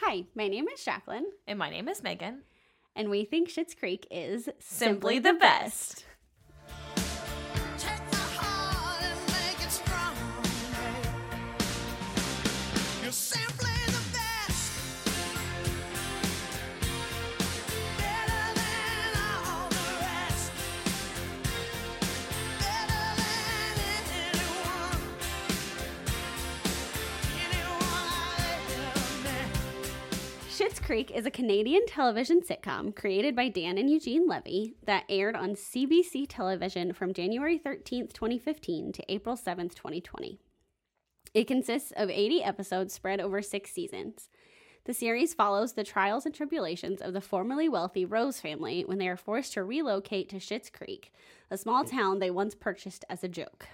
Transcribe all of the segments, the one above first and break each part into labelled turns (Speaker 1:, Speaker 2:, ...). Speaker 1: Hi, my name is Jacqueline,
Speaker 2: And my name is Megan.
Speaker 1: and we think Schitt's Creek is simply,
Speaker 2: Simply the best.
Speaker 3: Take my heart and make it strong. You're simply the best, better than all the rest, better than anyone, anyone I've ever met.
Speaker 1: Schitt's Creek is a Canadian television sitcom created by Dan and Eugene Levy that aired on CBC television from January 13th, 2015 to April 7th, 2020. It consists of 80 episodes spread over six seasons. The series follows the trials and tribulations of the formerly wealthy Rose family when they are forced to relocate to Schitt's Creek, a small town they once purchased as a joke.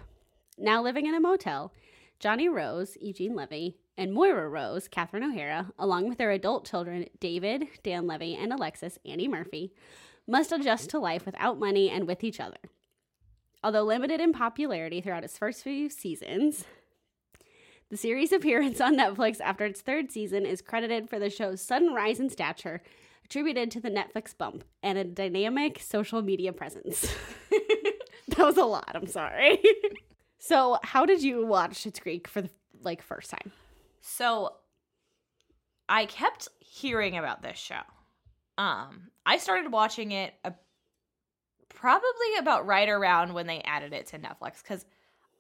Speaker 1: Now living in a motel, Johnny Rose, Eugene Levy, and Moira Rose, Catherine O'Hara, along with their adult children, David, Dan Levy, and Alexis, Annie Murphy, must adjust to life without money and with each other. Although limited in popularity throughout its first few seasons, the series' appearance on Netflix after its third season is credited for the show's sudden rise in stature, attributed to the Netflix bump and a dynamic social media presence. that was a lot, I'm sorry. so, how did you watch Schitt's Creek for the like first time?
Speaker 2: So I kept hearing about this show. Um, I started watching it a, probably about right around when they added it to Netflix because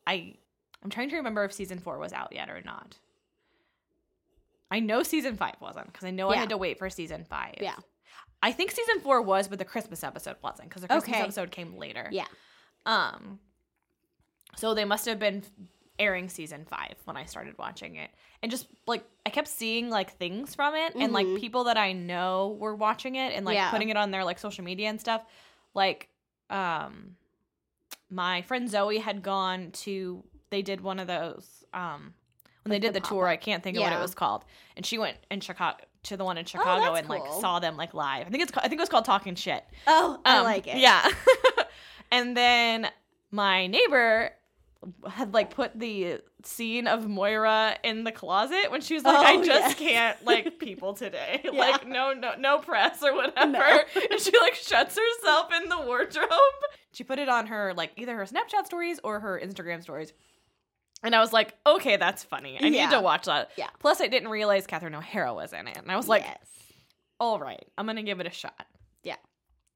Speaker 2: I I'm trying to remember if season four was out yet or not. I know season five wasn't because I know I
Speaker 1: Yeah.
Speaker 2: had to wait for season five.
Speaker 1: Yeah.
Speaker 2: I think season four was, but the Christmas episode wasn't because the Christmas
Speaker 1: Okay.
Speaker 2: episode came later.
Speaker 1: Yeah.
Speaker 2: Um, so they must have been airing season five when I started watching it, and just like I kept seeing like things from it, and like
Speaker 1: Mhm.
Speaker 2: people that I know were watching it, and like
Speaker 1: Yeah.
Speaker 2: putting it on their like social media and stuff. Like, um, my friend Zoe had gone to they did one of those um when they did the,
Speaker 1: the
Speaker 2: tour. I can't think of what
Speaker 1: Yeah. Oh,
Speaker 2: it was called, and she went in Chicago to the one in Chicago
Speaker 1: that's
Speaker 2: and like
Speaker 1: cool.
Speaker 2: saw them like live. I think it's ca- I think it was called Talking Shit.
Speaker 1: Oh, I
Speaker 2: Um,
Speaker 1: like it.
Speaker 2: Yeah. and then my neighbor had like put the scene of Moira in the closet when she was like,
Speaker 1: Oh,
Speaker 2: I just
Speaker 1: yes.
Speaker 2: can't like people today.
Speaker 1: Yeah.
Speaker 2: Like no no no press or whatever.
Speaker 1: No.
Speaker 2: And she like shuts herself in the wardrobe. She put it on her like either her Snapchat stories or her Instagram stories. And I was like, okay, that's funny. I
Speaker 1: Yeah.
Speaker 2: need to watch that.
Speaker 1: Yeah.
Speaker 2: Plus, I didn't realize Catherine O'Hara was in it. And I was like,
Speaker 1: Yes.
Speaker 2: all right, I'm gonna give it a shot.
Speaker 1: Yeah.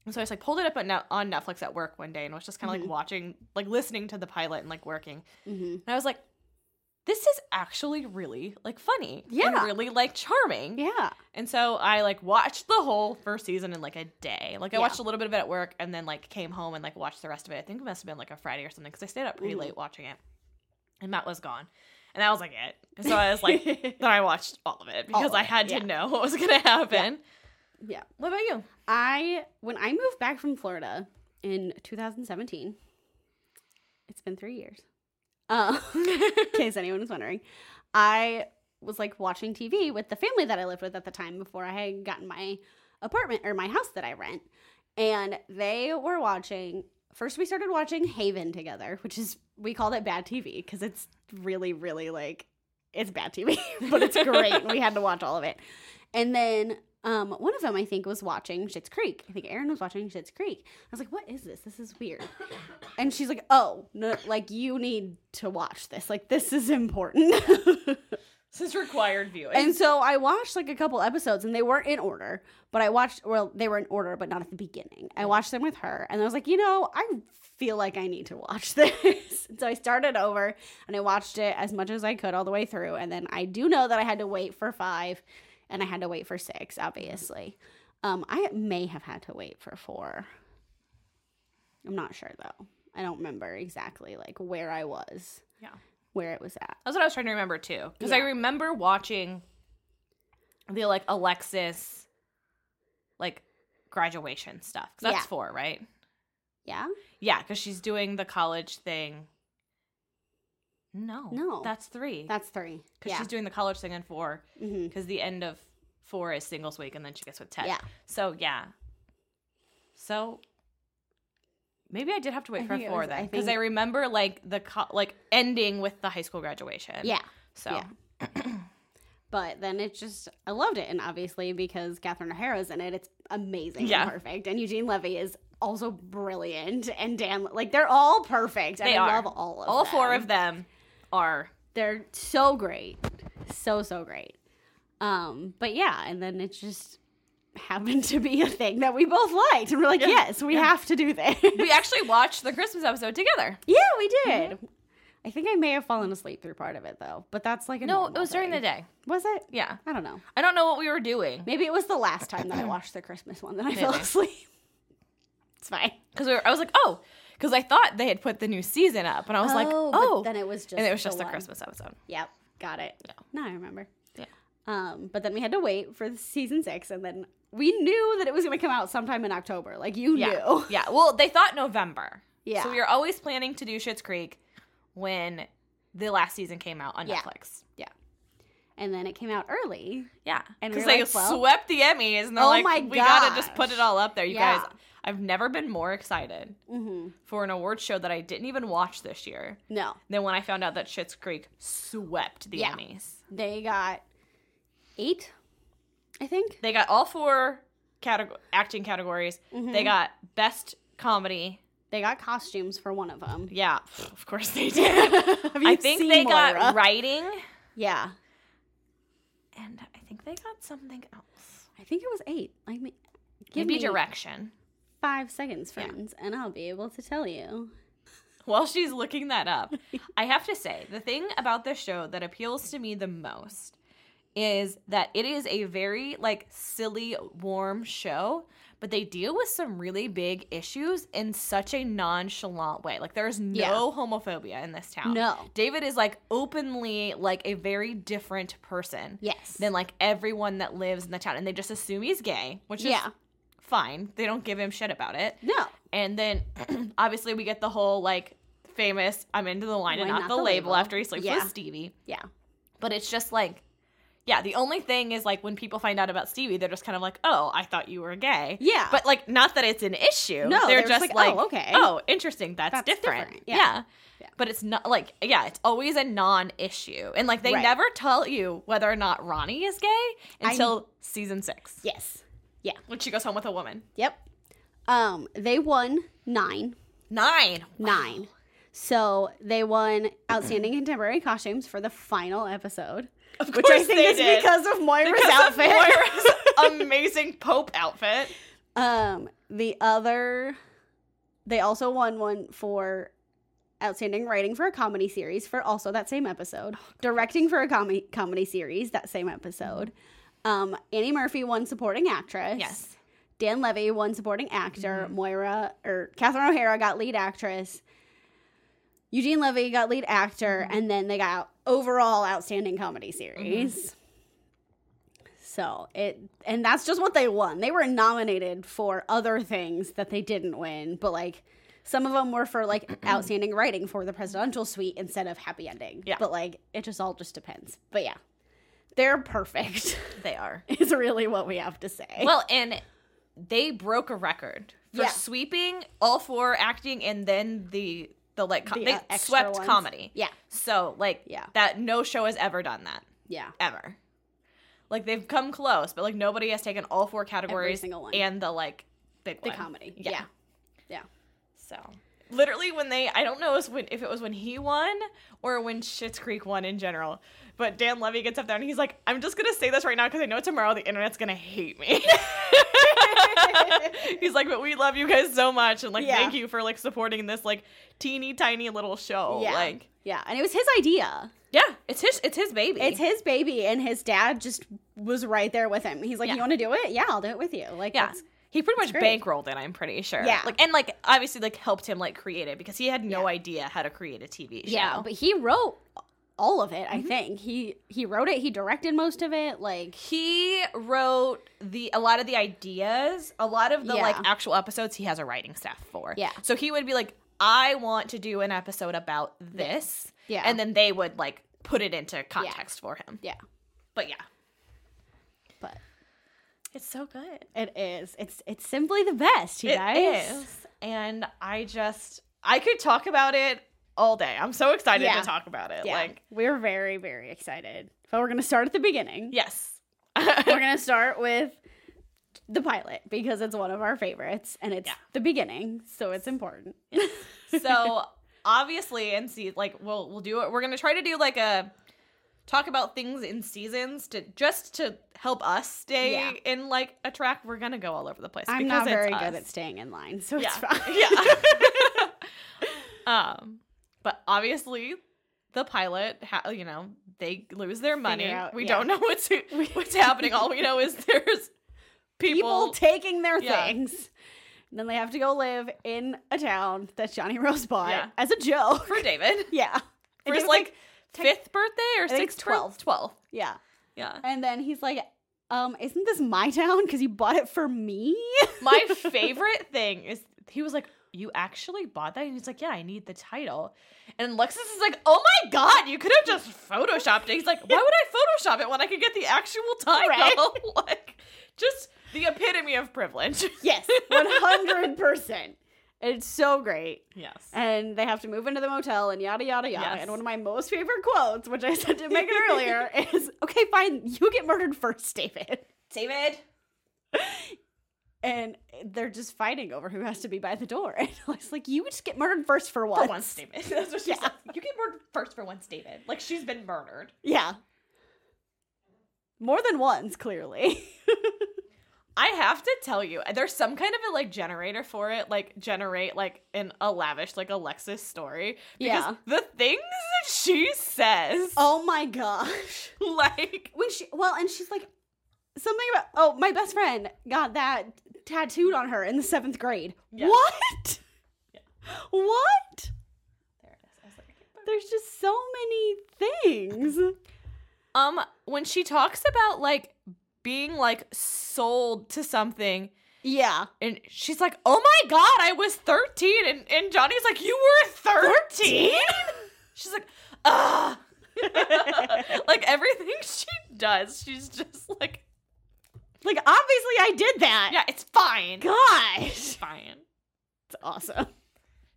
Speaker 2: And so I just like pulled it up on, Net- on Netflix at work one day and was just kind of
Speaker 1: Mhm.
Speaker 2: like watching, like listening to the pilot and like working.
Speaker 1: hmm
Speaker 2: And I was like, this is actually really like funny. and
Speaker 1: Yeah.
Speaker 2: really like charming.
Speaker 1: Yeah.
Speaker 2: And so I like watched the whole first season in like a day. Like I
Speaker 1: Yeah.
Speaker 2: watched a little bit of it at work and then like came home and like watched the rest of it. I think it must have been like a Friday or something because I stayed up pretty
Speaker 1: Mhm.
Speaker 2: late watching it. And Matt was gone. And that was like it. And so I was like, then I watched all of it
Speaker 1: All
Speaker 2: because
Speaker 1: of
Speaker 2: I
Speaker 1: it,
Speaker 2: had
Speaker 1: yeah.
Speaker 2: to know what was going to happen.
Speaker 1: Yeah.
Speaker 2: What about you?
Speaker 1: I when I moved back from Florida in 2017, it's been three years. Uh, in case anyone was wondering, I was like watching TV with the family that I lived with at the time before I had gotten my apartment or my house that I rent, and they were watching. First, we started watching Haven together, which is we called it bad TV because it's really, really like it's bad TV, but it's great. and we had to watch all of it. And then um, one of them, I think, was watching Schitt's Creek. I think Erin was watching Schitt's Creek. I was like, "What is this? This is weird." And she's like, "Oh, no! Like you need to watch this. Like this is important."
Speaker 2: This is required viewing.
Speaker 1: and so I watched like a couple episodes, and they weren't in order, but I watched. Well, they were in order, but not at the beginning. I watched them with her, and I was like, "You know, I feel like I need to watch this." And so I started over, and I watched it as much as I could all the way through. And then I do know that I had to wait for five, and I had to wait for six, obviously. Um, I may have had to wait for four. I'm not sure though. I don't remember exactly like where I was,
Speaker 2: yeah.
Speaker 1: where it was at.
Speaker 2: That's what I was trying to remember too. Because I
Speaker 1: Yeah.
Speaker 2: remember watching the like Alexis like graduation stuff. 'Cause that's
Speaker 1: Yeah.
Speaker 2: four, right?
Speaker 1: Yeah.
Speaker 2: Yeah, because she's doing the college thing. No.
Speaker 1: No.
Speaker 2: That's three. Because
Speaker 1: That's three. Yeah.
Speaker 2: she's doing the college thing in four.
Speaker 1: hmm
Speaker 2: Because the end of four is singles week and then she gets with Ted.
Speaker 1: Yeah.
Speaker 2: So yeah. So maybe I did have to wait
Speaker 1: I
Speaker 2: for
Speaker 1: think it
Speaker 2: four
Speaker 1: was- I
Speaker 2: then. Because I,
Speaker 1: think-
Speaker 2: remember like the co- like ending with the high school graduation.
Speaker 1: Yeah.
Speaker 2: So
Speaker 1: Yeah. But then it's just I loved it, and obviously because Catherine O'Hara's in it, it's amazing,
Speaker 2: Yeah.
Speaker 1: and perfect, and Eugene Levy is also brilliant, and Dan like they're all perfect. and
Speaker 2: They
Speaker 1: I
Speaker 2: are.
Speaker 1: love all of
Speaker 2: All
Speaker 1: them.
Speaker 2: four of them are
Speaker 1: They're so great, so so great. Um, but yeah, and then it just happened to be a thing that we both liked, and we're like, yes, we have to do this.
Speaker 2: we Mm-hmm. actually watched the Christmas episode together.
Speaker 1: yeah, we did. I think I may have fallen asleep through part of it though, but that's like a
Speaker 2: No, it
Speaker 1: normal
Speaker 2: was during the
Speaker 1: thing.
Speaker 2: day.
Speaker 1: Was it?
Speaker 2: Yeah.
Speaker 1: I don't know.
Speaker 2: I don't know what we were doing
Speaker 1: Maybe it was the last time that I watched the Christmas one that I fell
Speaker 2: Maybe.
Speaker 1: asleep. It's fine.
Speaker 2: because we were, I was like, oh, because I thought they had put the new season up, and I was like, oh,
Speaker 1: then it was just
Speaker 2: and it was just the,
Speaker 1: one.
Speaker 2: Christmas episode.
Speaker 1: Yep, got it. Now I remember.
Speaker 2: Yeah.
Speaker 1: Um, but then we had to wait for season six, and then we knew that it was going to come out sometime in October. Like you
Speaker 2: Yeah,
Speaker 1: knew.
Speaker 2: yeah. Well, they thought November.
Speaker 1: Yeah.
Speaker 2: So we were always planning to do Schitt's Creek when the last season came out on
Speaker 1: Yeah.
Speaker 2: Netflix.
Speaker 1: Yeah. And then it came out early.
Speaker 2: Yeah,
Speaker 1: And
Speaker 2: because
Speaker 1: we were
Speaker 2: they
Speaker 1: like, well-
Speaker 2: swept the Emmys, and they're
Speaker 1: Oh
Speaker 2: like,
Speaker 1: my
Speaker 2: we gotta just put it
Speaker 1: gosh.
Speaker 2: all up there, you
Speaker 1: Yeah.
Speaker 2: guys. I've never been more excited
Speaker 1: Mm-hmm.
Speaker 2: for an award show that I didn't even watch this year
Speaker 1: No,
Speaker 2: than when I found out that Schitt's Creek swept the
Speaker 1: Yeah.
Speaker 2: Emmys.
Speaker 1: they got eight, I think.
Speaker 2: They got all four categ- acting categories.
Speaker 1: Mm-hmm.
Speaker 2: They got best comedy.
Speaker 1: They got costumes for one of them.
Speaker 2: Yeah, of course they did.
Speaker 1: Have
Speaker 2: I
Speaker 1: you
Speaker 2: think
Speaker 1: seen
Speaker 2: they
Speaker 1: Moira?
Speaker 2: got writing,
Speaker 1: Yeah,
Speaker 2: and I think they got something else.
Speaker 1: I think it was eight. Like, me- give
Speaker 2: Maybe
Speaker 1: me
Speaker 2: direction.
Speaker 1: five seconds, friends, and I'll be able to tell you.
Speaker 2: While she's looking that up, I have to say the thing about this show that appeals to me the most is that it is a very like silly, warm show, but they deal with some really big issues in such a nonchalant way. Like there's no
Speaker 1: Yeah.
Speaker 2: homophobia in this town.
Speaker 1: No.
Speaker 2: David is like openly like a very different person
Speaker 1: Yes.
Speaker 2: than like everyone that lives in the town and they just assume he's gay, which
Speaker 1: Yeah.
Speaker 2: is fine. They don't give him shit about it.
Speaker 1: no.
Speaker 2: And then obviously we get the whole like famous I'm into the line and
Speaker 1: Line,
Speaker 2: not, the, label, after he sleeps
Speaker 1: Yeah.
Speaker 2: with Stevie.
Speaker 1: Yeah.
Speaker 2: But it's just like yeah, the only thing is like when people find out about Stevie, they're just kind of like, "Oh, I thought you were gay."
Speaker 1: Yeah.
Speaker 2: But like not that it's an issue.
Speaker 1: No,
Speaker 2: they're,
Speaker 1: they're
Speaker 2: just
Speaker 1: just like,
Speaker 2: like,
Speaker 1: "Oh, okay.
Speaker 2: Oh, interesting. That's,
Speaker 1: That's
Speaker 2: different."
Speaker 1: different.
Speaker 2: Yeah.
Speaker 1: Yeah. Yeah.
Speaker 2: But it's not like yeah, it's always a non-issue. And like they
Speaker 1: Right.
Speaker 2: never tell you whether or not Ronnie is gay
Speaker 1: I-
Speaker 2: until season 6
Speaker 1: Yes.
Speaker 2: when she goes home with a woman.
Speaker 1: Yep. Um, they won nine.
Speaker 2: 9.
Speaker 1: Nine. So they won outstanding contemporary costumes for the final episode.
Speaker 2: Of
Speaker 1: Which I
Speaker 2: course
Speaker 1: think
Speaker 2: they
Speaker 1: is
Speaker 2: did.
Speaker 1: because of Moira's
Speaker 2: because of
Speaker 1: outfit.
Speaker 2: Moira's amazing Pope outfit.
Speaker 1: um, the other they also won one for outstanding writing for a comedy series for also that same episode. Directing for a comedy comedy series that same episode. Um, Annie Murphy won supporting actress.
Speaker 2: Yes.
Speaker 1: Dan Levy won supporting actor. Moira or Catherine O'Hara got lead actress. Eugene Levy got lead actor, and then they got overall outstanding comedy series. So it and that's just what they won. They were nominated for other things that they didn't win, but like some of them were for like outstanding writing for the presidential suite instead of happy ending.
Speaker 2: Yeah.
Speaker 1: But like it just all just depends. But yeah. They're perfect.
Speaker 2: They are.
Speaker 1: is really what we have to say.
Speaker 2: Well, and they broke a record for
Speaker 1: Yeah.
Speaker 2: sweeping all four acting and then the the like com-
Speaker 1: The,
Speaker 2: they
Speaker 1: uh, extra
Speaker 2: swept
Speaker 1: ones.
Speaker 2: comedy.
Speaker 1: Yeah.
Speaker 2: So like
Speaker 1: Yeah.
Speaker 2: that no show has ever done that
Speaker 1: Yeah.
Speaker 2: ever. Like they've come close, but like nobody has taken all four categories
Speaker 1: single one.
Speaker 2: and the like big
Speaker 1: The
Speaker 2: one.
Speaker 1: comedy. Yeah. Yeah.
Speaker 2: So literally when they I don't know if, when, if it was when he won or when Schitt's Creek won in general, but Dan Levy gets up there and he's like, I'm just gonna say this right now because I know tomorrow the internet's gonna hate me. he's like, but we love you guys so much and like
Speaker 1: Yeah.
Speaker 2: thank you for like supporting this like teeny tiny little show.
Speaker 1: Yeah.
Speaker 2: Oh, Like
Speaker 1: yeah. And it was his idea.
Speaker 2: Yeah, it's his it's his baby.
Speaker 1: It's his baby, and his dad just was right there with him. He's like,
Speaker 2: Yeah.
Speaker 1: "You want to do it? Yeah, I'll do it with you." Like,
Speaker 2: Yeah.
Speaker 1: that's-
Speaker 2: He pretty much
Speaker 1: great.
Speaker 2: bankrolled it, I'm pretty sure.
Speaker 1: Yeah.
Speaker 2: Like and like obviously like helped him like create it because he had no idea how to create a TV show.
Speaker 1: yeah. Mm-hmm. But he wrote all of it. I think he he wrote it. He directed most of it. Like,
Speaker 2: he wrote the a lot of the ideas a lot of the
Speaker 1: Yeah.
Speaker 2: like actual episodes he has a writing staff for
Speaker 1: Yeah.
Speaker 2: so he would be like i want to do an episode about this
Speaker 1: Yeah.
Speaker 2: and then they would like put it into context for him
Speaker 1: yeah.
Speaker 2: but yeah
Speaker 1: But
Speaker 2: it's so good
Speaker 1: it is. It's it's simply the best, you
Speaker 2: It
Speaker 1: guys.
Speaker 2: is. and i just i could talk about it all day. I'm so excited
Speaker 1: Yeah.
Speaker 2: to talk about it.
Speaker 1: Yeah.
Speaker 2: Like,
Speaker 1: we're very, very excited. But we're gonna start at the beginning.
Speaker 2: yes.
Speaker 1: we're gonna start with the pilot because it's one of our favorites and it's
Speaker 2: Yeah.
Speaker 1: the beginning, so it's important.
Speaker 2: so obviously and see like we'll we'll do it we're gonna try to do like a talk about things in seasons to just to help us stay
Speaker 1: Yeah.
Speaker 2: in like a track we're gonna go all over the place
Speaker 1: I'm
Speaker 2: because
Speaker 1: not very
Speaker 2: it's
Speaker 1: good
Speaker 2: us.
Speaker 1: at staying in line, so it's
Speaker 2: yeah
Speaker 1: fine.
Speaker 2: yeah um but obviously the pilot ha- you know they lose their money
Speaker 1: out-
Speaker 2: we
Speaker 1: yeah.
Speaker 2: don't know what's what's happening all we know is there's
Speaker 1: People taking their
Speaker 2: Yeah.
Speaker 1: things. And then they have to go live in a town that Johnny Rose bought
Speaker 2: Yeah.
Speaker 1: as a joke.
Speaker 2: for David
Speaker 1: yeah.
Speaker 2: for
Speaker 1: And
Speaker 2: his
Speaker 1: David's
Speaker 2: like fifth birthday or
Speaker 1: think it's
Speaker 2: sixth twelfth twelfth
Speaker 1: yeah.
Speaker 2: yeah
Speaker 1: And then he's like, um, isn't this my town? Because you bought it for me?
Speaker 2: My favorite thing is he was like, "You actually bought that?" And he's like, "Yeah, I need the title." And Lexus is like, "Oh my god, you could have just photoshopped it." He's like, "Why would I photoshop it when I could get the actual title?" like, just the epitome of privilege.
Speaker 1: yes, 100%. it's so great.
Speaker 2: Yes.
Speaker 1: and they have to move into the motel and yada yada yada.
Speaker 2: Yes.
Speaker 1: And one of my most favorite quotes, which I said to Megan earlier, is okay, fine, you get murdered first, David.
Speaker 2: David.
Speaker 1: And they're just fighting over who has to be by the door. And it's like, you just get murdered first for what?
Speaker 2: For once, David. That's what she
Speaker 1: Yeah.
Speaker 2: said. You get murdered first for once, David. Like she's been murdered.
Speaker 1: Yeah. More than once, clearly.
Speaker 2: I have to tell you, there's some kind of a like generator for it, like generate like in a lavish like Alexis story. Because
Speaker 1: Yeah.
Speaker 2: the things that she says,
Speaker 1: oh my gosh.
Speaker 2: like
Speaker 1: When she well, and she's like something about oh, my best friend got that tattooed on her in the seventh grade.
Speaker 2: Yeah.
Speaker 1: What? What?
Speaker 2: there it is. I was like,
Speaker 1: There's just so many things.
Speaker 2: um, when she talks about like being like sold to something,
Speaker 1: Yeah.
Speaker 2: and she's like, "Oh my god, I was 13," and and Johnny's like, "You were 13?" she's like, "Ah." like everything she does, she's just like,
Speaker 1: Like, obviously, I did that.
Speaker 2: "Yeah, it's fine."
Speaker 1: Gosh.
Speaker 2: fine.
Speaker 1: It's awesome.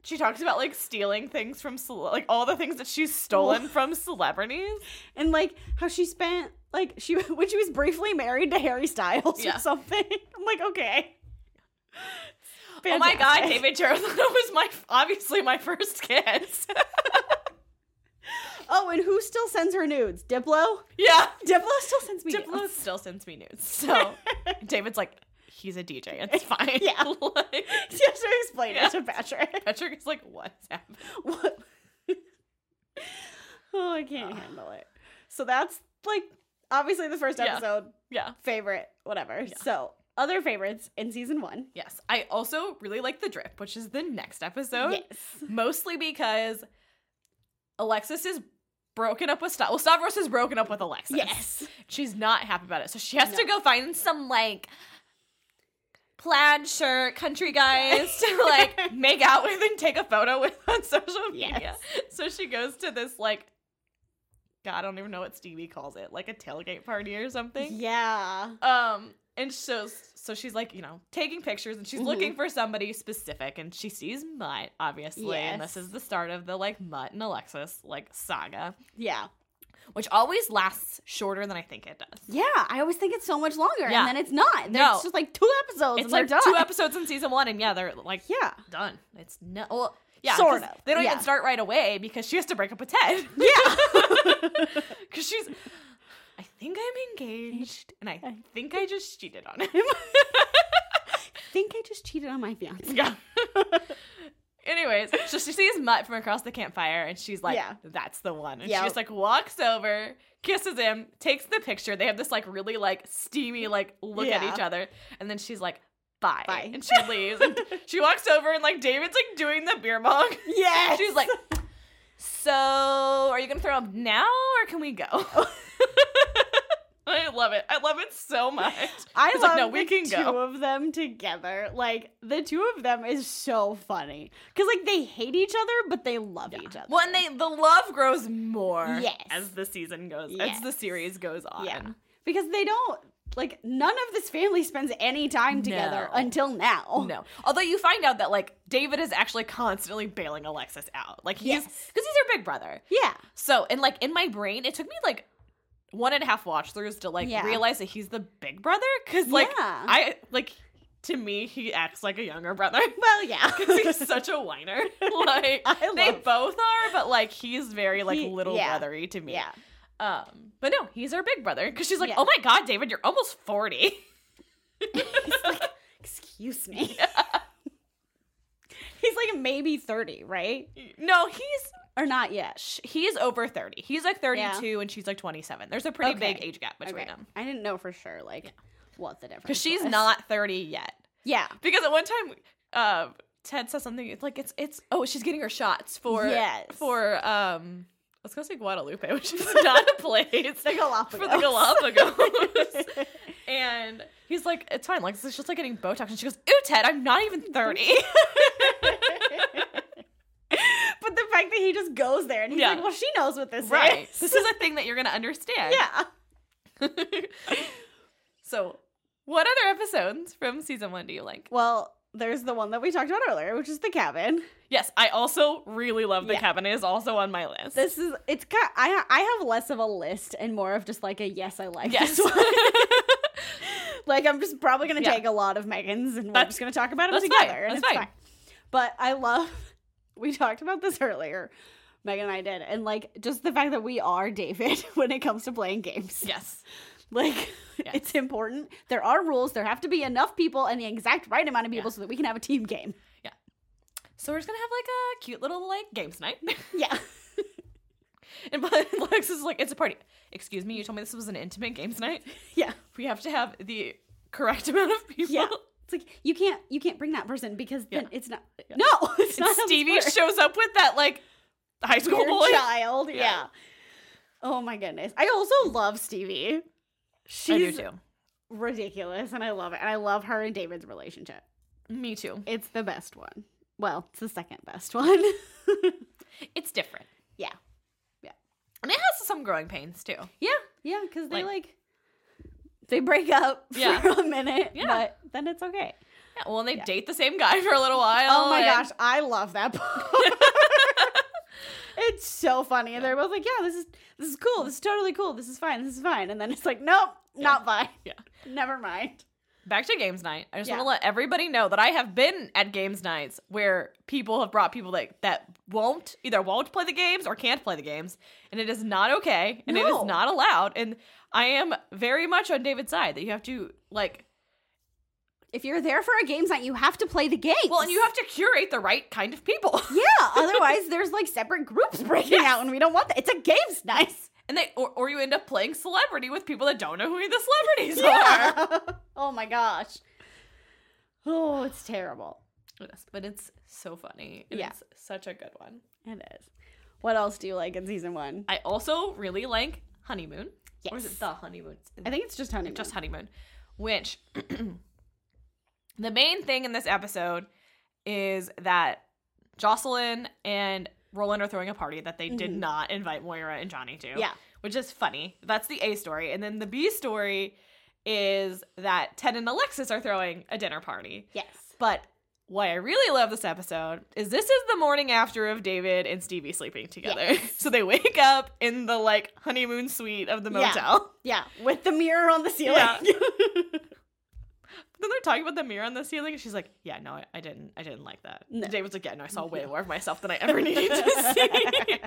Speaker 2: She talks about like stealing things from cele- like all the things that she's stolen from celebrities.
Speaker 1: And, like, how she spent, like, she when she was briefly married to Harry Styles
Speaker 2: Yeah.
Speaker 1: or something. I'm like, okay.
Speaker 2: Oh my god,
Speaker 1: Fantastic.
Speaker 2: David Jaroslawicz was my obviously my first kiss.
Speaker 1: Oh, and who still sends her nudes? Diplo?
Speaker 2: yeah,
Speaker 1: Diplo still sends me
Speaker 2: Diplo
Speaker 1: nudes.
Speaker 2: still sends me nudes. So David's like, he's a DJ. It's fine.
Speaker 1: Yeah.
Speaker 2: like,
Speaker 1: She has to explain
Speaker 2: Yeah.
Speaker 1: it to Patrick.
Speaker 2: Patrick is like, what's happening?
Speaker 1: What? oh, I can't
Speaker 2: Ugh.
Speaker 1: handle it. So that's, like, obviously the first
Speaker 2: Yeah.
Speaker 1: episode.
Speaker 2: Yeah.
Speaker 1: favorite, whatever. So other favorites in season one.
Speaker 2: Yes. I also really like the drip, which is the next episode.
Speaker 1: Yes.
Speaker 2: Mostly because Alexis is broken up with Stavros. Well, Stavros is broken up with Alexis.
Speaker 1: Yes.
Speaker 2: She's not happy about it. So she has to
Speaker 1: No.
Speaker 2: go find some like plaid shirt country guys to like make out with and take a photo with on social media.
Speaker 1: Yes.
Speaker 2: So she goes to this like God, I don't even know what Stevie calls it, like a tailgate party or something.
Speaker 1: Yeah.
Speaker 2: Um and so so she's like, you know, taking pictures and she's
Speaker 1: Mhm.
Speaker 2: looking for somebody specific and she sees Mutt, obviously. And this
Speaker 1: Yes.
Speaker 2: is the start of the like Mutt and Alexis like saga,
Speaker 1: Yeah.
Speaker 2: which always lasts shorter than I think it does.
Speaker 1: Yeah. I always think it's so much longer
Speaker 2: Yeah.
Speaker 1: and then it's not.
Speaker 2: No.
Speaker 1: There's just like two episodes
Speaker 2: It's
Speaker 1: and
Speaker 2: like
Speaker 1: they're done.
Speaker 2: two episodes in season one, and yeah, they're like
Speaker 1: Yeah.
Speaker 2: done. It's no, well, yeah,
Speaker 1: Sort
Speaker 2: 'cause
Speaker 1: of,
Speaker 2: They don't
Speaker 1: yeah.
Speaker 2: even start right away because she has to break up with Ted
Speaker 1: Yeah.
Speaker 2: because she's. I think I'm engaged, and I think I just cheated on him.
Speaker 1: think I just cheated on my fiance.
Speaker 2: yeah. Anyways, so she sees Mutt from across the campfire, and she's like,
Speaker 1: Yeah.
Speaker 2: "That's the one." And
Speaker 1: Yep.
Speaker 2: she just like walks over, kisses him, takes the picture. They have this like really like steamy like look
Speaker 1: Yeah.
Speaker 2: at each other, and then she's like. Bye.
Speaker 1: Bye.
Speaker 2: And she leaves. And she walks over and like David's like doing the beer mug.
Speaker 1: Yes.
Speaker 2: She's like, so are you gonna throw up now or can we go? I love it. I love it so much.
Speaker 1: I
Speaker 2: He's
Speaker 1: love
Speaker 2: like, no, we
Speaker 1: the
Speaker 2: can
Speaker 1: two
Speaker 2: go.
Speaker 1: of them together. Like the two of them is so funny because like they hate each other, but they love each other.
Speaker 2: Well, and they the love grows more
Speaker 1: Yes.
Speaker 2: as the season goes,
Speaker 1: Yes.
Speaker 2: as the series goes on.
Speaker 1: Yeah. Because they don't Like none of this family spends any time together
Speaker 2: No.
Speaker 1: until now.
Speaker 2: No. Although you find out that like David is actually constantly bailing Alexis out. Like he's because
Speaker 1: Yes.
Speaker 2: he's her big brother.
Speaker 1: Yeah.
Speaker 2: So and like in my brain, it took me like one and a half watch throughs to like
Speaker 1: Yeah.
Speaker 2: realize that he's the big brother. Cause like
Speaker 1: Yeah.
Speaker 2: I like to me, he acts like a younger brother.
Speaker 1: Well, yeah.
Speaker 2: Cause he's such a whiner. Like
Speaker 1: I
Speaker 2: they
Speaker 1: love-
Speaker 2: both are, but like he's very like
Speaker 1: He-
Speaker 2: little
Speaker 1: yeah.
Speaker 2: brothery to me.
Speaker 1: yeah.
Speaker 2: Um, but no, he's her big brother. Cause she's like,
Speaker 1: Yeah.
Speaker 2: oh my god, David, you're almost forty.
Speaker 1: Excuse me. He's like maybe 30, right?
Speaker 2: no, he's
Speaker 1: Or not yet.
Speaker 2: sh- he's over 30. He's like 32 and she's like 27. There's a pretty
Speaker 1: Okay.
Speaker 2: big age gap between them.
Speaker 1: I didn't know for sure, like, what the difference
Speaker 2: Because she's
Speaker 1: was.
Speaker 2: not 30 yet.
Speaker 1: Yeah.
Speaker 2: Because at one time, uh, Ted says something it's like it's it's oh she's getting her shots for
Speaker 1: Yes.
Speaker 2: for um let's go say Guadalupe which is not a place
Speaker 1: The Galapagos.
Speaker 2: for the Galapagos and he's like it's fine like she's just like getting Botox and she goes ooh Ted I'm not even thirty
Speaker 1: but the fact that he just goes there and he's
Speaker 2: Yeah.
Speaker 1: like, well, she knows what this
Speaker 2: right
Speaker 1: is.
Speaker 2: this is a thing that you're gonna understand
Speaker 1: yeah.
Speaker 2: so, what other episodes from season one do you like?
Speaker 1: Well, there's the one that we talked about earlier, which is the cabin.
Speaker 2: Yes, I also really love the
Speaker 1: Yeah.
Speaker 2: cabin. It is also on my list.
Speaker 1: This is it's kind. I I have less of a list and more of just like a yes, I like
Speaker 2: yes,
Speaker 1: this one. like I'm just probably gonna
Speaker 2: Yeah.
Speaker 1: take a lot of Megan's and we're
Speaker 2: That's-
Speaker 1: just gonna talk about them
Speaker 2: that's fine.
Speaker 1: together. And
Speaker 2: That's
Speaker 1: it's
Speaker 2: fine.
Speaker 1: But I love we talked about this earlier. Megan and I did. And like just the fact that we are David when it comes to playing games.
Speaker 2: yes,
Speaker 1: Like
Speaker 2: Yeah.
Speaker 1: it's important. There are rules. There have to be enough people and the exact right amount of people
Speaker 2: Yeah.
Speaker 1: so that we can have a team game.
Speaker 2: so we're just gonna have like a cute little like games night,
Speaker 1: Yeah.
Speaker 2: and Lex is like, "It's a party." Excuse me, you told me this was an intimate games night.
Speaker 1: Yeah.
Speaker 2: We have to have the correct amount of people.
Speaker 1: Yeah. It's like you can't you can't bring that person because then
Speaker 2: Yeah.
Speaker 1: it's not No, it's
Speaker 2: And
Speaker 1: not how this
Speaker 2: Stevie
Speaker 1: works.
Speaker 2: shows up with that like high school
Speaker 1: Your
Speaker 2: boy.
Speaker 1: child. Yeah.
Speaker 2: Yeah.
Speaker 1: Oh my goodness. I also love Stevie.
Speaker 2: I do
Speaker 1: She's
Speaker 2: too.
Speaker 1: ridiculous and I love it. And I love her and David's relationship.
Speaker 2: Me too.
Speaker 1: It's the best one. Well, it's the second best one.
Speaker 2: It's different,
Speaker 1: yeah.
Speaker 2: and it has some growing pains too.
Speaker 1: Yeah. Yeah, because they
Speaker 2: Like-
Speaker 1: like, they break up
Speaker 2: Yeah.
Speaker 1: for a minute,
Speaker 2: Yeah.
Speaker 1: but then it's okay.
Speaker 2: Yeah, well, and they date the same guy for a little while.
Speaker 1: Oh my
Speaker 2: and-
Speaker 1: gosh, I love that part. it's so funny. And they're both like, yeah, this is this is cool. This is totally cool. This is fine. This is fine. And then it's like, nope, not fine.
Speaker 2: Yeah.
Speaker 1: Never mind.
Speaker 2: Back to games night. I just
Speaker 1: Yeah.
Speaker 2: want to let everybody know that I have been at games nights where people have brought people that that won't either won't play the games or can't play the games, and it is not okay, and it
Speaker 1: No.
Speaker 2: is not allowed. And I am very much on David's side that you have to like
Speaker 1: If you're there for a games night, you have to play the game.
Speaker 2: well, and you have to curate the right kind of people.
Speaker 1: Yeah, otherwise there's like separate groups breaking out and we don't want that. It's a games nice.
Speaker 2: and they or, or you end up playing celebrity with people that don't know who the celebrities are.
Speaker 1: oh my gosh. Oh, it's terrible.
Speaker 2: Yes, but it's so funny. and
Speaker 1: Yeah.
Speaker 2: It's such a good one.
Speaker 1: It is. What else do you like in season one?
Speaker 2: I also really like honeymoon. Or is
Speaker 1: Yes.
Speaker 2: it the honeymoon? It's-
Speaker 1: I think it's just honeymoon.
Speaker 2: just honeymoon which the main thing in this episode is that jocelyn and roland are throwing a party that they did not invite moira and johnny to
Speaker 1: Mm-hmm. Yeah.
Speaker 2: which is funny that's the a story and then the b story is that ted and alexis are throwing a dinner party
Speaker 1: Yes.
Speaker 2: but why I really love this episode is this is the morning after of David and Stevie sleeping together.
Speaker 1: Yes.
Speaker 2: So they wake up in the like honeymoon suite of the
Speaker 1: Yeah.
Speaker 2: motel.
Speaker 1: Yeah, with the mirror on the ceiling.
Speaker 2: Yeah. then they're talking about the mirror on the ceiling, and she's like, "Yeah, no, I, I didn't. I didn't like that."
Speaker 1: No.
Speaker 2: David's like, "Yeah, no, I saw way more of myself than I ever needed to see."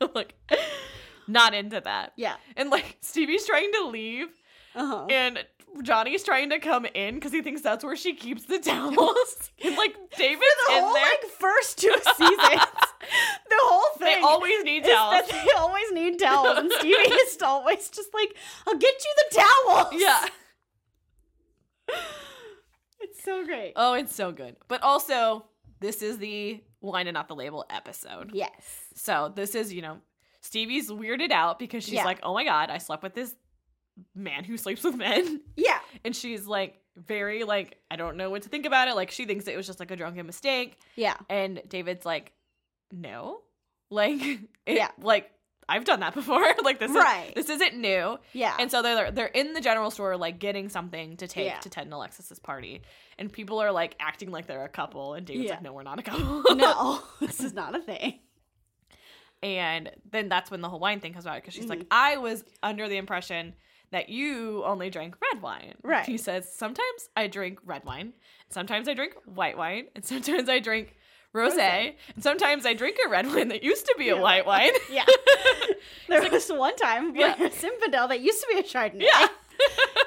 Speaker 2: I'm like, not into that.
Speaker 1: yeah.
Speaker 2: And like, Stevie's trying to leave,
Speaker 1: Uh-huh.
Speaker 2: and Johnny's trying to come in because he thinks that's where she keeps the towels. and like, David's
Speaker 1: the
Speaker 2: in
Speaker 1: whole
Speaker 2: there.
Speaker 1: like first two seasons, the whole
Speaker 2: they
Speaker 1: thing.
Speaker 2: always need
Speaker 1: is that
Speaker 2: towels.
Speaker 1: they always need towels, and Stevie is always just like, "I'll get you the towels."
Speaker 2: Yeah.
Speaker 1: it's so great.
Speaker 2: Oh, it's so good. But also, this is the wine and not the label episode.
Speaker 1: yes,
Speaker 2: So this is, you know, Stevie's weirded out because she's
Speaker 1: Yeah.
Speaker 2: like, oh my God, I slept with this man who sleeps with men.
Speaker 1: yeah,
Speaker 2: And she's like, very like, I don't know what to think about it. Like, she thinks it was just like a drunken mistake.
Speaker 1: yeah,
Speaker 2: And David's like, no. Like, it,
Speaker 1: Yeah.
Speaker 2: like, I've done that before. like this,
Speaker 1: Right. Ah.
Speaker 2: is, this isn't new.
Speaker 1: Yeah.
Speaker 2: And so they're they're in the general store like getting something to take
Speaker 1: Yeah.
Speaker 2: to Ted and Alexis's party, and people are like acting like they're a couple, and David's
Speaker 1: Yeah.
Speaker 2: like, no, we're not a couple.
Speaker 1: no, this is not a thing.
Speaker 2: and then that's when the whole wine thing comes out because she's
Speaker 1: Mm-hmm.
Speaker 2: like, I was under the impression that you only drank red wine.
Speaker 1: Right.
Speaker 2: She says sometimes I drink red wine, sometimes I drink white wine, and sometimes I drink. Rosé, and sometimes I drink a red wine that used to be a
Speaker 1: Yeah.
Speaker 2: white wine.
Speaker 1: Yeah. There was one time where
Speaker 2: Yeah.
Speaker 1: this infidel that used to be a Chardonnay.
Speaker 2: Yeah.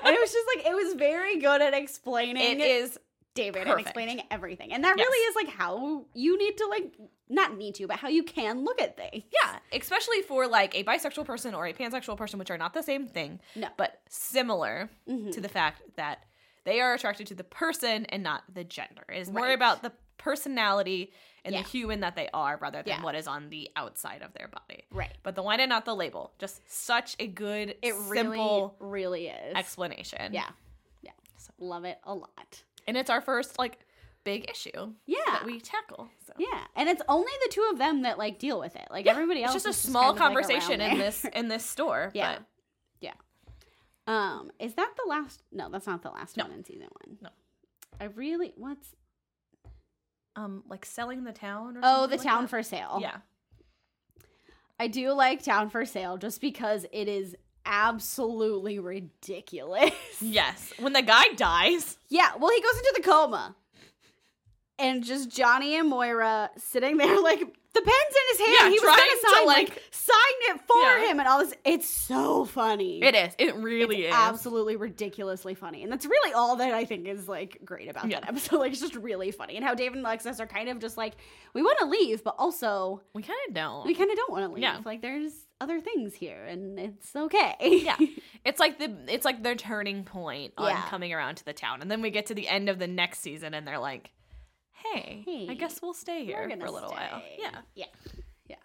Speaker 1: and it was just like it was very good at explaining
Speaker 2: it is
Speaker 1: David and
Speaker 2: perfect.
Speaker 1: explaining everything. And that
Speaker 2: Yes.
Speaker 1: really is like how you need to like not need to, but how you can look at things.
Speaker 2: Yeah, especially for like a bisexual person or a pansexual person, which are not the same thing,
Speaker 1: No. Mm-hmm.
Speaker 2: but similar to the fact that they are attracted to the person and not the gender. It is more
Speaker 1: Right.
Speaker 2: about the personality and
Speaker 1: Yeah.
Speaker 2: the human that they are rather than
Speaker 1: Yeah.
Speaker 2: what is on the outside of their body.
Speaker 1: Right.
Speaker 2: But the wine and not the label. Just such a good,
Speaker 1: It
Speaker 2: simple
Speaker 1: really, really is.
Speaker 2: explanation.
Speaker 1: Yeah. Yeah. Love it a lot.
Speaker 2: And it's our first like big issue
Speaker 1: Yeah.
Speaker 2: that we tackle. So.
Speaker 1: Yeah. And it's only the two of them that like deal with it. Like everybody else
Speaker 2: It's just
Speaker 1: is
Speaker 2: a small
Speaker 1: kind of, like, around
Speaker 2: conversation in
Speaker 1: there.
Speaker 2: this in this store.
Speaker 1: Yeah.
Speaker 2: But
Speaker 1: Yeah. Um, is that the last no, that's not the last
Speaker 2: No.
Speaker 1: one in season one.
Speaker 2: No.
Speaker 1: I really what's
Speaker 2: um like selling the town
Speaker 1: Oh,
Speaker 2: or
Speaker 1: the
Speaker 2: something like
Speaker 1: town
Speaker 2: that.
Speaker 1: for sale.
Speaker 2: Yeah.
Speaker 1: I do like Town for Sale just because it is absolutely ridiculous.
Speaker 2: Yes. When the guy dies.
Speaker 1: yeah, well, he goes into the coma. And just Johnny and Moira sitting there, like, the pen's in his hand.
Speaker 2: Yeah,
Speaker 1: he was
Speaker 2: trying
Speaker 1: going to
Speaker 2: to,
Speaker 1: sign, like,
Speaker 2: like-
Speaker 1: sign it for
Speaker 2: Yeah.
Speaker 1: him and all this. It's so funny.
Speaker 2: It is. It really is.
Speaker 1: Absolutely ridiculously funny. And that's really all that I think is like great about
Speaker 2: Yeah.
Speaker 1: that episode. Like it's just really funny. And how David and Alexis are kind of just like, we want to leave, but also
Speaker 2: we kind of don't.
Speaker 1: we kind of don't want to leave.
Speaker 2: Yeah.
Speaker 1: Like there's other things here and it's okay.
Speaker 2: yeah. It's like the it's like their turning point on
Speaker 1: Yeah.
Speaker 2: coming around to the town. And then we get to the end of the next season and they're like, "Hey, I
Speaker 1: Hey,
Speaker 2: guess we'll stay here
Speaker 1: We're
Speaker 2: for
Speaker 1: gonna
Speaker 2: a little while."
Speaker 1: stay.
Speaker 2: Yeah.
Speaker 1: Yeah. Yeah.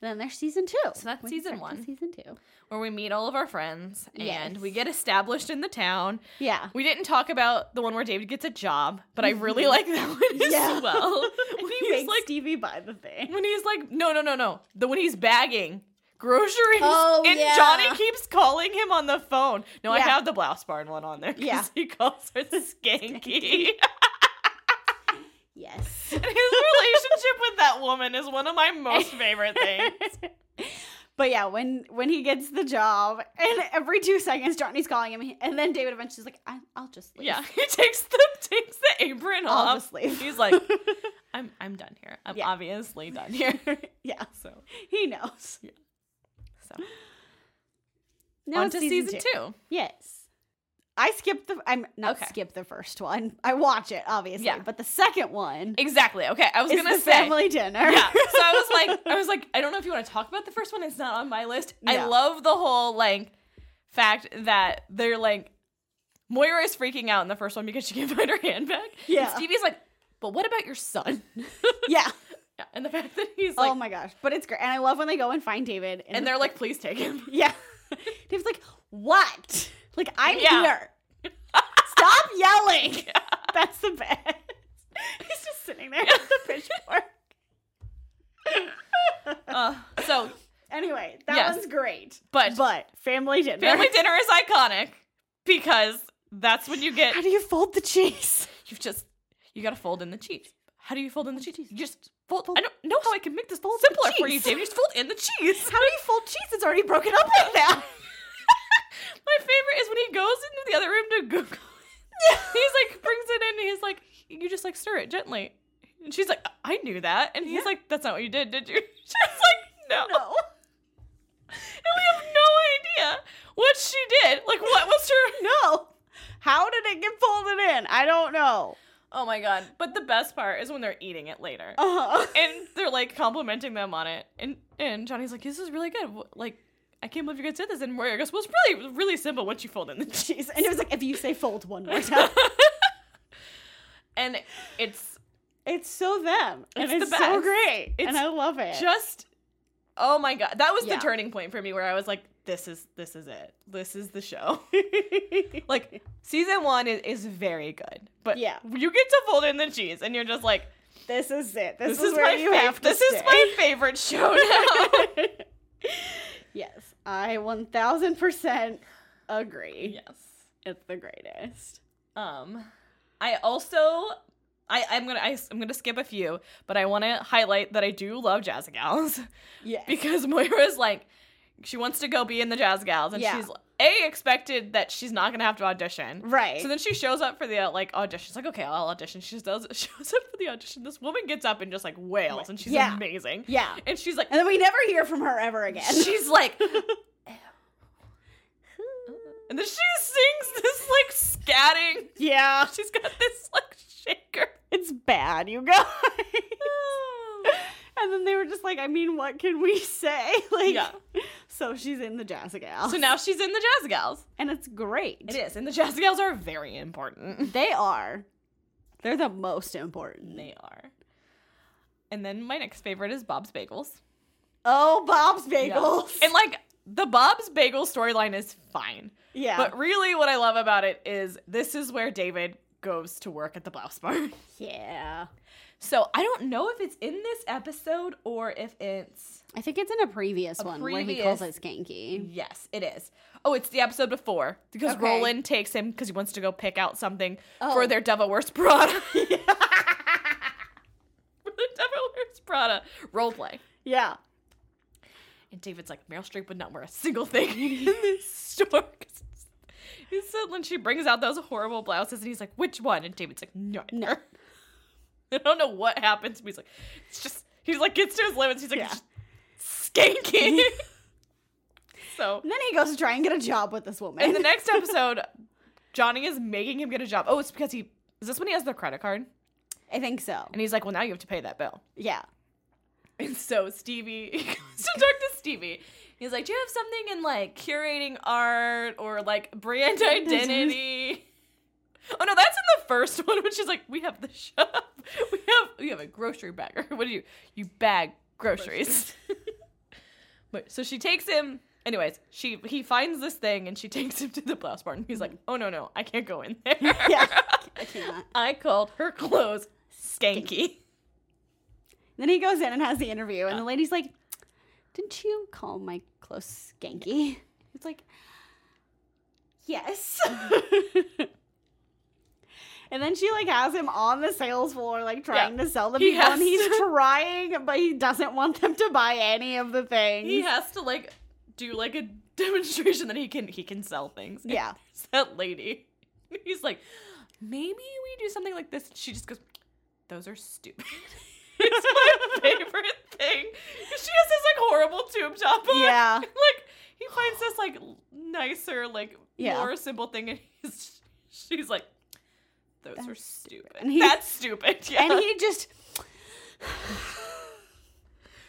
Speaker 1: And then there's season two.
Speaker 2: So that's
Speaker 1: We're
Speaker 2: season
Speaker 1: back to
Speaker 2: one.
Speaker 1: Season two.
Speaker 2: Where we meet all of our friends and
Speaker 1: Yes.
Speaker 2: we get established in the town.
Speaker 1: Yeah.
Speaker 2: We didn't talk about the one where David gets a job, but I really like that one as
Speaker 1: Yeah.
Speaker 2: well.
Speaker 1: And
Speaker 2: When
Speaker 1: he makes
Speaker 2: he's like
Speaker 1: Stevie buy the thing.
Speaker 2: when he's like, no, no, no, no, the when he's bagging groceries,
Speaker 1: Oh,
Speaker 2: and
Speaker 1: yeah.
Speaker 2: Johnny keeps calling him on the phone. No, I
Speaker 1: Yeah.
Speaker 2: have the blouse barn one on there. 'cause
Speaker 1: Yeah.
Speaker 2: he calls her skanky,
Speaker 1: Yes.
Speaker 2: and his relationship with that woman is one of my most favorite things.
Speaker 1: But yeah, when when he gets the job, and every two seconds Johnny's calling him, and then David eventually is like, I, "I'll just leave."
Speaker 2: Yeah, he takes the takes the apron
Speaker 1: I'll
Speaker 2: off.
Speaker 1: just leave.
Speaker 2: He's like, I'm I'm done here. I'm
Speaker 1: Yeah.
Speaker 2: obviously done here.
Speaker 1: yeah,
Speaker 2: So
Speaker 1: he knows.
Speaker 2: so
Speaker 1: Now
Speaker 2: on
Speaker 1: it's
Speaker 2: to season, two.
Speaker 1: Yes. I skipped the I'm not
Speaker 2: Okay.
Speaker 1: skip the first one. I watch it obviously,
Speaker 2: Yeah.
Speaker 1: but the second one
Speaker 2: Exactly. Okay, I was
Speaker 1: is
Speaker 2: gonna
Speaker 1: the
Speaker 2: say.
Speaker 1: family dinner.
Speaker 2: yeah. So I was like, I was like, I don't know if you want to talk about the first one. It's not on my list. I
Speaker 1: Yeah.
Speaker 2: love the whole like fact that they're like Moira is freaking out in the first one because she can't find her handbag.
Speaker 1: Yeah.
Speaker 2: And Stevie's like, but what about your son?
Speaker 1: yeah.
Speaker 2: Yeah, and the fact that he's like,
Speaker 1: oh my gosh, but it's great. And I love when they go and find David in
Speaker 2: and
Speaker 1: the-
Speaker 2: they're like, please take him.
Speaker 1: Yeah. David's like, "What? Like I'm
Speaker 2: Yeah.
Speaker 1: here. Stop yelling." That's the best. He's just sitting there with the pitchfork.
Speaker 2: Uh, so
Speaker 1: Anyway, that
Speaker 2: Yes.
Speaker 1: one's great.
Speaker 2: But-
Speaker 1: but family dinner.
Speaker 2: family dinner is iconic because that's when you get
Speaker 1: How do you fold the cheese?
Speaker 2: you've just you gotta fold in the cheese. How do you fold in the cheese? You just fold. I don't know how I can make this simpler for you,
Speaker 1: cheese.
Speaker 2: David. Just fold in the cheese.
Speaker 1: How do you fold cheese? It's already broken up like that.
Speaker 2: My favorite is when he goes into the other room to Google.
Speaker 1: Yeah.
Speaker 2: it. He's like brings it in. And he's like, you just like stir it gently, and she's like, I knew that, and he's
Speaker 1: Yeah.
Speaker 2: like, that's not what you did, did you? She's like, no.
Speaker 1: No.
Speaker 2: And we have no idea what she did. Like, what was her?
Speaker 1: No. How did it get folded in? I don't know.
Speaker 2: Oh my god! But the best part is when they're eating it later,
Speaker 1: Uh-huh.
Speaker 2: and they're like complimenting them on it, and and Johnny's like, this is really good. Wh- Like, I can't believe you guys did this. And Moira goes, well, it's really really simple once you fold in the cheese.
Speaker 1: Jeez. And it was like, if you say fold one more time,
Speaker 2: and it's
Speaker 1: it's so them. And
Speaker 2: It's
Speaker 1: it's,
Speaker 2: the
Speaker 1: so
Speaker 2: best.
Speaker 1: great.
Speaker 2: It's
Speaker 1: and I love it.
Speaker 2: just oh my god that was
Speaker 1: Eh. Yeah.
Speaker 2: the turning point for me where i was like this is this is it this is the show like season one is, is very good but
Speaker 1: Yeah.
Speaker 2: you get to fold in the cheese and you're just like
Speaker 1: this is it. This,
Speaker 2: this,
Speaker 1: is,
Speaker 2: is,
Speaker 1: where
Speaker 2: my
Speaker 1: you
Speaker 2: fav-
Speaker 1: have to
Speaker 2: this is
Speaker 1: stay.
Speaker 2: my favorite show now
Speaker 1: Yes, I 1000% agree.
Speaker 2: Yes.
Speaker 1: It's the greatest.
Speaker 2: Um, I also, I I'm gonna I, am going to i am going to skip a few, but I want to highlight that I do love jazz gals
Speaker 1: Yes.
Speaker 2: because Moira's like, she wants to go be in the jazz gals, and
Speaker 1: Yeah.
Speaker 2: she's a expected that she's not gonna have to audition.
Speaker 1: right.
Speaker 2: So then she shows up for the uh, like audition. She's like, okay, I'll audition. She just does shows up for the audition. This woman gets up and just like wails, and she's
Speaker 1: Yeah.
Speaker 2: amazing.
Speaker 1: yeah.
Speaker 2: And she's like,
Speaker 1: And then we never hear from her ever again.
Speaker 2: she's like, and then she sings this like scatting.
Speaker 1: yeah.
Speaker 2: She's got this like shaker.
Speaker 1: It's bad, you guys. and then they were just like, I mean, what can we say? Like,
Speaker 2: Yeah.
Speaker 1: so she's in the jazz gal.
Speaker 2: So now she's in the Jazz Gals.
Speaker 1: and it's great.
Speaker 2: is, and the Jazz Gals are very important.
Speaker 1: They are. They're the most important.
Speaker 2: They are. And then my next favorite is Bob's Bagels.
Speaker 1: Oh, Bob's Bagels.
Speaker 2: And like the Bob's Bagel storyline is fine,
Speaker 1: yeah.
Speaker 2: but really what I love about it is this is where David goes to work at the blouse barn.
Speaker 1: yeah.
Speaker 2: So I don't know if it's in this episode or if it's
Speaker 1: I think it's in a previous
Speaker 2: A
Speaker 1: one where he calls it
Speaker 2: previous-
Speaker 1: skanky.
Speaker 2: Yes, it is. Oh, it's the episode before because
Speaker 1: Okay.
Speaker 2: Roland takes him because he wants to go pick out something
Speaker 1: Oh.
Speaker 2: for their Devil Wears Prada. for the Devil Wears Prada role play.
Speaker 1: Yeah.
Speaker 2: And David's like, Meryl Streep would not wear a single thing in this store. 'Cause it's- He said when she brings out those horrible blouses, and he's like, which one? And David's like, no.
Speaker 1: No.
Speaker 2: I don't know what happens. But he's like, it's just, he's like, gets to his limits. He's like,
Speaker 1: Yeah.
Speaker 2: it's just skanky. so.
Speaker 1: And then he goes to try and get a job with this woman.
Speaker 2: In the next episode, Johnny is making him get a job. Oh, it's because he is this when he has the credit card?
Speaker 1: I think so.
Speaker 2: And he's like, Well, now you have to pay that bill.
Speaker 1: Yeah.
Speaker 2: And so Stevie he goes to talk to Stevie. He's like, Do you have something in like curating art or like brand identity? Oh no, that's in the first one when she's like, We have the shop. We have we have a grocery bagger. What do you you bag groceries? but so she takes him anyways, she he finds this thing and she takes him to the blouse barn. He's like, Oh no no, I can't go in there.
Speaker 1: Mm-hmm. Yeah. I cannot.
Speaker 2: I called her clothes skanky.
Speaker 1: Then he goes in and has the interview,
Speaker 2: Uh.
Speaker 1: and the lady's like, Didn't you call my clothes skanky? It's like, Yes. and then she like has him on the sales floor, like trying to sell the
Speaker 2: He
Speaker 1: people, and
Speaker 2: has
Speaker 1: he's
Speaker 2: to-
Speaker 1: trying, but he doesn't want them to buy any of the things.
Speaker 2: he has to like do like a demonstration that he can he can sell things. And
Speaker 1: Yeah.
Speaker 2: there's that lady. He's like, maybe we do something like this. She just goes, those are stupid. it's my favorite thing. She has this like horrible tube top on.
Speaker 1: Yeah.
Speaker 2: like he finds this like nicer, like
Speaker 1: Yeah.
Speaker 2: more simple thing, and he's she's like, those are
Speaker 1: That's
Speaker 2: stupid.
Speaker 1: And he-
Speaker 2: That's stupid. Yeah.
Speaker 1: And he just,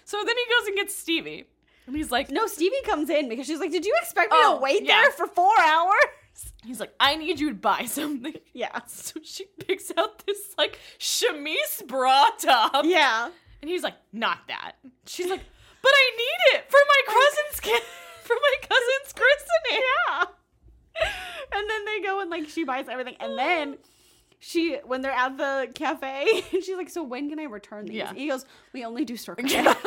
Speaker 2: so then he goes and gets Stevie, and he's like,
Speaker 1: no, Stevie comes in because she's like, Did you expect me
Speaker 2: Oh,
Speaker 1: to wait
Speaker 2: yeah.
Speaker 1: there for four hours?
Speaker 2: He's like, I need you to buy something.
Speaker 1: Yeah.
Speaker 2: So she picks out this like chemise bra top.
Speaker 1: Yeah.
Speaker 2: And he's like, not that. She's like, but I need it for my cousin's ki- for my cousin's christening.
Speaker 1: Yeah. And then they go and like she buys everything. And then she when they're at the cafe, she's like, So when can I return these?
Speaker 2: Yeah.
Speaker 1: He goes, We only do store credit.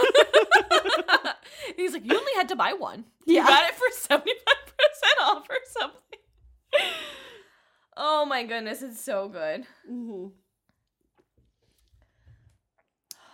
Speaker 2: And he's like, you only had to buy one.
Speaker 1: Yeah.
Speaker 2: You got it for 75% off or something. Oh my goodness, it's so good.
Speaker 1: Mhm.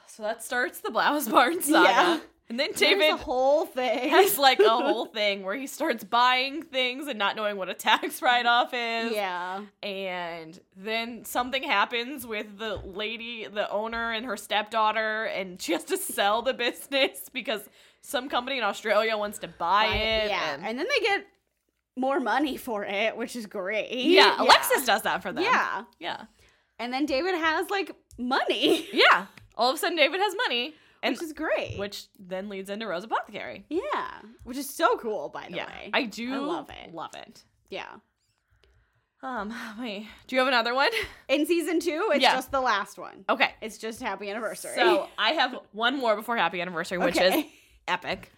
Speaker 2: So that starts the blouse barn saga.
Speaker 1: Yeah.
Speaker 2: And then David
Speaker 1: There's a whole thing.
Speaker 2: has like a whole thing where he starts buying things and not knowing what a tax write off is.
Speaker 1: Yeah.
Speaker 2: And then something happens with the lady, the owner, and her stepdaughter, and she has to sell the business because some company in Australia wants to buy it.
Speaker 1: yeah.
Speaker 2: and-
Speaker 1: And then they get more money for it, which is great.
Speaker 2: yeah, Alexis does that for them.
Speaker 1: Yeah.
Speaker 2: Yeah.
Speaker 1: And then David has like money.
Speaker 2: Yeah. All of a sudden, David has money, and
Speaker 1: Which is great.
Speaker 2: which then leads into Rose Apothecary.
Speaker 1: yeah. Which is so cool, by the
Speaker 2: Yeah.
Speaker 1: way.
Speaker 2: I do
Speaker 1: I love it.
Speaker 2: Love it.
Speaker 1: yeah.
Speaker 2: Um, wait, do you have another one?
Speaker 1: In season two, it's
Speaker 2: Yeah.
Speaker 1: just the last one.
Speaker 2: Okay.
Speaker 1: It's just happy anniversary.
Speaker 2: So I have one more before happy anniversary, which is epic.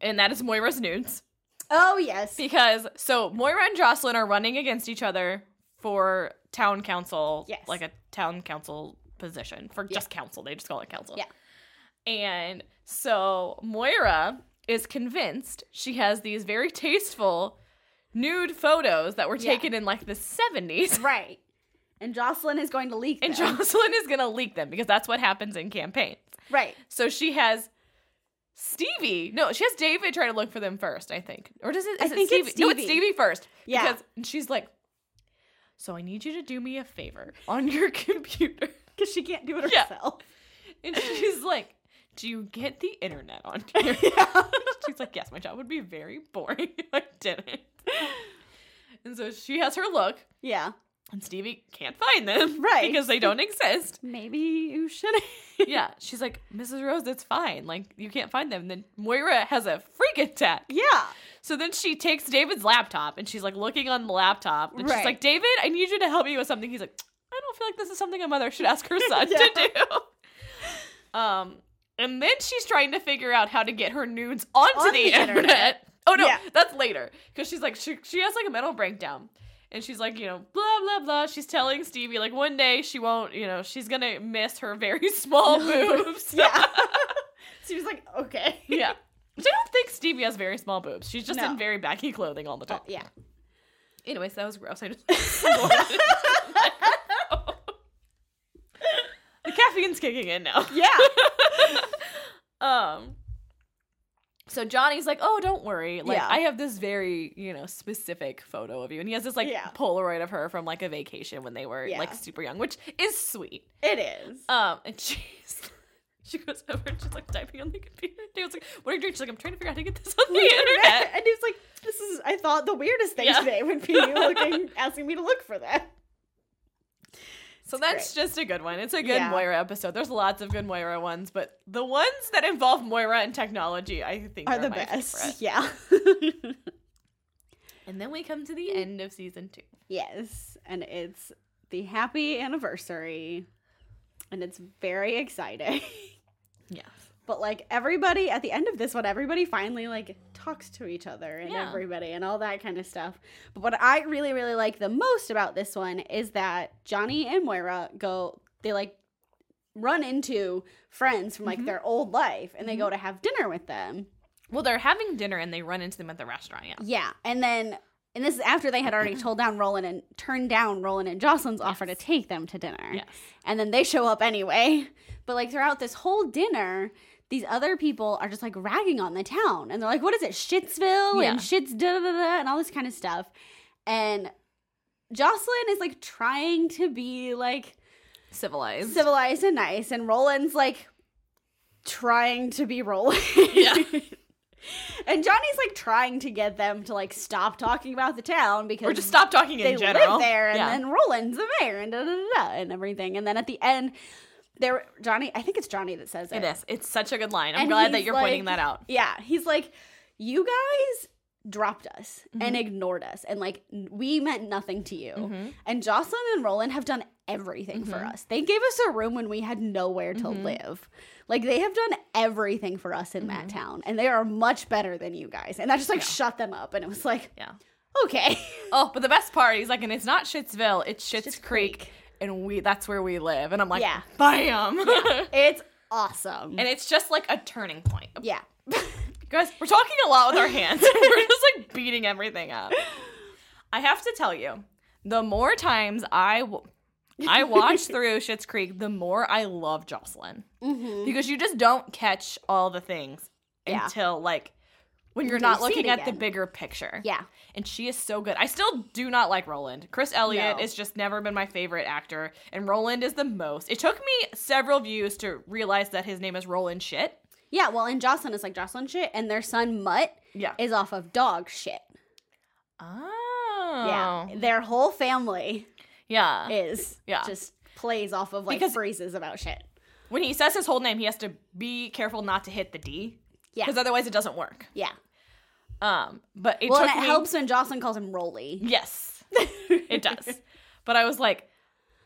Speaker 2: And that is Moira's nudes.
Speaker 1: Oh yes.
Speaker 2: Because so Moira and Jocelyn are running against each other for town council.
Speaker 1: Yes.
Speaker 2: Like a town council position. For just council. They just call it council.
Speaker 1: Yeah.
Speaker 2: And so Moira is convinced she has these very tasteful nude photos that were
Speaker 1: Yeah.
Speaker 2: taken in like the 70s.
Speaker 1: Right. And Jocelyn is going to leak
Speaker 2: And
Speaker 1: them.
Speaker 2: Jocelyn is going to leak them because that's what happens in campaigns.
Speaker 1: right.
Speaker 2: So she has Stevie. No, she has David try to look for them first, I think. Or does it?
Speaker 1: I
Speaker 2: Is it
Speaker 1: think
Speaker 2: Stevie?
Speaker 1: it's
Speaker 2: No, it's
Speaker 1: Stevie.
Speaker 2: Stevie first.
Speaker 1: Yeah.
Speaker 2: Because and she's like, so I need you to do me a favor on your computer.
Speaker 1: Because she can't do it
Speaker 2: Yeah.
Speaker 1: herself.
Speaker 2: And she's like, do you get the internet on here? she's like, yes, my job would be very boring if I didn't. And so she has her look,
Speaker 1: Yeah.
Speaker 2: and Stevie can't find them.
Speaker 1: Right.
Speaker 2: Because they don't exist.
Speaker 1: Maybe you should.
Speaker 2: yeah, she's like, Mrs. Rose, it's fine. Like, you can't find them. Then Moira has a freak attack.
Speaker 1: yeah.
Speaker 2: So then she takes David's laptop and she's like looking on the laptop. And
Speaker 1: Right.
Speaker 2: she's like, David, I need you to help me with something. He's like, I don't feel like this is something a mother should ask her son
Speaker 1: Yeah.
Speaker 2: to do. Um, and then she's trying to figure out how to get her nudes onto
Speaker 1: On
Speaker 2: the,
Speaker 1: the
Speaker 2: internet.
Speaker 1: internet.
Speaker 2: Oh no,
Speaker 1: Yeah.
Speaker 2: that's later. Because she's like, she, she has like a mental breakdown. And she's like, you know, blah, blah, blah. She's telling Stevie, like, one day she won't, you know, she's going to miss her very small boobs.
Speaker 1: Yeah. She was like, okay.
Speaker 2: Yeah. Which I don't think Stevie has very small boobs. She's just
Speaker 1: No.
Speaker 2: in very baggy clothing all the time.
Speaker 1: Oh, yeah.
Speaker 2: Anyways, that was gross. I just the caffeine's kicking in now.
Speaker 1: Yeah.
Speaker 2: Um. So Johnny's like, "Oh, don't worry. Like,
Speaker 1: Yeah.
Speaker 2: I have this very, you know, specific photo of you." And he has this like
Speaker 1: Yeah.
Speaker 2: Polaroid of her from like a vacation when they were
Speaker 1: Yeah.
Speaker 2: like super young, which is sweet.
Speaker 1: It is.
Speaker 2: Um, and she's she goes over and she's like typing on the computer. David's like, "What are you doing?" She's like, "I'm trying to figure out how to get this on the internet."
Speaker 1: and he was like, this is, I thought the weirdest thing
Speaker 2: Yeah.
Speaker 1: today would be you looking, asking me to look for that.
Speaker 2: So that's just a good one. It's a good
Speaker 1: Yeah.
Speaker 2: Moira episode. There's lots of good Moira ones, but the ones that involve Moira and technology, I think, are,
Speaker 1: Are the
Speaker 2: my
Speaker 1: best.
Speaker 2: favorite.
Speaker 1: Yeah.
Speaker 2: And then we come to the end of season two.
Speaker 1: yes. And it's the happy anniversary. And it's very exciting.
Speaker 2: Yeah.
Speaker 1: But like everybody at the end of this one, everybody finally like talks to each other and
Speaker 2: Yeah.
Speaker 1: everybody and all that kind of stuff. But what I really, really like the most about this one is that Johnny and Moira go, they like run into friends from like their old life and they go to have dinner with them.
Speaker 2: Well, they're having dinner and they run into them at the restaurant. Yeah.
Speaker 1: Yeah. And then, and this is after they had already told down Roland and turned down Roland and Jocelyn's offer to take them to dinner
Speaker 2: Yes.
Speaker 1: and then they show up anyway. But like throughout this whole dinner, these other people are just like ragging on the town, and they're like, "What is it, Shitsville
Speaker 2: Yeah.
Speaker 1: and Shits da da da da," and all this kind of stuff." And Jocelyn is like trying to be like
Speaker 2: Civilized.
Speaker 1: civilized and nice, and Roland's like trying to be Roland.
Speaker 2: Yeah.
Speaker 1: And Johnny's like trying to get them to like stop talking about the town because
Speaker 2: or just stop talking
Speaker 1: they
Speaker 2: in general.
Speaker 1: live there, and
Speaker 2: yeah.
Speaker 1: then Roland's the mayor, and da, da da da, and everything. And then at the end, there Johnny, I think it's Johnny that says it.
Speaker 2: it is. It's such a good line. I'm
Speaker 1: And
Speaker 2: glad that
Speaker 1: he's
Speaker 2: you're pointing
Speaker 1: like-
Speaker 2: that out.
Speaker 1: Yeah, he's like, you guys dropped us
Speaker 2: Mm-hmm.
Speaker 1: and ignored us, and like n- we meant nothing to you. And Jocelyn and Roland have done everything
Speaker 2: Mm-hmm.
Speaker 1: for us. They gave us a room when we had nowhere to live. Like they have done everything for us in that
Speaker 2: Mm-hmm.
Speaker 1: town, and they are much better than you guys. And that just like shut them up, and it was like,
Speaker 2: Yeah.
Speaker 1: okay,
Speaker 2: Oh, but the best part, he's like, and it's not Shitsville, it's Shits,
Speaker 1: Schitt's
Speaker 2: Creek,
Speaker 1: Creek.
Speaker 2: and we that's where we live. And I'm like,
Speaker 1: Yeah.
Speaker 2: bam.
Speaker 1: it's awesome.
Speaker 2: and it's just like a turning point.
Speaker 1: yeah.
Speaker 2: Guys, we're talking a lot with our hands. we're just like beating everything up. I have to tell you, the more times I w- I watch through Schitt's Creek, the more I love Jocelyn
Speaker 1: Mm-hmm.
Speaker 2: because you just don't catch all the things
Speaker 1: Mm. Yeah.
Speaker 2: until like when you're
Speaker 1: Until
Speaker 2: not
Speaker 1: you see it
Speaker 2: looking at the
Speaker 1: again.
Speaker 2: bigger picture.
Speaker 1: Yeah.
Speaker 2: and she is so good. I still do not like Roland. Chris Elliott
Speaker 1: No.
Speaker 2: has just never been my favorite actor, and Roland is the most. It took me several views to realize that his name is Roland Shit.
Speaker 1: Yeah, well, and Jocelyn is like Jocelyn shit, and their son Mutt
Speaker 2: Yeah.
Speaker 1: is off of dog shit.
Speaker 2: Oh.
Speaker 1: Yeah. Their whole family
Speaker 2: Yeah.
Speaker 1: is
Speaker 2: Yeah.
Speaker 1: just plays off of like
Speaker 2: Because-
Speaker 1: phrases about shit.
Speaker 2: when he says his whole name, he has to be careful not to hit the D.
Speaker 1: Yeah.
Speaker 2: Because otherwise it doesn't work.
Speaker 1: Yeah.
Speaker 2: Um, but it
Speaker 1: well, and
Speaker 2: took
Speaker 1: it
Speaker 2: me-
Speaker 1: helps when Jocelyn calls him Rolly.
Speaker 2: Yes, it does. but I was like,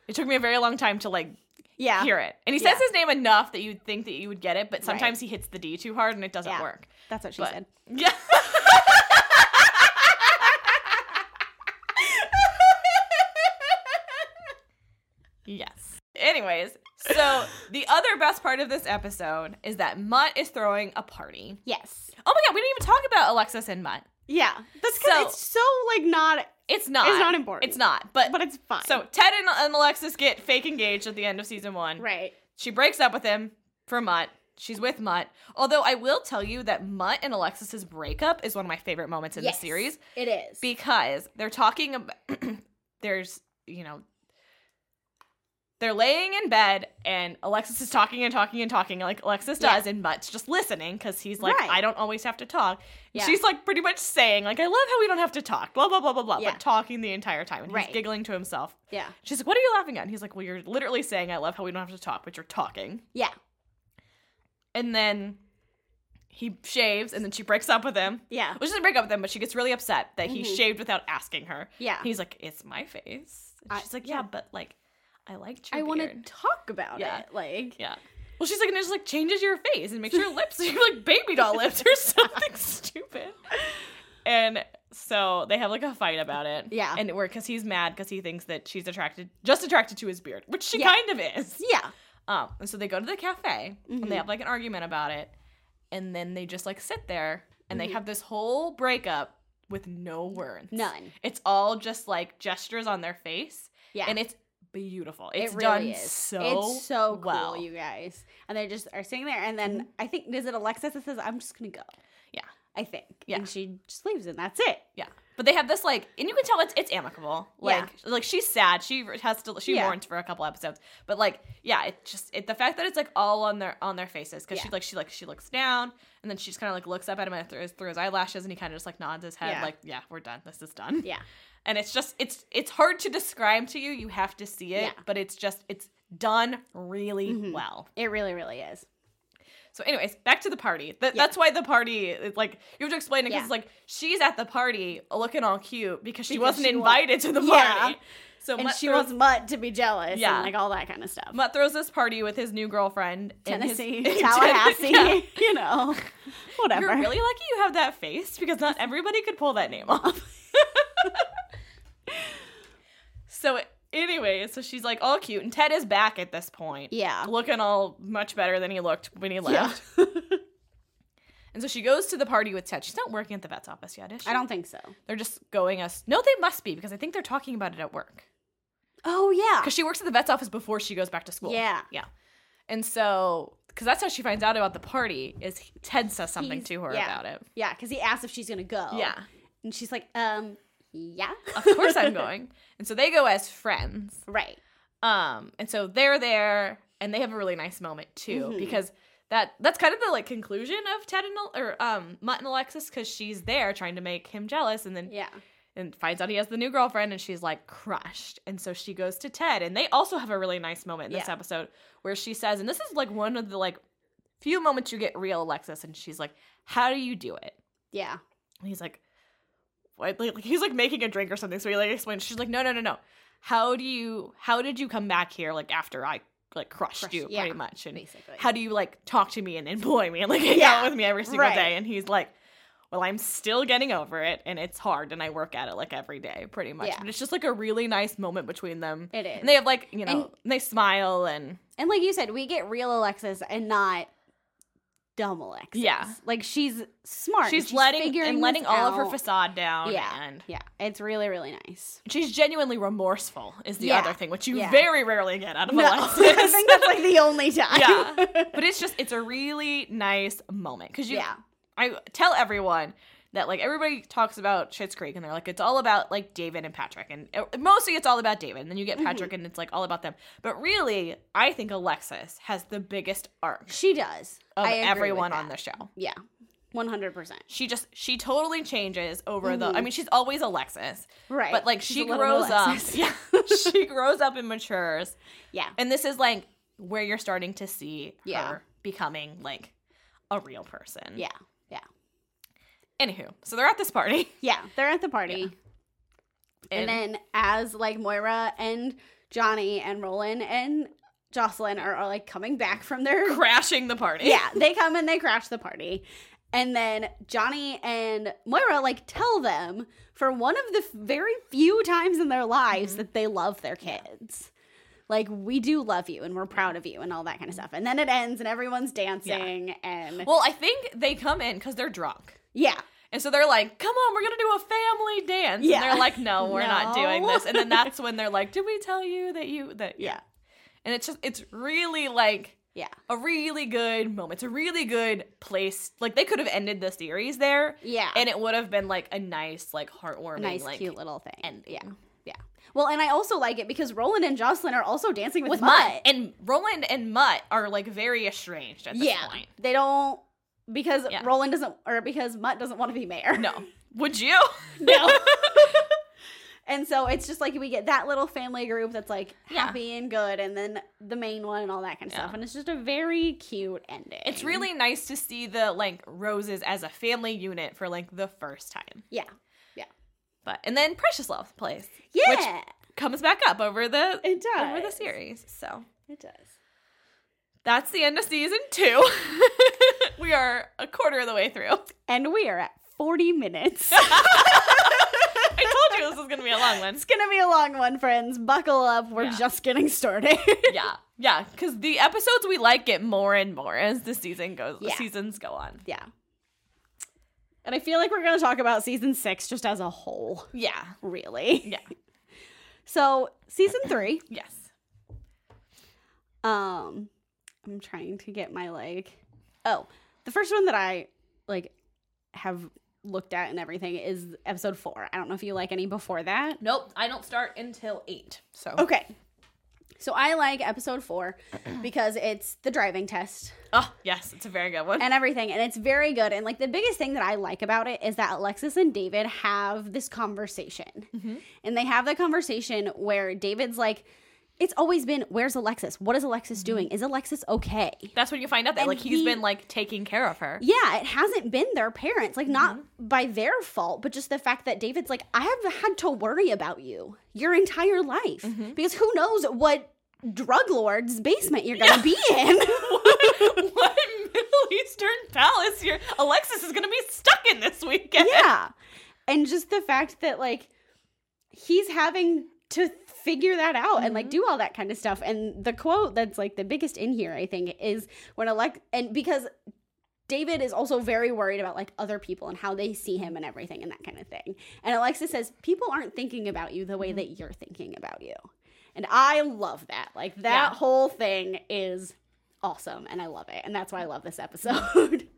Speaker 2: it took me a very long time to like
Speaker 1: Yeah.
Speaker 2: hear it. And he
Speaker 1: Ah. Yeah.
Speaker 2: says his name enough that you'd think that you would get it, but sometimes he hits the D too hard and it doesn't
Speaker 1: Yeah.
Speaker 2: work.
Speaker 1: That's what she
Speaker 2: But
Speaker 1: said.
Speaker 2: yeah. yes. Anyways, So the other best part of this episode is that Mutt is throwing a party.
Speaker 1: Yes.
Speaker 2: Oh my god, we didn't even talk about Alexis and Mutt.
Speaker 1: Yeah. That's because
Speaker 2: So-
Speaker 1: it's so like not,
Speaker 2: It's not.
Speaker 1: It's not important.
Speaker 2: It's not. But,
Speaker 1: but it's fine.
Speaker 2: so Ted and, and Alexis get fake engaged at the end of season one.
Speaker 1: right.
Speaker 2: She breaks up with him for Mutt. She's with Mutt. Although I will tell you that Mutt and Alexis's breakup is one of my favorite moments in the series
Speaker 1: It is.
Speaker 2: because they're talking about there's you know they're laying in bed and alexis is talking and talking and talking like alexis
Speaker 1: Yeah.
Speaker 2: does and mutt's just listening because he's like
Speaker 1: Right.
Speaker 2: i don't always have to talk
Speaker 1: Yeah.
Speaker 2: she's like pretty much saying like i love how we don't have to talk blah blah blah blah blah
Speaker 1: Yeah.
Speaker 2: but talking the entire time and
Speaker 1: Right.
Speaker 2: he's giggling to himself
Speaker 1: yeah.
Speaker 2: she's like what are you laughing at and he's like well you're literally saying i love how we don't have to talk but you're talking
Speaker 1: Yeah.
Speaker 2: and then he shaves and then she breaks up with him
Speaker 1: Yeah.
Speaker 2: well, she doesn't break up with him, but she gets really upset that he
Speaker 1: Mhm.
Speaker 2: shaved without asking her.
Speaker 1: Yeah.
Speaker 2: He's like, "It's my face." And
Speaker 1: I-
Speaker 2: she's like, yeah,
Speaker 1: yeah.
Speaker 2: but like, I liked your
Speaker 1: I want to
Speaker 2: beard."
Speaker 1: talk about
Speaker 2: Yeah.
Speaker 1: it. Like,
Speaker 2: Yeah. Well, she's like, and it just like changes your face and makes your lips you like baby doll lips or something stupid. And so they have like a fight about it.
Speaker 1: Yeah.
Speaker 2: And where because he's mad because he thinks that she's attracted just attracted to his beard, which she
Speaker 1: Yeah.
Speaker 2: kind of is.
Speaker 1: yeah.
Speaker 2: Um, and so they go to the cafe and
Speaker 1: Mhm.
Speaker 2: they have like an argument about it, and then they just like sit there and
Speaker 1: Mm-hmm.
Speaker 2: they have this whole breakup with no words.
Speaker 1: None.
Speaker 2: It's all just like gestures on their face,
Speaker 1: Yeah.
Speaker 2: and it's beautiful.
Speaker 1: It
Speaker 2: It's
Speaker 1: really
Speaker 2: done
Speaker 1: is.
Speaker 2: so
Speaker 1: it's so cool,
Speaker 2: well.
Speaker 1: you guys. And they just are sitting there, and then I think is it Alexis that says, "I'm just gonna go."
Speaker 2: Yeah.
Speaker 1: I think.
Speaker 2: Yeah.
Speaker 1: and she just leaves, and that's it.
Speaker 2: yeah, but they have this like, and you can tell it's it's amicable.
Speaker 1: Yeah.
Speaker 2: Like like she's sad. She has to she
Speaker 1: Yeah.
Speaker 2: mourns for a couple episodes, but like yeah, it just it the fact that it's like all on their on their faces because she
Speaker 1: Yeah.
Speaker 2: like she like she looks down and then she just kind of like looks up at him and through his, through his eyelashes and he kind of just like nods his head
Speaker 1: Yeah.
Speaker 2: like yeah we're done this is done
Speaker 1: Yeah,
Speaker 2: and it's just it's it's hard to describe to you you have to see it
Speaker 1: Yeah.
Speaker 2: but it's just it's done really
Speaker 1: Mhm.
Speaker 2: well
Speaker 1: it really, really is.
Speaker 2: so anyways back to the party Th-
Speaker 1: Yeah.
Speaker 2: that's why the party is like you have to explain it because
Speaker 1: Yeah.
Speaker 2: it's like she's at the party looking all cute because she
Speaker 1: Because
Speaker 2: wasn't
Speaker 1: she wa-
Speaker 2: invited to the
Speaker 1: Yeah.
Speaker 2: party so
Speaker 1: And
Speaker 2: Mutt
Speaker 1: she wants
Speaker 2: throws,
Speaker 1: Mutt to be jealous,
Speaker 2: Yeah.
Speaker 1: and like all that kind of stuff.
Speaker 2: Mutt throws this party with his new girlfriend and his-
Speaker 1: Tennessee,
Speaker 2: in
Speaker 1: Tallahassee,
Speaker 2: Yeah.
Speaker 1: you know, whatever.
Speaker 2: You're really lucky you have that face because not everybody could pull that name off. so anyway, so she's like all cute, and Ted is back at this point.
Speaker 1: Yeah.
Speaker 2: looking all much better than he looked when he left. And so she goes to the party with Ted. She's not working at the vet's office yet, is she?
Speaker 1: I don't think so.
Speaker 2: They're just going us. No, they must be because I think they're talking about it at work.
Speaker 1: Oh yeah,
Speaker 2: Because she works at the vet's office before she goes back to school.
Speaker 1: Yeah.
Speaker 2: yeah. And so, because that's how she finds out about the party is Ted says something
Speaker 1: He's-
Speaker 2: to her
Speaker 1: yeah.
Speaker 2: about it.
Speaker 1: yeah. Because he asks if she's gonna go.
Speaker 2: Yeah.
Speaker 1: and she's like, um, yeah,
Speaker 2: of course I'm going. And so they go as friends.
Speaker 1: right.
Speaker 2: Um, and so they're there and they have a really nice moment too
Speaker 1: Mm-hmm.
Speaker 2: because that that's kind of the like conclusion of Ted and Al- or um Mutt and Alexis cuz she's there trying to make him jealous and then
Speaker 1: Yeah,
Speaker 2: and finds out he has the new girlfriend and she's like crushed. And so she goes to Ted and they also have a really nice moment in this
Speaker 1: Yeah.
Speaker 2: episode where she says and this is like one of the like few moments you get real Alexis and she's like how do you do it?
Speaker 1: yeah,
Speaker 2: And he's like, what? Like, like, he's like making a drink or something. So he like explains. She's like, no, no, no, no. How do you? How did you come back here? Like after I like crushed,
Speaker 1: Crushed-
Speaker 2: you
Speaker 1: yeah,
Speaker 2: pretty much. And
Speaker 1: basically.
Speaker 2: how do you like talk to me and employ me and like hang
Speaker 1: Yeah,
Speaker 2: out with me every single
Speaker 1: right.
Speaker 2: day? And he's like, well, I'm still getting over it, and it's hard, and I work at it like every day, pretty much.
Speaker 1: Yeah.
Speaker 2: But it's just like a really nice moment between them.
Speaker 1: It is.
Speaker 2: And they have like you know
Speaker 1: And-
Speaker 2: and they smile and
Speaker 1: And like you said, we get real Alexis and not dumb Alexis.
Speaker 2: Yeah.
Speaker 1: Like she's smart.
Speaker 2: she's,
Speaker 1: and
Speaker 2: letting
Speaker 1: figuring
Speaker 2: and
Speaker 1: this
Speaker 2: letting all of her
Speaker 1: out.
Speaker 2: facade down.
Speaker 1: Yeah.
Speaker 2: And
Speaker 1: Yeah. It's really, really nice.
Speaker 2: She's genuinely remorseful is the
Speaker 1: Yeah.
Speaker 2: other thing, which you
Speaker 1: Yeah.
Speaker 2: very rarely get out of
Speaker 1: I
Speaker 2: Alexis.
Speaker 1: think that's like the only time.
Speaker 2: yeah. But it's just it's a really nice moment cuz you
Speaker 1: Yeah.
Speaker 2: I tell everyone that like everybody talks about Schitt's Creek and they're like it's all about like David and Patrick and uh, mostly it's all about David and then you get
Speaker 1: Mm-hmm.
Speaker 2: Patrick and it's like all about them. But really, I think Alexis has the biggest arc
Speaker 1: She does.
Speaker 2: of
Speaker 1: I agree with
Speaker 2: everyone on
Speaker 1: that.
Speaker 2: the show.
Speaker 1: Yeah. 100%.
Speaker 2: She just she totally changes over the
Speaker 1: Mm-hmm.
Speaker 2: I mean she's always Alexis.
Speaker 1: Right.
Speaker 2: But like
Speaker 1: She's
Speaker 2: she
Speaker 1: a little
Speaker 2: grows up.
Speaker 1: Alexis.
Speaker 2: Yeah. she grows up and matures.
Speaker 1: Yeah.
Speaker 2: And this is like where you're starting to see
Speaker 1: Yeah.
Speaker 2: her becoming like a real person.
Speaker 1: Yeah. Yeah.
Speaker 2: Anywho, so they're at this party.
Speaker 1: Yeah. They're at the party.
Speaker 2: And,
Speaker 1: And, then as like Moira and Johnny and Roland and Jocelyn are, are like coming back from their
Speaker 2: crashing the party.
Speaker 1: yeah, they come and they crash the party. And then Johnny and Moira like tell them
Speaker 2: Mm-hmm.
Speaker 1: for one of the very few times in their lives that they love their kids. like we do love you and we're proud of you and all that kind of stuff. And then it ends and everyone's dancing and
Speaker 2: Well, I think they come in because they're drunk.
Speaker 1: yeah,
Speaker 2: And so they're like, come on, we're going to do a family dance.
Speaker 1: Yeah.
Speaker 2: And they're like, no, we're not doing
Speaker 1: No.
Speaker 2: this. And then that's when they're like, did we tell you that you, that,
Speaker 1: yeah,
Speaker 2: And it's just, it's really like
Speaker 1: yeah,
Speaker 2: a really good moment. It's a really good place. Like they could have ended the series there.
Speaker 1: yeah.
Speaker 2: And it would have been like a nice, like heartwarming,
Speaker 1: a nice,
Speaker 2: like
Speaker 1: cute little thing.
Speaker 2: ending.
Speaker 1: Yeah, yeah. Well, and I also like it because Roland and Jocelyn are also dancing with,
Speaker 2: with
Speaker 1: Mutt.
Speaker 2: Mutt. And Roland and Mutt are like very estranged at this
Speaker 1: yeah,
Speaker 2: point.
Speaker 1: they don't because
Speaker 2: Yeah.
Speaker 1: Roland doesn't or because Mutt doesn't want to be mayor.
Speaker 2: No. Would you?
Speaker 1: no. and so it's just like we get that little family group that's like
Speaker 2: Yeah.
Speaker 1: happy and good, and then the main one and all that kind of
Speaker 2: Yeah.
Speaker 1: stuff. And it's just a very cute ending.
Speaker 2: It's really nice to see the like roses as a family unit for like the first time.
Speaker 1: yeah,
Speaker 2: But and then Precious Love plays.
Speaker 1: yeah.
Speaker 2: Comes back up over the
Speaker 1: it does
Speaker 2: over the series. So
Speaker 1: It does.
Speaker 2: that's the end of season two. we are a quarter of the way through.
Speaker 1: And we are at forty minutes.
Speaker 2: I told you this was gonna be a long one.
Speaker 1: it's gonna be a long one, friends. Buckle up. We're
Speaker 2: Yeah.
Speaker 1: just getting started.
Speaker 2: Yeah. Yeah. Cause the episodes we like get more and more as the season goes
Speaker 1: Yeah.
Speaker 2: seasons go on.
Speaker 1: yeah. And I feel like we're gonna talk about season six just as a whole,
Speaker 2: Yeah.
Speaker 1: really.
Speaker 2: Yeah.
Speaker 1: So season three.
Speaker 2: Yes.
Speaker 1: Um, I'm trying to get my like. Oh, the first one that I like have looked at and everything is episode four. I don't know if you like any before that.
Speaker 2: Nope. I don't start until eight. So
Speaker 1: Okay. So I like episode four because it's the driving test
Speaker 2: Oh, yes, it's a very good one.
Speaker 1: and everything, and it's very good. And like the biggest thing that I like about it is that Alexis and David have this conversation, and they have the conversation where David's like, "It's always been, where's Alexis? What is Alexis doing? Is Alexis okay?"
Speaker 2: That's when you find out that
Speaker 1: And
Speaker 2: like he's
Speaker 1: he-
Speaker 2: been like taking care of her.
Speaker 1: yeah, it hasn't been their parents, like not by their fault, but just the fact that David's like, I have had to worry about you your entire life because who knows what drug lord's basement you're gonna be in.
Speaker 2: what Middle Eastern palace here? Alexis is gonna be stuck in this weekend.
Speaker 1: yeah. And just the fact that like he's having to figure that out and like do all that kind of stuff. And the quote that's like the biggest in here, I think, is when Alex and because David is also very worried about like other people and how they see him and everything and that kind of thing. And Alexis says, People aren't thinking about you the way that you're thinking about you. And I love that. Like that
Speaker 2: Yeah.
Speaker 1: whole thing is awesome and I love it. And that's why I love this episode.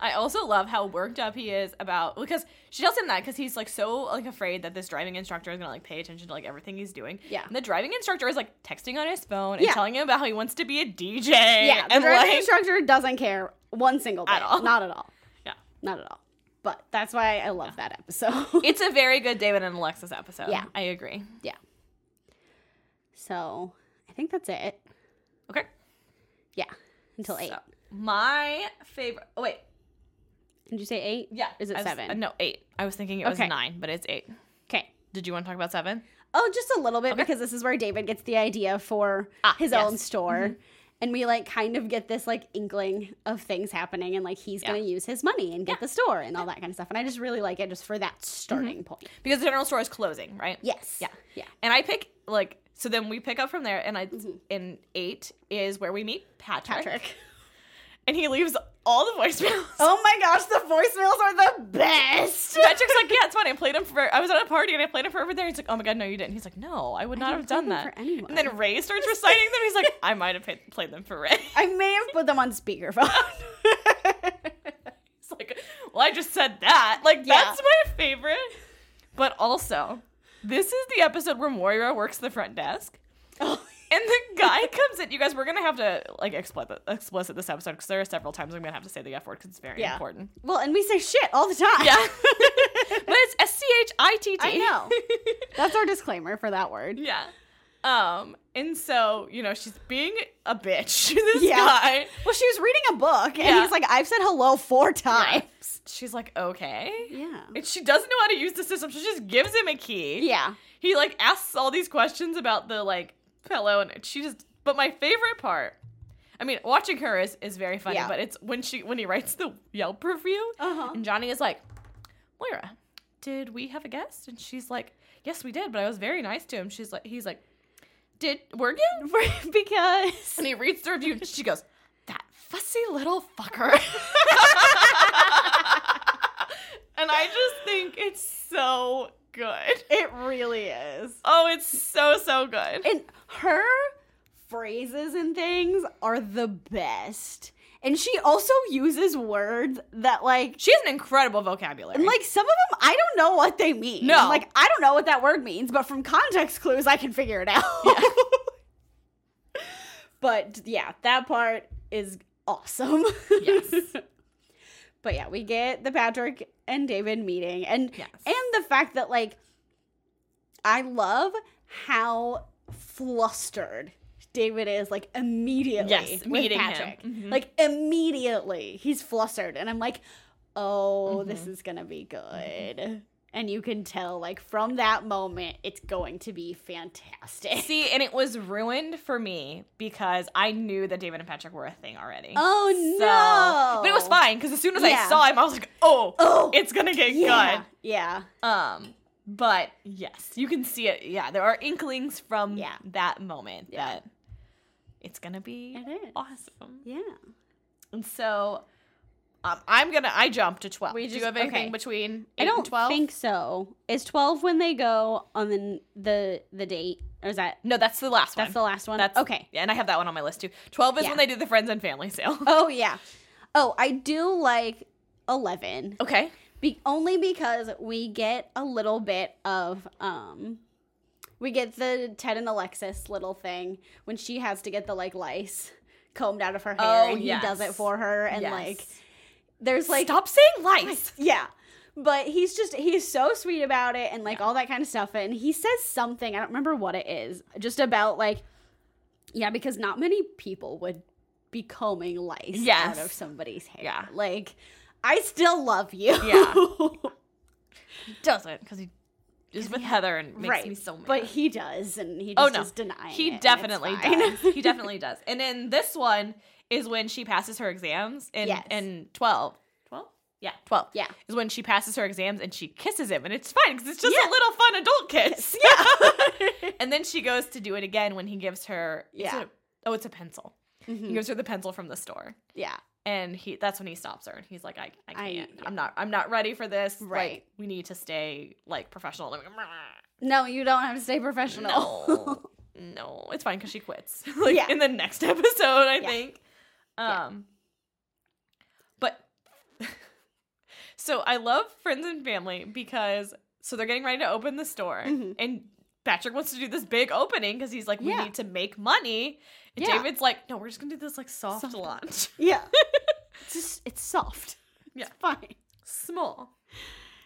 Speaker 2: I also love how worked up he is about because she tells him that because he's like so like afraid that this driving instructor is gonna like pay attention to like everything he's doing.
Speaker 1: Yeah.
Speaker 2: And the driving instructor is like texting on his phone and
Speaker 1: Yeah.
Speaker 2: telling him about how he wants to be a DJ.
Speaker 1: Yeah, the
Speaker 2: And
Speaker 1: driving
Speaker 2: like
Speaker 1: instructor doesn't care one single bit.
Speaker 2: At all.
Speaker 1: Not at all.
Speaker 2: Yeah.
Speaker 1: Not at all. But that's why I love that episode.
Speaker 2: It's a very good David and Alexis episode.
Speaker 1: Yeah.
Speaker 2: I agree.
Speaker 1: yeah. So I think that's it.
Speaker 2: Okay.
Speaker 1: Yeah. Until eight.
Speaker 2: So, my favorite. Oh wait,
Speaker 1: Did you say eight?
Speaker 2: yeah.
Speaker 1: Is it
Speaker 2: I was-
Speaker 1: seven?
Speaker 2: uh, no, eight. I was thinking it was
Speaker 1: Okay.
Speaker 2: nine, but it's eight.
Speaker 1: Okay.
Speaker 2: Did you want to talk about seven?
Speaker 1: Oh, just a little bit because this is where David gets the idea for
Speaker 2: Ah,
Speaker 1: his
Speaker 2: yes.
Speaker 1: own store. And we like kind of get this like inkling of things happening and like he's
Speaker 2: Yeah.
Speaker 1: gonna use his money and get the store and all that kind of stuff. And I just really like it just for that starting point.
Speaker 2: Because the general store is closing, right?
Speaker 1: Yes.
Speaker 2: Mm-hmm. Yeah.
Speaker 1: Yeah.
Speaker 2: And I pick like so. Then we pick up from there, and I and eight is where we meet Patrick,
Speaker 1: Mm-hmm. Patrick.
Speaker 2: and he leaves all the voicemails.
Speaker 1: Oh my gosh, the voicemails are the best.
Speaker 2: Patrick's like, yeah, it's funny. I played him for. I was at a party and I played him for over there. He's like, oh my god, no, you didn't. He's like, no, I would not
Speaker 1: didn't
Speaker 2: have
Speaker 1: play
Speaker 2: done
Speaker 1: them
Speaker 2: that.
Speaker 1: for anyone.
Speaker 2: And then Ray starts reciting them. He's like, I might have pa- played them for Ray.
Speaker 1: I may have put them on speakerphone.
Speaker 2: It's like, well, I just said that. Like,
Speaker 1: Yeah.
Speaker 2: that's my favorite. But also, this is the episode where Moira works the front desk.
Speaker 1: Oh.
Speaker 2: And the guy comes in. You guys, we're gonna have to like explicit explicit this episode because there are several times I'm gonna have to say the F word because it's very
Speaker 1: Yeah.
Speaker 2: important.
Speaker 1: well, and we say shit all the time.
Speaker 2: Yeah, but it's S C H I T T.
Speaker 1: I know. That's our disclaimer for that word.
Speaker 2: yeah. Um, and so you know she's being a bitch. to This
Speaker 1: Yeah.
Speaker 2: guy.
Speaker 1: Well, she was reading a book and
Speaker 2: Yeah.
Speaker 1: he's like, I've said hello four times.
Speaker 2: She's like, okay.
Speaker 1: Yeah.
Speaker 2: And she doesn't know how to use the system. so She just gives him a key.
Speaker 1: Yeah.
Speaker 2: he like asks all these questions about the like pillow and she just but my favorite part i mean watching her is is very funny
Speaker 1: Yeah.
Speaker 2: but it's when she when he writes the yelp review
Speaker 1: Uh-huh.
Speaker 2: and johnny is like moira did we have a guest and she's like yes we did but i was very nice to him she's like he's like Did were you?
Speaker 1: because
Speaker 2: And he reads the review and she goes, That fussy little fucker. and I just think it's so good.
Speaker 1: it really is.
Speaker 2: Oh, it's so, so good.
Speaker 1: And her phrases and things are the best. And she also uses words that like
Speaker 2: she has an incredible vocabulary.
Speaker 1: and like some of them I don't know what they mean.
Speaker 2: No.
Speaker 1: Like I don't know what that word means, but from context clues I can figure it out. but yeah, that part is awesome.
Speaker 2: Yes.
Speaker 1: but yeah, we get the Patrick and David meeting and
Speaker 2: Yes.
Speaker 1: and the fact that like I love how flustered David is like immediately
Speaker 2: Yes,
Speaker 1: with
Speaker 2: meeting him.
Speaker 1: Patrick.
Speaker 2: Mhm.
Speaker 1: Like immediately he's flustered and I'm like, "Oh, this
Speaker 2: Mhm.
Speaker 1: is going to be good." And you can tell like from that moment it's going to be fantastic.
Speaker 2: See, and it was ruined for me because I knew that David and Patrick were a thing already.
Speaker 1: oh
Speaker 2: So-
Speaker 1: no.
Speaker 2: But it was fine because as soon as
Speaker 1: Yeah.
Speaker 2: I saw him, I was like, oh,
Speaker 1: Oh,
Speaker 2: it's going to get
Speaker 1: yeah.
Speaker 2: good.
Speaker 1: Yeah.
Speaker 2: Um, but yes, you can see it. Yeah, there are inklings from
Speaker 1: Yeah.
Speaker 2: that moment
Speaker 1: Yeah.
Speaker 2: that it's gonna be
Speaker 1: It is.
Speaker 2: awesome.
Speaker 1: Yeah.
Speaker 2: And so, um, I'm gonna I jump to twelve.
Speaker 1: We
Speaker 2: Do
Speaker 1: just-
Speaker 2: you have anything
Speaker 1: okay.
Speaker 2: between eight
Speaker 1: I don't
Speaker 2: and twelve?
Speaker 1: think so. Is 12 when they go on the the the date or is that
Speaker 2: no, that's the last
Speaker 1: that's the
Speaker 2: one.
Speaker 1: last one?
Speaker 2: That's
Speaker 1: okay.
Speaker 2: Yeah, and I have that one on my list too. Twelve is
Speaker 1: Yeah.
Speaker 2: when they do the friends and family sale.
Speaker 1: Oh yeah. Oh, I do like 11
Speaker 2: okay.
Speaker 1: be- only because we get a little bit of um we get the Ted and Alexis little thing when she has to get the like lice combed out of her hair
Speaker 2: Oh,
Speaker 1: and he does
Speaker 2: yes.
Speaker 1: it for her and
Speaker 2: Yes.
Speaker 1: like there's like
Speaker 2: stop saying lice.
Speaker 1: Yeah. But he's just he's so sweet about it and like all that kind of stuff. And he says something, I don't remember what it is, just about like yeah, because not many people would be combing lice
Speaker 2: Yes.
Speaker 1: out of somebody's hair.
Speaker 2: Yeah.
Speaker 1: Like, I still love you.
Speaker 2: Yeah. Doesn't because he is with Heather and makes
Speaker 1: right.
Speaker 2: me so mad.
Speaker 1: But he does, and he
Speaker 2: Oh,
Speaker 1: just
Speaker 2: no.
Speaker 1: is denying it,
Speaker 2: He
Speaker 1: and it's
Speaker 2: definitely
Speaker 1: fine.
Speaker 2: does. He definitely does. And then this one is when she passes her exams in
Speaker 1: Yes.
Speaker 2: in 12. 12? Yeah, 12.
Speaker 1: Yeah.
Speaker 2: Is when she passes her exams and she kisses him and it's fine cuz it's just
Speaker 1: Yeah.
Speaker 2: a little fun adult kiss.
Speaker 1: yeah.
Speaker 2: and then she goes to do it again when he gives her is
Speaker 1: Yeah.
Speaker 2: it a- oh, it's a pencil. He
Speaker 1: Mhm.
Speaker 2: gives her the pencil from the store.
Speaker 1: Yeah.
Speaker 2: And he that's when he stops her and he's like I,
Speaker 1: I-
Speaker 2: I can't. I,
Speaker 1: yeah.
Speaker 2: am not I'm not ready for this. Like,
Speaker 1: Right.
Speaker 2: we need to stay like professional. Like,
Speaker 1: No, you don't have to stay professional.
Speaker 2: no. "Mm, no, it's fine because she quits. like
Speaker 1: Yeah.
Speaker 2: in the next episode, I
Speaker 1: Yeah.
Speaker 2: think.
Speaker 1: Yeah.
Speaker 2: Um but so I love friends and family because so they're getting ready to open the store
Speaker 1: Mhm.
Speaker 2: and Patrick wants to do this big opening because he's like, we
Speaker 1: Yeah.
Speaker 2: need to make money. And
Speaker 1: Yeah.
Speaker 2: David's like, no, we're just gonna do this like soft,
Speaker 1: Soft.
Speaker 2: launch.
Speaker 1: yeah. It's just it's soft.
Speaker 2: Yeah.
Speaker 1: It's fine.
Speaker 2: Small.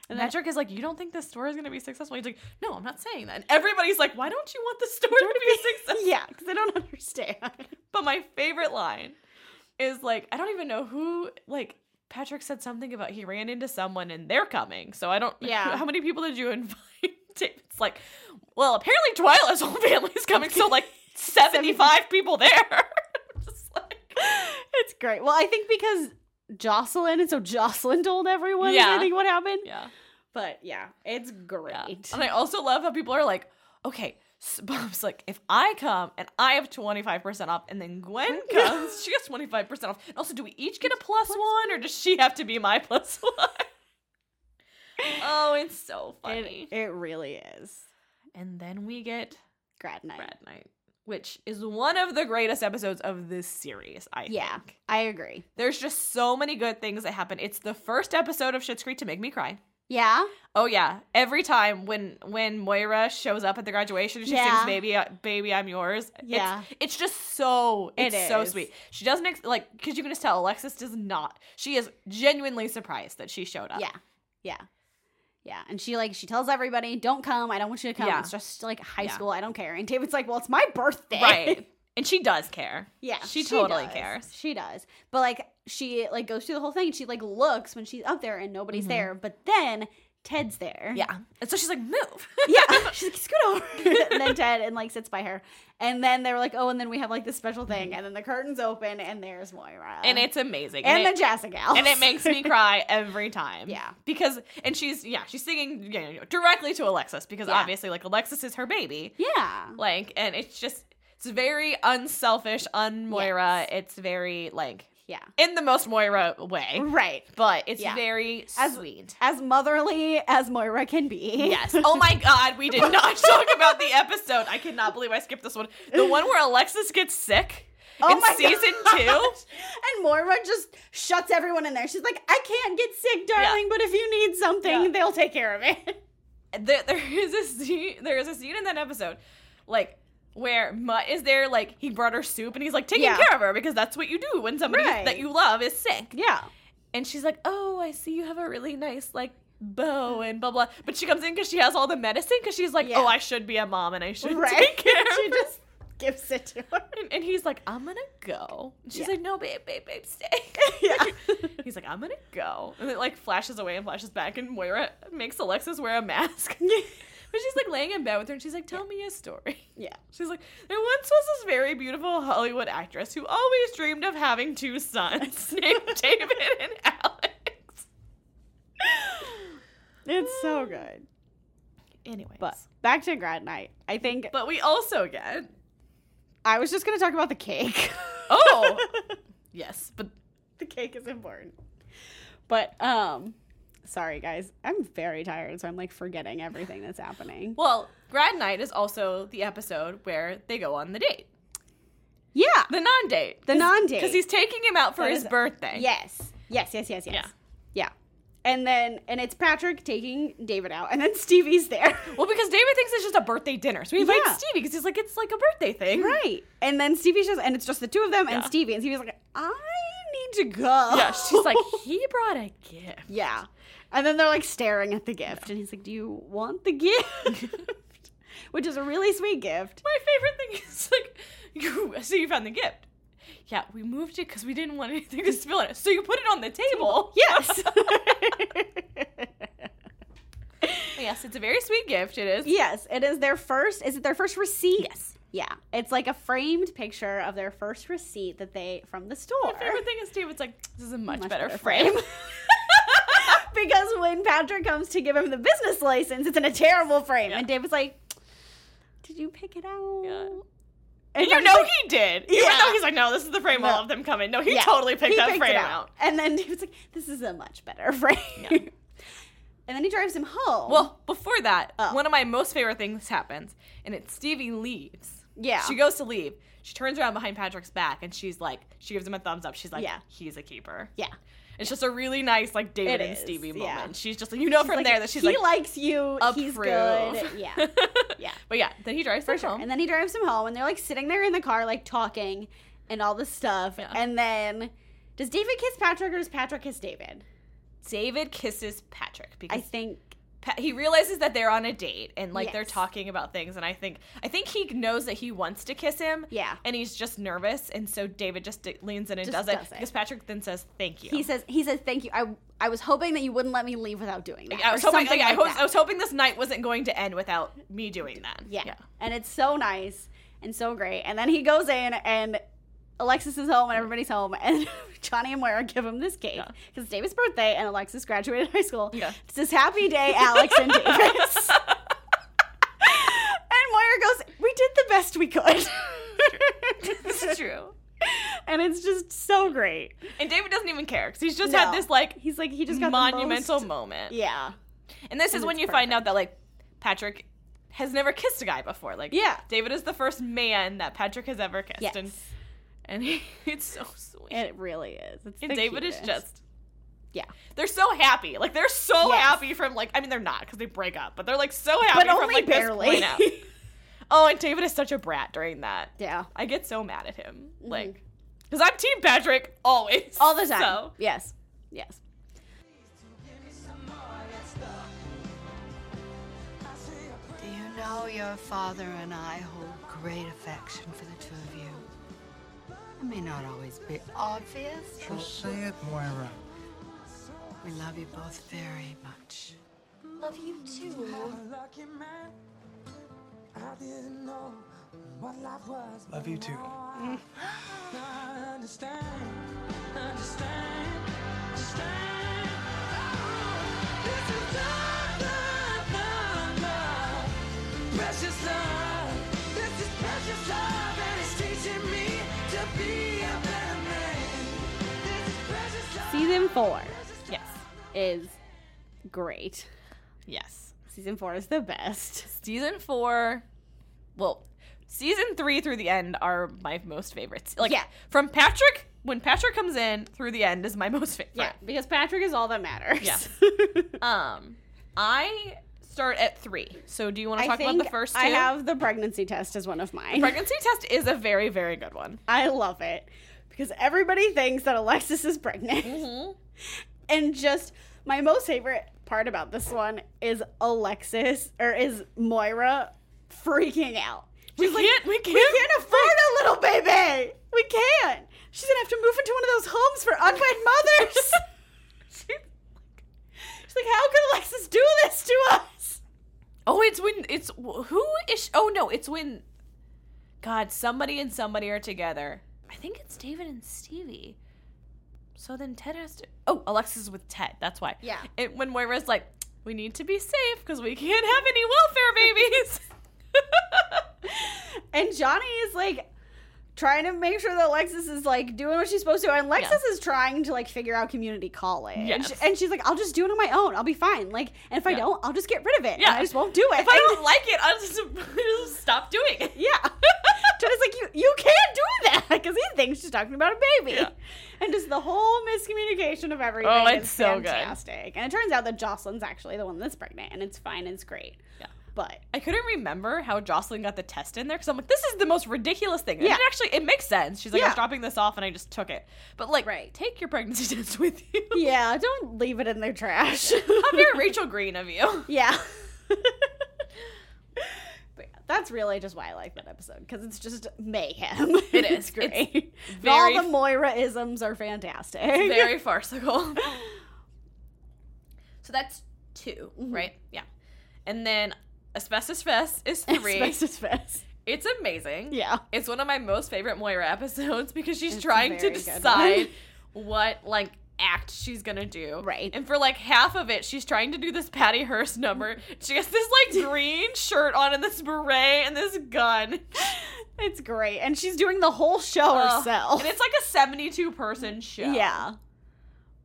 Speaker 2: And
Speaker 1: That-
Speaker 2: Patrick is like, you don't think this store is gonna be successful? He's like, no, I'm not saying that. And everybody's like, why don't you want the store to be successful?
Speaker 1: Yeah, because I don't understand.
Speaker 2: But my favorite line is like, I don't even know who, like, Patrick said something about he ran into someone and they're coming. So I don't,
Speaker 1: Yeah.
Speaker 2: How many people did you invite? It's like, well, apparently Twyla's whole family's coming. So, like, 75 people there. Just like,
Speaker 1: It's great. Well, I think because Jocelyn, and so Jocelyn told everyone,
Speaker 2: Yeah.
Speaker 1: I think, what happened.
Speaker 2: yeah.
Speaker 1: But yeah, it's
Speaker 2: yeah.
Speaker 1: great.
Speaker 2: And I also love how people are like, okay. s- Bob's like, if I come and I have 25% off, and then Gwen comes, she gets 25% off. And also, do we each get a plus one, or does she have to be my plus one? oh, it's so funny.
Speaker 1: It, it really is.
Speaker 2: and then we get
Speaker 1: Grad night.
Speaker 2: Brad Night, which is one of the greatest episodes of this series, I
Speaker 1: Yeah,
Speaker 2: think.
Speaker 1: I agree.
Speaker 2: There's just so many good things that happen. It's the first episode of Schitt's Creek to make me cry.
Speaker 1: Yeah.
Speaker 2: Oh yeah, every time when when Moira shows up at the graduation, she
Speaker 1: Yeah.
Speaker 2: sings "Baby, I- Baby, I'm Yours." It's-
Speaker 1: Yeah.
Speaker 2: it's, just so
Speaker 1: It
Speaker 2: it's so
Speaker 1: is.
Speaker 2: sweet. She doesn't ex- like because you can just tell Alexis does not. She is genuinely surprised that she showed up.
Speaker 1: Yeah. Yeah. Yeah. And she like she tells everybody, Don't come, I don't want you to come.
Speaker 2: Yeah.
Speaker 1: It's just like high
Speaker 2: Yeah.
Speaker 1: school, I don't care. And David's like, Well, it's my birthday.
Speaker 2: right, and she does care.
Speaker 1: Yeah,
Speaker 2: she, totally
Speaker 1: does.
Speaker 2: cares.
Speaker 1: She does. But like she like goes through the whole thing and she like looks when she's up there and nobody's there. But then Ted's there.
Speaker 2: Mm-hmm. Yeah. And so she's like, move.
Speaker 1: Yeah. She's like, scoot over. and then Ted and like sits by her. And then they were like, oh, and then we have like this special thing. And then the curtains open and there's Moira.
Speaker 2: Mm-hmm. and it's amazing.
Speaker 1: and,
Speaker 2: it-
Speaker 1: the Jessica.
Speaker 2: and it makes me cry every time.
Speaker 1: Yeah.
Speaker 2: Because and she's yeah, she's singing you know, directly to Alexis because
Speaker 1: Yeah.
Speaker 2: obviously like Alexis is her baby.
Speaker 1: Yeah.
Speaker 2: Like and it's just it's very unselfish, un Moira. It's very like
Speaker 1: Yeah.
Speaker 2: in the most Moira way.
Speaker 1: Right.
Speaker 2: But it's
Speaker 1: Mm-hmm. Yeah.
Speaker 2: very
Speaker 1: As-
Speaker 2: sweet.
Speaker 1: As motherly as Moira can be.
Speaker 2: Yes. Oh my god, we did not talk about the episode. I cannot believe I skipped this one. The one where Alexis gets sick
Speaker 1: Oh
Speaker 2: in
Speaker 1: my
Speaker 2: season two.
Speaker 1: gosh. And Moira just shuts everyone in there. She's like, I can't get sick, darling, but if you need something,
Speaker 2: Yeah.
Speaker 1: they'll take care of it.
Speaker 2: there, there is a scene there is a scene in that episode like where Mutt is there like he brought her soup and he's like taking
Speaker 1: Yeah.
Speaker 2: care of her because that's what you do when somebody
Speaker 1: Right.
Speaker 2: that you love is sick
Speaker 1: Yeah.
Speaker 2: and she's like oh I see you have a really nice like bow and blah blah but she comes in because she has all the medicine because she's like
Speaker 1: Yeah.
Speaker 2: oh I should be a mom and I should
Speaker 1: Right.
Speaker 2: take care of
Speaker 1: she
Speaker 2: her."
Speaker 1: just gives it to her.
Speaker 2: And, and he's like, I'm gonna go. And she's
Speaker 1: Yeah.
Speaker 2: like, No, babe, babe, babe, stay.
Speaker 1: Yeah.
Speaker 2: he's like, I'm gonna go. And it like flashes away and flashes back, and Moira makes Alexis wear a mask. but she's like laying in bed with her, and she's like, Tell me a story.
Speaker 1: Yeah.
Speaker 2: She's like, There once was this very beautiful Hollywood actress who always dreamed of having two sons named David and Alex.
Speaker 1: It's so good.
Speaker 2: Anyways.
Speaker 1: But back to grad night. I think
Speaker 2: but we also get.
Speaker 1: I was just going to talk about the cake.
Speaker 2: Oh! yes, but
Speaker 1: the cake is important. But um sorry guys, I'm very tired, so I'm like forgetting everything that's happening.
Speaker 2: Well, grad night is also the episode where they go on the date,
Speaker 1: Yeah.
Speaker 2: the non-date,
Speaker 1: The non-date.
Speaker 2: because he's taking him out for
Speaker 1: That
Speaker 2: his
Speaker 1: is-
Speaker 2: birthday.
Speaker 1: Yes. Yes, yes, yes, yes.
Speaker 2: Yeah.
Speaker 1: Yeah. And then and it's Patrick taking David out and then Stevie's there.
Speaker 2: Well, because David thinks it's just a birthday dinner, so he invites
Speaker 1: Yeah.
Speaker 2: Stevie because he's like, it's like a birthday thing.
Speaker 1: right. And then Stevie shows and it's just the two of them and
Speaker 2: Yeah.
Speaker 1: Stevie and Stevie's like, "I need to go."
Speaker 2: Yeah. She's like, he brought a gift.
Speaker 1: Yeah. And then they're like staring at the gift and he's like, "Do you want the gift?" Which is a really sweet gift.
Speaker 2: My favorite thing is like, you, so you found the gift. Yeah, we moved it because we didn't want anything to spill on it. So you put it on the table.
Speaker 1: Yes.
Speaker 2: yes, it's a very sweet gift. It is.
Speaker 1: yes, it is their first. Is it their first receipt? Yes. Yeah, it's like a framed picture of their first receipt that they from the store.
Speaker 2: My favorite thing is David's like, this is a much,
Speaker 1: Much
Speaker 2: better,
Speaker 1: better
Speaker 2: frame.
Speaker 1: frame. because when Patrick comes to give him the business license, it's in a terrible frame,
Speaker 2: Yeah.
Speaker 1: and David's like, "Did you pick it out?"
Speaker 2: Yeah.
Speaker 1: And
Speaker 2: you
Speaker 1: Patrick's
Speaker 2: know
Speaker 1: like,
Speaker 2: he did.
Speaker 1: Yeah.
Speaker 2: Even though he's like, no, this is the frame
Speaker 1: No.
Speaker 2: all of them come in. No, he
Speaker 1: Yeah.
Speaker 2: totally picked
Speaker 1: He
Speaker 2: that
Speaker 1: picked it
Speaker 2: frame out.
Speaker 1: And then David's like, "This is a much better frame."
Speaker 2: Yeah.
Speaker 1: and then he drives him home.
Speaker 2: Well, before that,
Speaker 1: Oh.
Speaker 2: one of my most favorite things happens, and it's Stevie leaves.
Speaker 1: yeah,
Speaker 2: She goes to leave. She turns around behind Patrick's back, and she's like, she gives him a thumbs up. She's like,
Speaker 1: Yeah.
Speaker 2: he's a keeper.
Speaker 1: yeah.
Speaker 2: It's just a really nice, like,
Speaker 1: It
Speaker 2: David and
Speaker 1: is,
Speaker 2: Stevie
Speaker 1: yeah.
Speaker 2: moment. She's just like, you know
Speaker 1: She's
Speaker 2: from
Speaker 1: like,
Speaker 2: there that she's
Speaker 1: he
Speaker 2: like,
Speaker 1: likes you. He's
Speaker 2: approve.
Speaker 1: good. Yeah. Yeah.
Speaker 2: But yeah, then he drives her
Speaker 1: For sure.
Speaker 2: home.
Speaker 1: And then he drives him home, and they're like sitting there in the car, like talking and all this stuff.
Speaker 2: Yeah.
Speaker 1: And then, does David kiss Patrick or does Patrick kiss David?
Speaker 2: David kisses Patrick because
Speaker 1: I think.
Speaker 2: Pa- he realizes that they're on a date and like they're
Speaker 1: Yes.
Speaker 2: talking about things and i think i think he knows that he wants to kiss him
Speaker 1: Yeah.
Speaker 2: and he's just nervous and so david just d- leans in and
Speaker 1: Just
Speaker 2: does, it,
Speaker 1: does it.
Speaker 2: because patrick then says thank you
Speaker 1: He says. He says, "Thank you. I I was hoping that you wouldn't let me leave without doing that."
Speaker 2: I was,
Speaker 1: or
Speaker 2: hoping,
Speaker 1: something
Speaker 2: like, I,
Speaker 1: like
Speaker 2: was,
Speaker 1: that.
Speaker 2: I was hoping this night wasn't going to end without me doing that
Speaker 1: Yeah. And it's so nice and so great. And then he goes in and Alexis is home and everybody's home and Johnny and Moira give him this cake because
Speaker 2: Yeah.
Speaker 1: it's David's birthday and Alexis graduated high school.
Speaker 2: Yeah.
Speaker 1: It's this happy day, Alex and Davis. and Moira goes, We did the best we could.
Speaker 2: it's true
Speaker 1: and it's just so great.
Speaker 2: and david doesn't even care because he's just
Speaker 1: No.
Speaker 2: had this like
Speaker 1: He's like, he just got the
Speaker 2: monumental
Speaker 1: most-
Speaker 2: moment
Speaker 1: Yeah.
Speaker 2: and this
Speaker 1: and
Speaker 2: is when
Speaker 1: it's
Speaker 2: you find out that like patrick has never kissed a guy before like
Speaker 1: Yeah.
Speaker 2: david is the first man that patrick has ever kissed
Speaker 1: Yes.
Speaker 2: and and he, it's so sweet
Speaker 1: It really is. It's
Speaker 2: and
Speaker 1: the
Speaker 2: David
Speaker 1: cutest.
Speaker 2: is just
Speaker 1: Yeah.
Speaker 2: they're so happy. Like they're so
Speaker 1: Yes.
Speaker 2: happy from like I mean they're not because they break up, but they're like so happy
Speaker 1: But
Speaker 2: from
Speaker 1: only
Speaker 2: like this
Speaker 1: barely.
Speaker 2: point out. Oh, and David is such a brat during that.
Speaker 1: yeah.
Speaker 2: I get so mad at him, like because I'm Team Patrick always,
Speaker 1: Mm-hmm. All the time.
Speaker 2: So
Speaker 1: Yes. Yes.
Speaker 4: Do you know your father and I hold great affection for the two of you? It may not always be obvious, but
Speaker 5: Just say it, Moira.
Speaker 4: we love you both very much.
Speaker 5: Love you too.
Speaker 6: lucky man. I didn't know what life was.
Speaker 7: Love you too.
Speaker 6: I understand. Understand. Understand. Oh, this is love, love, love, love. Precious love. This is precious love, and it's teaching me to be a better man. This is precious love.
Speaker 1: Season four
Speaker 2: Yes.
Speaker 1: is great.
Speaker 2: Yes.
Speaker 1: Season four is the best.
Speaker 2: Season four, well, season three through the end are my most favorites. Like,
Speaker 1: Yeah.
Speaker 2: from Patrick, when Patrick comes in through the end is my most favorite.
Speaker 1: Yeah, because Patrick is all that matters.
Speaker 2: Yeah. Um, I start at three. So do you want to
Speaker 1: I
Speaker 2: talk
Speaker 1: think
Speaker 2: about the first two?
Speaker 1: I have the pregnancy test as one of mine.
Speaker 2: Pregnancy test is a very, very good one.
Speaker 1: I love it because everybody thinks that Alexis is pregnant.
Speaker 2: Mm-hmm.
Speaker 1: And just my most favorite part about this one is Alexis or is Moira freaking out.
Speaker 2: We can't, we can't.
Speaker 1: We can't afford a little baby. We can't. She's gonna have to move into one of those homes for unwed mothers. She- She's like, how could Alexis do this to us?
Speaker 2: Oh, it's when it's who is? sh- Oh no, it's when. God, somebody and somebody are together. I think it's David and Stevie. So then Ted has to. Oh, Alexis is with Ted. That's why.
Speaker 1: Yeah.
Speaker 2: And when Moira's like, we need to be safe because we can't have any welfare babies.
Speaker 1: And Johnny is like trying to make sure that Alexis is like doing what she's supposed to. And Alexis is trying to like figure out community college.
Speaker 2: Yes.
Speaker 1: And she's like, I'll just do it on my own. I'll be fine. Like, and if I
Speaker 2: Yeah.
Speaker 1: don't, I'll just get rid of it.
Speaker 2: Yeah.
Speaker 1: And I just won't do it.
Speaker 2: if I don't like it, I'll just, just stop doing it.
Speaker 1: Yeah. Johnny's like, you, you can't do that because he thinks she's talking about a baby.
Speaker 2: Yeah.
Speaker 1: And just the whole miscommunication of everything.
Speaker 2: Oh, it's
Speaker 1: is
Speaker 2: so good.
Speaker 1: fantastic. And it turns out that Jocelyn's actually the one that's pregnant and it's fine and it's great.
Speaker 2: Yeah.
Speaker 1: But
Speaker 2: I couldn't remember how Jocelyn got the test in there because I'm like, this is the most ridiculous thing.
Speaker 1: Yeah.
Speaker 2: And it actually, it makes sense. She's like,
Speaker 1: Yeah.
Speaker 2: I'm dropping this off, and I just took it. But like,
Speaker 1: Right.
Speaker 2: take your pregnancy test with you.
Speaker 1: yeah, don't leave it in their trash.
Speaker 2: How very Rachel Green of you.
Speaker 1: Yeah. but yeah, that's really just why I like that episode because it's just mayhem.
Speaker 2: It is
Speaker 1: It's
Speaker 2: great.
Speaker 1: great.
Speaker 2: very-
Speaker 1: All the Moira isms are fantastic.
Speaker 2: Very farcical. So that's 2 right? Mm-hmm. Yeah. And then Asbestos Fest is three.
Speaker 1: Asbestos Fest.
Speaker 2: It's amazing.
Speaker 1: Yeah.
Speaker 2: It's one of my most favorite Moira episodes because she's trying to
Speaker 1: very good one.
Speaker 2: decide what like act she's gonna do.
Speaker 1: Right.
Speaker 2: And for like half of it, she's trying to do this Patty Hearst number. She has this like green shirt on and this beret and this gun.
Speaker 1: It's great. And she's doing the whole show
Speaker 2: Ugh.
Speaker 1: herself.
Speaker 2: And it's like a 72 person show.
Speaker 1: yeah.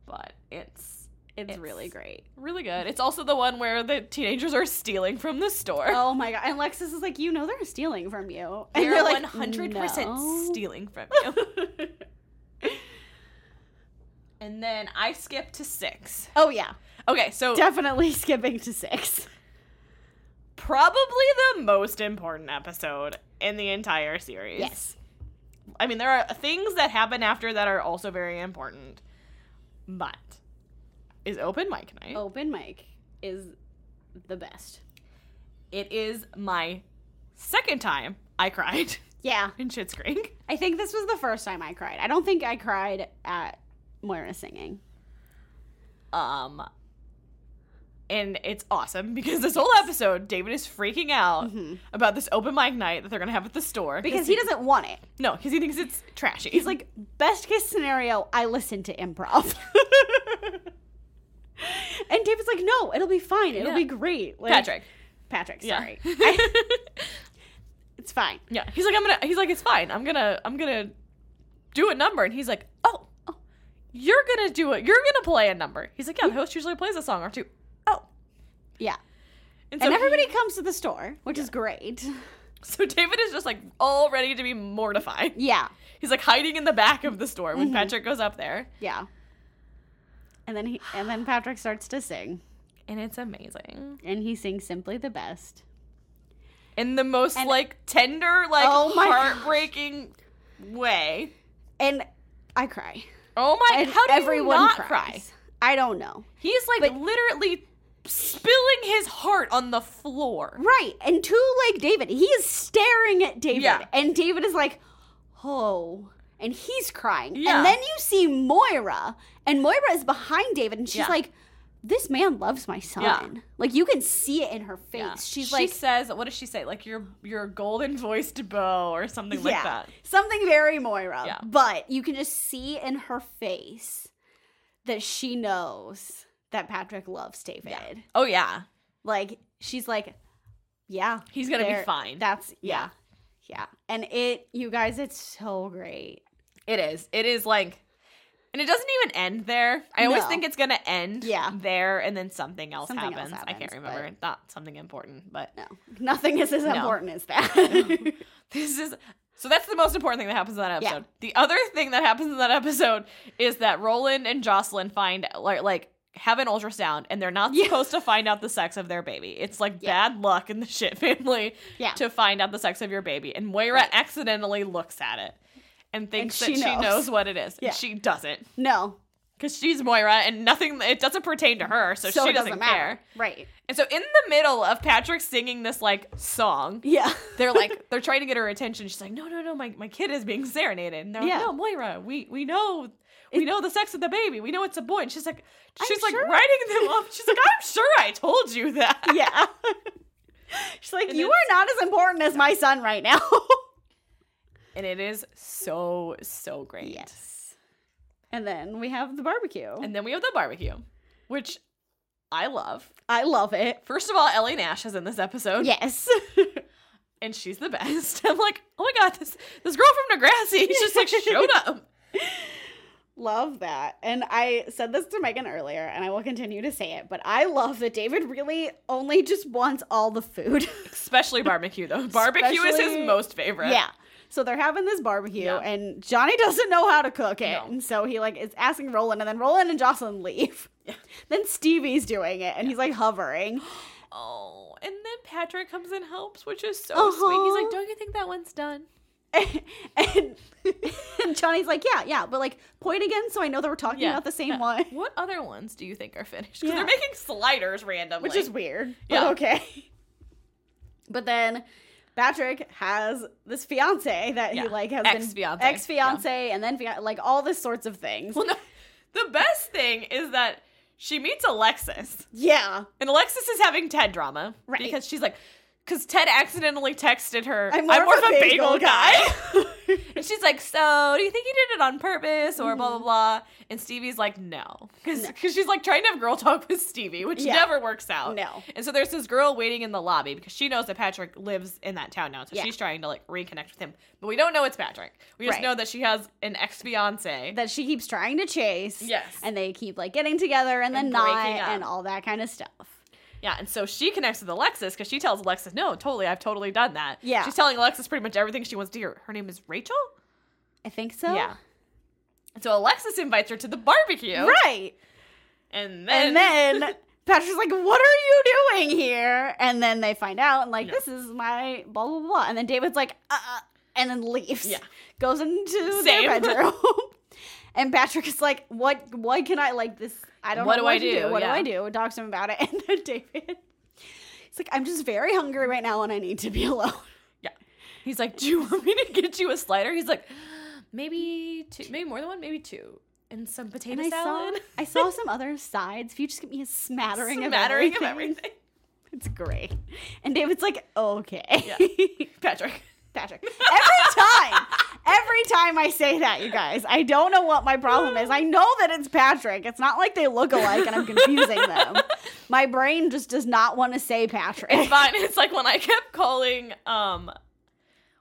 Speaker 2: But it's
Speaker 1: It's,
Speaker 2: It's-
Speaker 1: really great.
Speaker 2: really good. It's also the one where the teenagers are stealing from the store.
Speaker 1: Oh my god. And Lexus is like, you know they're stealing from you. And
Speaker 2: They're
Speaker 1: you're like,
Speaker 2: 100%
Speaker 1: "No."
Speaker 2: stealing from you. and then I skip to six.
Speaker 1: Oh yeah.
Speaker 2: Okay, so
Speaker 1: Definitely skipping to six.
Speaker 2: probably the most important episode in the entire series.
Speaker 1: Yes.
Speaker 2: I mean, there are things that happen after that are also very important, but is open mic night.
Speaker 1: Open mic is the best.
Speaker 2: It is my second time I cried
Speaker 1: Yeah.
Speaker 2: in Schitt's Creek.
Speaker 1: I think this was the first time I cried. I don't think I cried at Moira singing.
Speaker 2: Um, and it's awesome because this whole episode, David is freaking out about this open mic night that they're gonna have at the store
Speaker 1: Mm-hmm. Because he doesn't want it.
Speaker 2: no, because he thinks it's trashy.
Speaker 1: He's like, best case scenario, I listen to improv. and David's like, no, it'll be fine. It'll
Speaker 2: Yeah.
Speaker 1: be great. Like,
Speaker 2: Patrick.
Speaker 1: Patrick,
Speaker 2: Yeah.
Speaker 1: sorry. I- it's fine.
Speaker 2: Yeah, he's like, I'm gonna. He's like, it's fine. I'm gonna. I'm gonna do a number. And he's like, oh, oh, you're gonna do it. You're gonna play a number. He's like, yeah.
Speaker 1: Mm-hmm.
Speaker 2: The host usually plays a song or two. Oh,
Speaker 1: Yeah.
Speaker 2: so
Speaker 1: and
Speaker 2: he-
Speaker 1: everybody comes to the store, which is great.
Speaker 2: so David is just like all ready to be mortified.
Speaker 1: Yeah.
Speaker 2: He's like hiding in the back of the store
Speaker 1: Mm-hmm.
Speaker 2: when Patrick goes up there,
Speaker 1: Yeah. And then he and then Patrick starts to sing.
Speaker 2: and it's amazing.
Speaker 1: And he sings simply the best.
Speaker 2: In the most
Speaker 1: And-
Speaker 2: like tender, like
Speaker 1: Oh my gosh.
Speaker 2: heartbreaking way.
Speaker 1: And I cry.
Speaker 2: Oh my!
Speaker 1: And
Speaker 2: how do
Speaker 1: everyone
Speaker 2: you not
Speaker 1: cries.
Speaker 2: cry?
Speaker 1: I don't know.
Speaker 2: He's like literally spilling his heart on the floor.
Speaker 1: Right. And to like David, he is staring at David.
Speaker 2: Yeah.
Speaker 1: And David is like, oh. And he's crying.
Speaker 2: Yeah.
Speaker 1: And then you see Moira, and Moira is behind David, and she's
Speaker 2: Yeah.
Speaker 1: like, this man loves my son.
Speaker 2: Yeah.
Speaker 1: Like you can see it in her face.
Speaker 2: Yeah.
Speaker 1: She's
Speaker 2: she
Speaker 1: like
Speaker 2: says, what does she say? Like your your golden voiced bow or something like that.
Speaker 1: Something very Moira.
Speaker 2: Yeah.
Speaker 1: But you can just see in her face that she knows that Patrick loves David.
Speaker 2: Oh yeah,
Speaker 1: Like she's like, yeah,
Speaker 2: he's gonna
Speaker 1: there-
Speaker 2: be fine.
Speaker 1: That's yeah, yeah. And it, you guys, it's so great.
Speaker 2: it is. It is like, and it doesn't even end there. I always
Speaker 1: No.
Speaker 2: think it's gonna end
Speaker 1: Yeah.
Speaker 2: there, and then something else,
Speaker 1: Something else
Speaker 2: happens. I can't
Speaker 1: happens,
Speaker 2: remember.
Speaker 1: but-
Speaker 2: Not something important, but
Speaker 1: No, nothing is as
Speaker 2: No.
Speaker 1: important as that.
Speaker 2: this is so that's the most important thing that happens in that
Speaker 1: Yeah.
Speaker 2: episode. The other thing that happens in that episode is that Roland and Jocelyn find like, like have an ultrasound and they're not
Speaker 1: Yeah.
Speaker 2: supposed to find out the sex of their baby. It's like
Speaker 1: Yeah.
Speaker 2: bad luck in the shit family
Speaker 1: Yeah.
Speaker 2: to find out the sex of your baby. And Moira
Speaker 1: Right.
Speaker 2: accidentally looks at it and thinks
Speaker 1: she
Speaker 2: that she
Speaker 1: knows.
Speaker 2: knows what it is.
Speaker 1: Yeah.
Speaker 2: And she doesn't.
Speaker 1: no,
Speaker 2: Because she's Moira and nothing it doesn't pertain to her, so,
Speaker 1: so,
Speaker 2: she
Speaker 1: it doesn't, matter.
Speaker 2: care.
Speaker 1: Right?
Speaker 2: And so in the middle of Patrick singing this like song,
Speaker 1: Yeah.
Speaker 2: they're like they're trying to get her attention. She's like, no, no, no, my, my kid is being serenaded. And they're
Speaker 1: Yeah.
Speaker 2: like, no, Moira, we we know we know the sex of the baby. We know it's a boy. And she's like,
Speaker 1: I'm
Speaker 2: she's like
Speaker 1: sure-
Speaker 2: writing them up. She's like, I'm sure I told you that.
Speaker 1: yeah. She's like,
Speaker 2: And
Speaker 1: you
Speaker 2: it's-
Speaker 1: are not as important as my son right now.
Speaker 2: And it is so so great.
Speaker 1: yes. And then we have the barbecue.
Speaker 2: And then we have the barbecue, which I love.
Speaker 1: I love it.
Speaker 2: First of all, Ellie Nash is in this episode,
Speaker 1: Yes.
Speaker 2: and she's the best. I'm like, oh my god, this this girl from Degrassi just like showed up.
Speaker 1: love that. And I said this to Megan earlier, and I will continue to say it, but I love that David really only just wants all the food.
Speaker 2: Especially barbecue though. Barbecue is
Speaker 1: Especially-
Speaker 2: his most favorite.
Speaker 1: Yeah. So they're having this barbecue,
Speaker 2: Yeah.
Speaker 1: and Johnny doesn't know how to cook it,
Speaker 2: No.
Speaker 1: and so he like is asking Roland, and then Roland and Jocelyn leave. Then Stevie's doing it, and he's like hovering.
Speaker 2: Oh, and then Patrick comes and helps, which is so sweet.
Speaker 1: Uh-huh.
Speaker 2: He's like, "Don't you think that one's done?"
Speaker 1: and, and Johnny's like, yeah, yeah, but like point again so I know that we're talking about the same
Speaker 2: Yeah.
Speaker 1: one,
Speaker 2: What other ones do you think are finished? Because
Speaker 1: Yeah.
Speaker 2: they're making sliders randomly,
Speaker 1: which is weird.
Speaker 2: Yeah.
Speaker 1: But okay. But then Patrick has this fiance that
Speaker 2: Yeah.
Speaker 1: he like has
Speaker 2: Ex-fiancé.
Speaker 1: been ex fiance and then fia- like all this sorts of things.
Speaker 2: Well, no. The best thing is that she meets Alexis,
Speaker 1: yeah.
Speaker 2: and Alexis is having Ted drama
Speaker 1: Right.
Speaker 2: because she's like, because Ted accidentally texted her,
Speaker 1: I'm more of a bagel
Speaker 2: guy." and she's like, "So, do you think you did it on purpose?" Or blah blah
Speaker 1: Mm-hmm.
Speaker 2: blah. And Stevie's like, "No," because she's like trying to have girl talk with Stevie, which
Speaker 1: Yeah.
Speaker 2: never works out.
Speaker 1: No.
Speaker 2: And so there's this girl waiting in the lobby because she knows that Patrick lives in that town now, so
Speaker 1: Yeah.
Speaker 2: she's trying to like reconnect with him. But we don't know it's Patrick. We just
Speaker 1: Right.
Speaker 2: know that she has an ex fiance.
Speaker 1: That she keeps trying to chase.
Speaker 2: Yes.
Speaker 1: And they keep like getting together and then
Speaker 2: And
Speaker 1: not
Speaker 2: breaking up.
Speaker 1: and all that kind of stuff.
Speaker 2: Yeah, and so she connects with Alexis because she tells Alexis, "No, totally, I've totally done that."
Speaker 1: Yeah.
Speaker 2: she's telling Alexis pretty much everything she wants to hear. Her name is Rachel.
Speaker 1: I think so.
Speaker 2: Yeah. And so Alexis invites her to the barbecue,
Speaker 1: Right. And
Speaker 2: and then,
Speaker 1: then Patrick's like, "What are you doing here?" And then they find out, and like,
Speaker 2: Yeah.
Speaker 1: "This is my blah blah blah." And then David's like, "Uh,", uh and then leaves.
Speaker 2: Yeah.
Speaker 1: goes into
Speaker 2: Same.
Speaker 1: their bedroom. and Patrick is like, "What? What can I like this? I don't
Speaker 2: What
Speaker 1: know
Speaker 2: do
Speaker 1: what
Speaker 2: I
Speaker 1: to
Speaker 2: do?"
Speaker 1: What
Speaker 2: Yeah.
Speaker 1: do I do?" Talks to him about it, and then David. It's like I'm just very hungry right now, and I need to be alone.
Speaker 2: yeah, he's like, "Do you want me to get you a slider?" He's like, "Maybe two, maybe more than one, maybe two, and some potato
Speaker 1: And I saw,
Speaker 2: salad."
Speaker 1: I saw some other sides. If you just give me a smattering, of,
Speaker 2: Smattering
Speaker 1: everything,
Speaker 2: of everything.
Speaker 1: it's great. And David's like, "Okay."
Speaker 2: Yeah. Patrick.
Speaker 1: Patrick. Every time, every time I say that, you guys, I don't know what my problem is. I know that it's Patrick. It's not like they look alike and I'm confusing them. My brain just does not want to say Patrick.
Speaker 2: It's fine. It's like when I kept calling um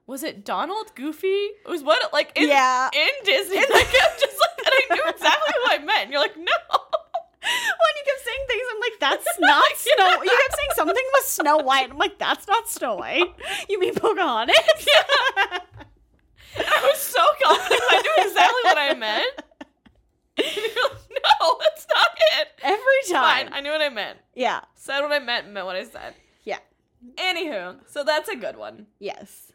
Speaker 2: was it Donald Goofy? It was what like in,
Speaker 1: Yeah.
Speaker 2: in Disney. I kept just like and I knew exactly what I meant. And you're like, no.
Speaker 1: When you kept saying things, I'm like, that's not Snow. You kept saying something was Snow White. I'm like, that's not Snow White. You mean Pocahontas?
Speaker 2: And I was so confident I knew exactly what I meant. And you're like, no, that's not it.
Speaker 1: Every time.
Speaker 2: Fine, I knew what I meant.
Speaker 1: yeah.
Speaker 2: Said what I meant and meant what I said.
Speaker 1: Yeah.
Speaker 2: Anywho, so that's a good one.
Speaker 1: Yes.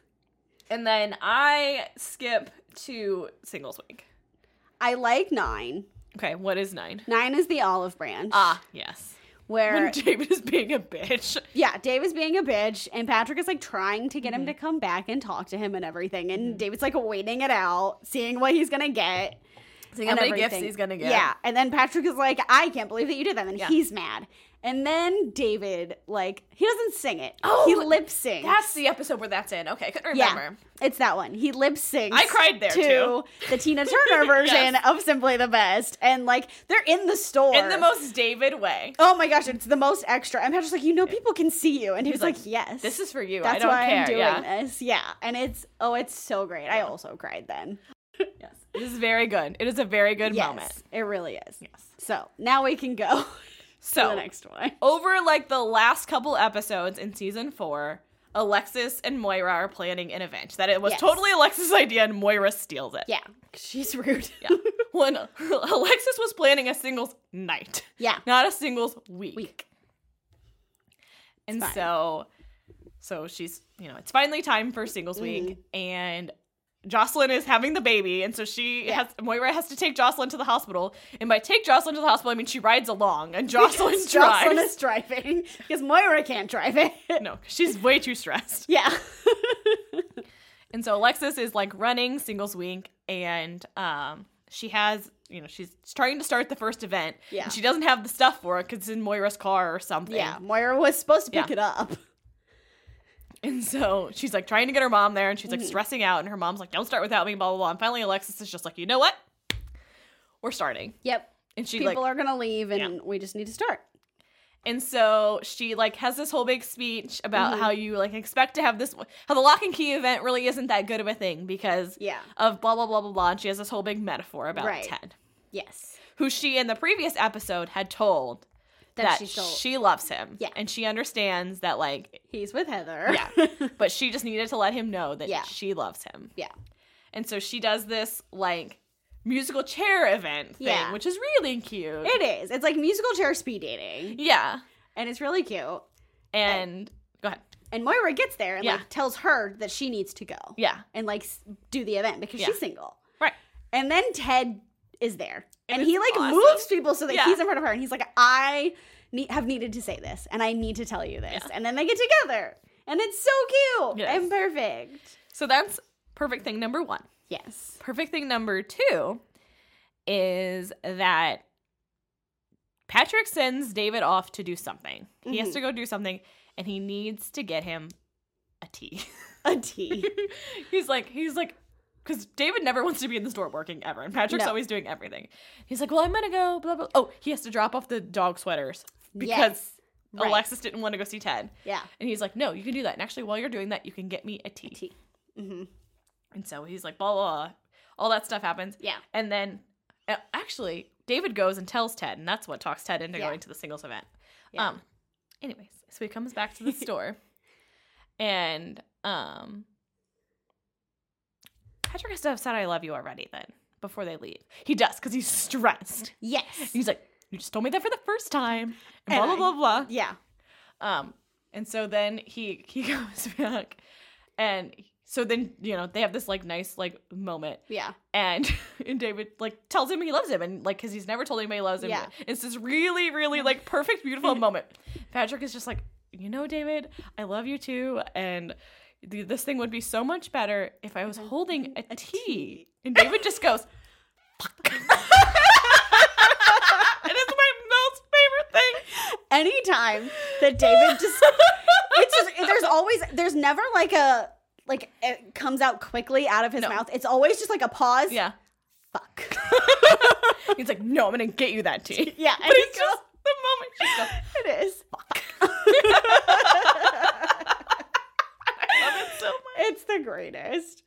Speaker 2: And then I skip to singles week.
Speaker 1: I like nine.
Speaker 2: Okay, what is nine?
Speaker 1: Nine is the olive branch.
Speaker 2: Ah, yes.
Speaker 1: where
Speaker 2: when David is being a bitch.
Speaker 1: Yeah, Dave is being a bitch, and Patrick is like trying to get him to come back and talk to him and everything. And David's like waiting it out, seeing what he's gonna get.
Speaker 5: See how
Speaker 1: and
Speaker 5: many gifts
Speaker 1: everything.
Speaker 5: he's gonna get.
Speaker 1: Yeah. And then Patrick is like, I can't believe that you did that. And
Speaker 5: Yeah.
Speaker 1: he's mad. And then David, like, he doesn't sing it. he lip syncs.
Speaker 5: That's the episode where that's in. Okay, I couldn't
Speaker 1: yeah,
Speaker 5: remember.
Speaker 1: it's that one. He lip syncs.
Speaker 2: I cried there,
Speaker 1: to
Speaker 2: too.
Speaker 1: The Tina Turner version of Simply the Best, and like they're in the store
Speaker 2: in the most David way.
Speaker 1: Oh my gosh, it's the most extra. I'm just like, you know, people can see you, and he's, like, yes,
Speaker 2: This is for you.
Speaker 1: that's
Speaker 2: I don't
Speaker 1: why
Speaker 2: care.
Speaker 1: I'm doing
Speaker 2: yeah.
Speaker 1: this. Yeah, and it's oh, it's so great. I also cried then.
Speaker 2: This is very good. It is a very good
Speaker 1: yes,
Speaker 2: moment.
Speaker 1: it really is. Yes. So now we can go to
Speaker 2: So
Speaker 1: the next one.
Speaker 2: over like the last couple episodes in season four, Alexis and Moira are planning an event. That it was
Speaker 1: Yes.
Speaker 2: totally Alexis' idea and Moira steals it.
Speaker 1: Yeah, she's rude.
Speaker 2: Yeah. When Alexis was planning a singles night.
Speaker 1: Yeah.
Speaker 2: Not a singles week.
Speaker 1: Weak.
Speaker 2: and
Speaker 1: fine.
Speaker 2: so so she's, you know, it's finally time for singles week
Speaker 1: Mm-hmm.
Speaker 2: and Jocelyn is having the baby and so she
Speaker 1: Yeah.
Speaker 2: has Moira has to take Jocelyn to the hospital. And by take Jocelyn to the hospital, I mean she rides along and Jocelyn drives.
Speaker 1: Jocelyn is driving because Moira can't drive it.
Speaker 2: no, 'cause she's way too stressed.
Speaker 1: Yeah.
Speaker 2: And so Alexis is like running singles week and um she has you know she's trying to start the first event
Speaker 1: Yeah.
Speaker 2: and she doesn't have the stuff for it because it's in moira's car or something
Speaker 1: yeah. Moira was supposed to pick
Speaker 2: Yeah.
Speaker 1: it up.
Speaker 2: and so she's like trying to get her mom there and she's
Speaker 1: Mm-hmm.
Speaker 2: like stressing out and her mom's like don't start without me blah blah blah and finally alexis is just like you know what we're starting
Speaker 1: Yep.
Speaker 2: and she
Speaker 1: People
Speaker 2: like
Speaker 1: are gonna leave, and we just need to start.
Speaker 2: and so she like has this whole big speech about
Speaker 1: Mm-hmm.
Speaker 2: how you like expect to have this how the lock and key event really isn't that good of a thing because
Speaker 1: Yeah.
Speaker 2: of blah blah blah blah blah and she has this whole big metaphor about
Speaker 1: Right.
Speaker 2: ted
Speaker 1: Yes.
Speaker 2: who she in the previous episode had told that,
Speaker 1: That, she she's still
Speaker 2: she loves him.
Speaker 1: Yeah.
Speaker 2: And she understands that, like,
Speaker 1: he's with Heather.
Speaker 2: yeah. but she just needed to let him know that
Speaker 1: Yeah.
Speaker 2: she loves him.
Speaker 1: yeah.
Speaker 2: And so she does this, like, musical chair event thing,
Speaker 1: Yeah.
Speaker 2: which is really cute.
Speaker 1: It is. It's like musical chair speed dating,
Speaker 2: yeah.
Speaker 1: and it's really cute.
Speaker 2: And go ahead.
Speaker 1: And Moira gets there and
Speaker 2: Yeah.
Speaker 1: like tells her that she needs to go.
Speaker 2: Yeah.
Speaker 1: And like s- do the event because
Speaker 2: Yeah.
Speaker 1: she's single.
Speaker 2: Right.
Speaker 1: And then Ted is there. And,
Speaker 2: And
Speaker 1: he
Speaker 2: it's
Speaker 1: like
Speaker 2: awesome.
Speaker 1: moves people so that
Speaker 2: Yeah.
Speaker 1: he's in front of her and he's like I need, have needed to say this and I need to tell you this. And then they get together. And it's so cute
Speaker 2: Yes.
Speaker 1: and perfect.
Speaker 2: So that's perfect thing number one.
Speaker 1: Yes.
Speaker 2: Perfect thing number two is that Patrick sends David off to do something. He
Speaker 1: Mm-hmm.
Speaker 2: has to go do something, and he needs to get him a tea.
Speaker 1: A T.
Speaker 2: he's like, he's like, because David never wants to be in the store working ever, and Patrick's
Speaker 1: No.
Speaker 2: always doing everything. He's like, well, I'm gonna go. Blah blah. Oh, he has to drop off the dog sweaters because
Speaker 1: Yes. Right.
Speaker 2: Alexis didn't want to go see Ted.
Speaker 1: Yeah.
Speaker 2: And he's like, no, you can do that. And actually, while you're doing that, you can get me a tea.
Speaker 1: tea. Mhm.
Speaker 2: And so he's like, blah, blah, blah. All that stuff happens.
Speaker 1: Yeah.
Speaker 2: And then uh, actually, David goes and tells Ted, and that's what talks Ted into
Speaker 1: Yeah.
Speaker 2: going to the singles event.
Speaker 1: Yeah.
Speaker 2: Um, anyways, so he comes back to the store, and um, Patrick has to have said, I love you already then before they leave. He does because he's stressed.
Speaker 1: Yes.
Speaker 2: He's like, You just told me that for the first time. And
Speaker 1: And I-
Speaker 2: blah, blah, blah, blah.
Speaker 1: Yeah.
Speaker 2: Um, and so then he he goes back, and so then you know they have this like nice like moment,
Speaker 1: Yeah.
Speaker 2: and and David like tells him he loves him, and like because he's never told anybody he loves him.
Speaker 1: Yeah.
Speaker 2: It's this really really like perfect beautiful moment. Patrick is just like, you know, David, I love you too, and. th- This thing would be so much better if I was holding a tea. And David just goes, fuck. it is my most favorite thing.
Speaker 1: anytime that David just it's just there's always there's never like a like it comes out quickly out of his
Speaker 2: No.
Speaker 1: mouth. It's always just like a pause.
Speaker 2: Yeah.
Speaker 1: Fuck.
Speaker 2: He's like, no, I'm gonna get you that tea.
Speaker 1: Yeah,
Speaker 2: but
Speaker 1: and he
Speaker 2: it's just the moment she goes,
Speaker 1: it is.
Speaker 2: "I love it so much."
Speaker 1: It's the greatest.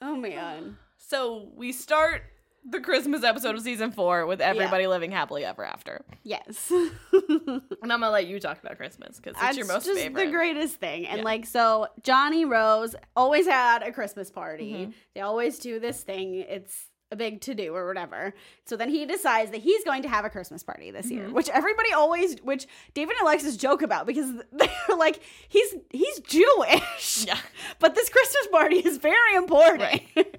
Speaker 1: Oh man.
Speaker 2: So we start the Christmas episode of season four with everybody living happily ever after,
Speaker 1: Yes.
Speaker 2: and I'm gonna let you talk about Christmas because it's
Speaker 1: That's
Speaker 2: your most
Speaker 1: just
Speaker 2: favorite.
Speaker 1: the greatest thing. And
Speaker 2: Yeah.
Speaker 1: like so Johnny Rose always had a Christmas party.
Speaker 2: Mm-hmm.
Speaker 1: They always do this thing. It's a big to do or whatever. So then he decides that he's going to have a Christmas party this
Speaker 2: Mm-hmm.
Speaker 1: year, which everybody always which David and Alexis joke about because they're like he's he's Jewish.
Speaker 2: Yeah.
Speaker 1: But this Christmas party is very important.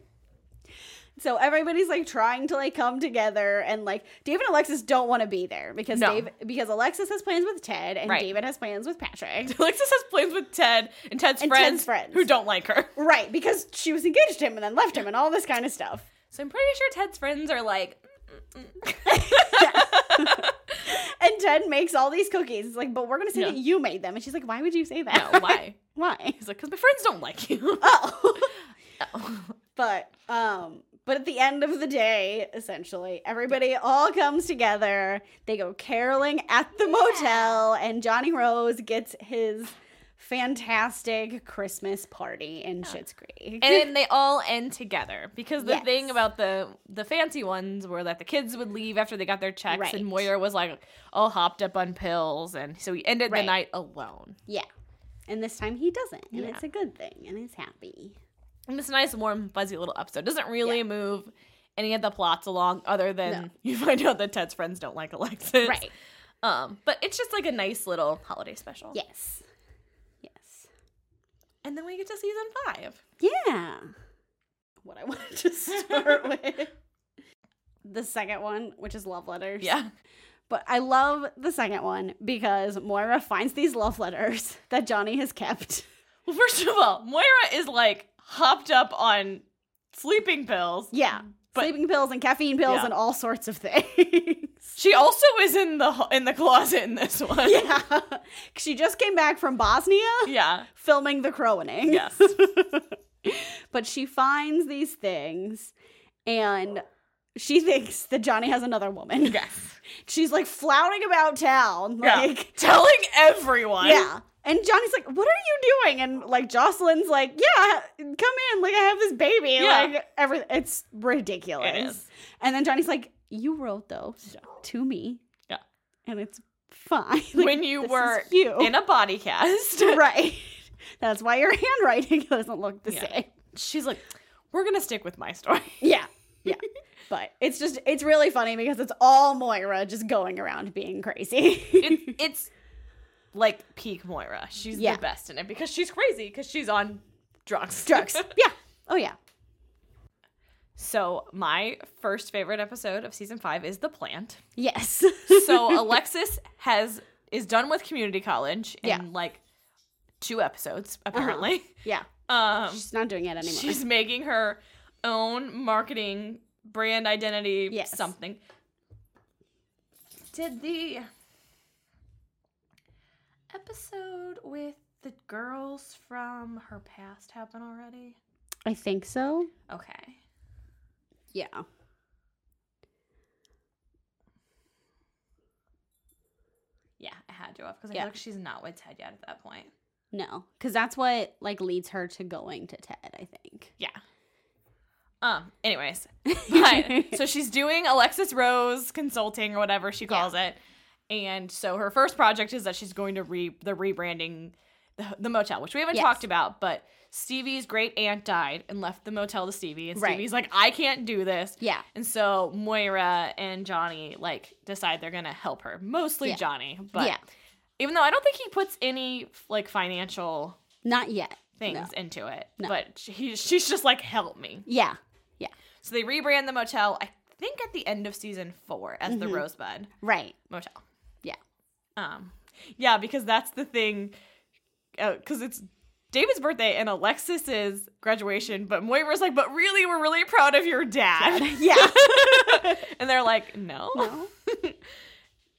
Speaker 1: So everybody's like trying to like come together and like David and Alexis don't want to be there because
Speaker 2: No.
Speaker 1: Dave because Alexis has plans with Ted and
Speaker 2: Right.
Speaker 1: David has plans with Patrick.
Speaker 2: Alexis has plans with Ted and Ted's
Speaker 1: And
Speaker 2: friends,
Speaker 1: Ted's friends.
Speaker 2: who don't like her.
Speaker 1: Right, because she was engaged to him and then left him and all this kind of stuff.
Speaker 2: So I'm pretty sure Ted's friends are like,
Speaker 1: And Ted makes all these cookies. It's like, but we're gonna say
Speaker 2: Yeah.
Speaker 1: that you made them. And she's like, why would you say that?
Speaker 2: no, why?
Speaker 1: why?
Speaker 2: He's like, because my friends don't like you.
Speaker 1: Oh. but um but at the end of the day essentially everybody all comes together they go caroling at the motel and johnny rose gets his fantastic christmas party in Schitt's creek
Speaker 2: and then they all end together because the
Speaker 1: Yes.
Speaker 2: thing about the the fancy ones were that the kids would leave after they got their checks
Speaker 1: Right.
Speaker 2: and moira was like all hopped up on pills and so he ended
Speaker 1: Right.
Speaker 2: the night alone
Speaker 1: yeah and this time he doesn't and it's a good thing and it's happy
Speaker 2: and this nice warm fuzzy little episode doesn't really move any of the plots along other than you find out that ted's friends don't like alexis
Speaker 1: Right.
Speaker 2: um but it's just like a nice little holiday special
Speaker 1: yes yes
Speaker 2: and then we get to season five
Speaker 1: Yeah. What I wanted to start with. The second one, which is love letters.
Speaker 2: yeah
Speaker 1: But I love the second one because Moira finds these love letters that Johnny has kept.
Speaker 2: well first of all moira is like hopped up on sleeping pills
Speaker 1: Yeah.
Speaker 2: Mm. But-
Speaker 1: Sleeping pills and caffeine pills
Speaker 2: Yeah.
Speaker 1: and all sorts of things.
Speaker 2: She also is in the in the closet in this one.
Speaker 1: yeah. She just came back from Bosnia
Speaker 2: Yeah.
Speaker 1: filming the crowaning.
Speaker 2: Yes.
Speaker 1: but she finds these things and she thinks that Johnny has another woman.
Speaker 2: Yes.
Speaker 1: She's like flouting about town. Like,
Speaker 2: yeah. Telling everyone.
Speaker 1: Yeah. And Johnny's like, "What are you doing?" And like Jocelyn's like, "Yeah, come in. Like I have this baby.
Speaker 2: Yeah.
Speaker 1: Like everything. It's ridiculous."
Speaker 2: It is.
Speaker 1: And then Johnny's like, "You wrote those to me."
Speaker 2: Yeah.
Speaker 1: And it's fine. Like,
Speaker 2: when you
Speaker 1: this
Speaker 2: were
Speaker 1: is you,
Speaker 2: in a body cast.
Speaker 1: right? That's why your handwriting doesn't look the
Speaker 2: Yeah.
Speaker 1: same.
Speaker 2: She's like, we're gonna stick with my story.
Speaker 1: Yeah. Yeah. but it's just it's really funny because it's all Moira just going around being crazy.
Speaker 2: It, it's like peak Moira. She's
Speaker 1: Yeah.
Speaker 2: the best in it because she's crazy because she's on drugs.
Speaker 1: Drugs. Yeah. Oh yeah.
Speaker 2: so my first favorite episode of season five is the plant.
Speaker 1: Yes.
Speaker 2: So Alexis has is done with community college in
Speaker 1: Yeah. Uh-huh.
Speaker 2: like two episodes apparently.
Speaker 1: yeah.
Speaker 2: Um,
Speaker 1: She's not doing it anymore.
Speaker 2: She's making her own marketing brand identity
Speaker 1: Yes.
Speaker 2: something. Did the episode with the girls from her past happen already?
Speaker 1: I think so.
Speaker 2: Okay.
Speaker 1: Yeah.
Speaker 2: Yeah, I had to have because I
Speaker 1: Yeah.
Speaker 2: feel like she's not with Ted yet at that point.
Speaker 1: No, because that's what like leads her to going to Ted. I think.
Speaker 2: Yeah. Um, anyways. But, so she's doing Alexis Rose consulting or whatever she calls it. And so her first project is that she's going to re the rebranding the, the motel, which we haven't
Speaker 1: Yes.
Speaker 2: talked about, but Stevie's great aunt died and left the motel to Stevie. And
Speaker 1: Right.
Speaker 2: Stevie's like, I can't do this.
Speaker 1: Yeah.
Speaker 2: And so Moira and Johnny like decide they're gonna help her. Mostly
Speaker 1: Yeah.
Speaker 2: Johnny. But
Speaker 1: Yeah.
Speaker 2: even though I don't think he puts any like financial
Speaker 1: Not yet.
Speaker 2: things
Speaker 1: No.
Speaker 2: into it.
Speaker 1: No.
Speaker 2: But she, she's just like, help me.
Speaker 1: Yeah. Yeah.
Speaker 2: So they rebrand the motel, I think at the end of season four, as
Speaker 1: Mm-hmm.
Speaker 2: the Rosebud
Speaker 1: Right.
Speaker 2: Motel.
Speaker 1: Yeah.
Speaker 2: Um, yeah, because that's the thing. Because it's David's birthday and Alexis's graduation, but Moira's like, but really, we're really proud of your dad.
Speaker 1: Yeah.
Speaker 2: and they're like, no.
Speaker 1: No.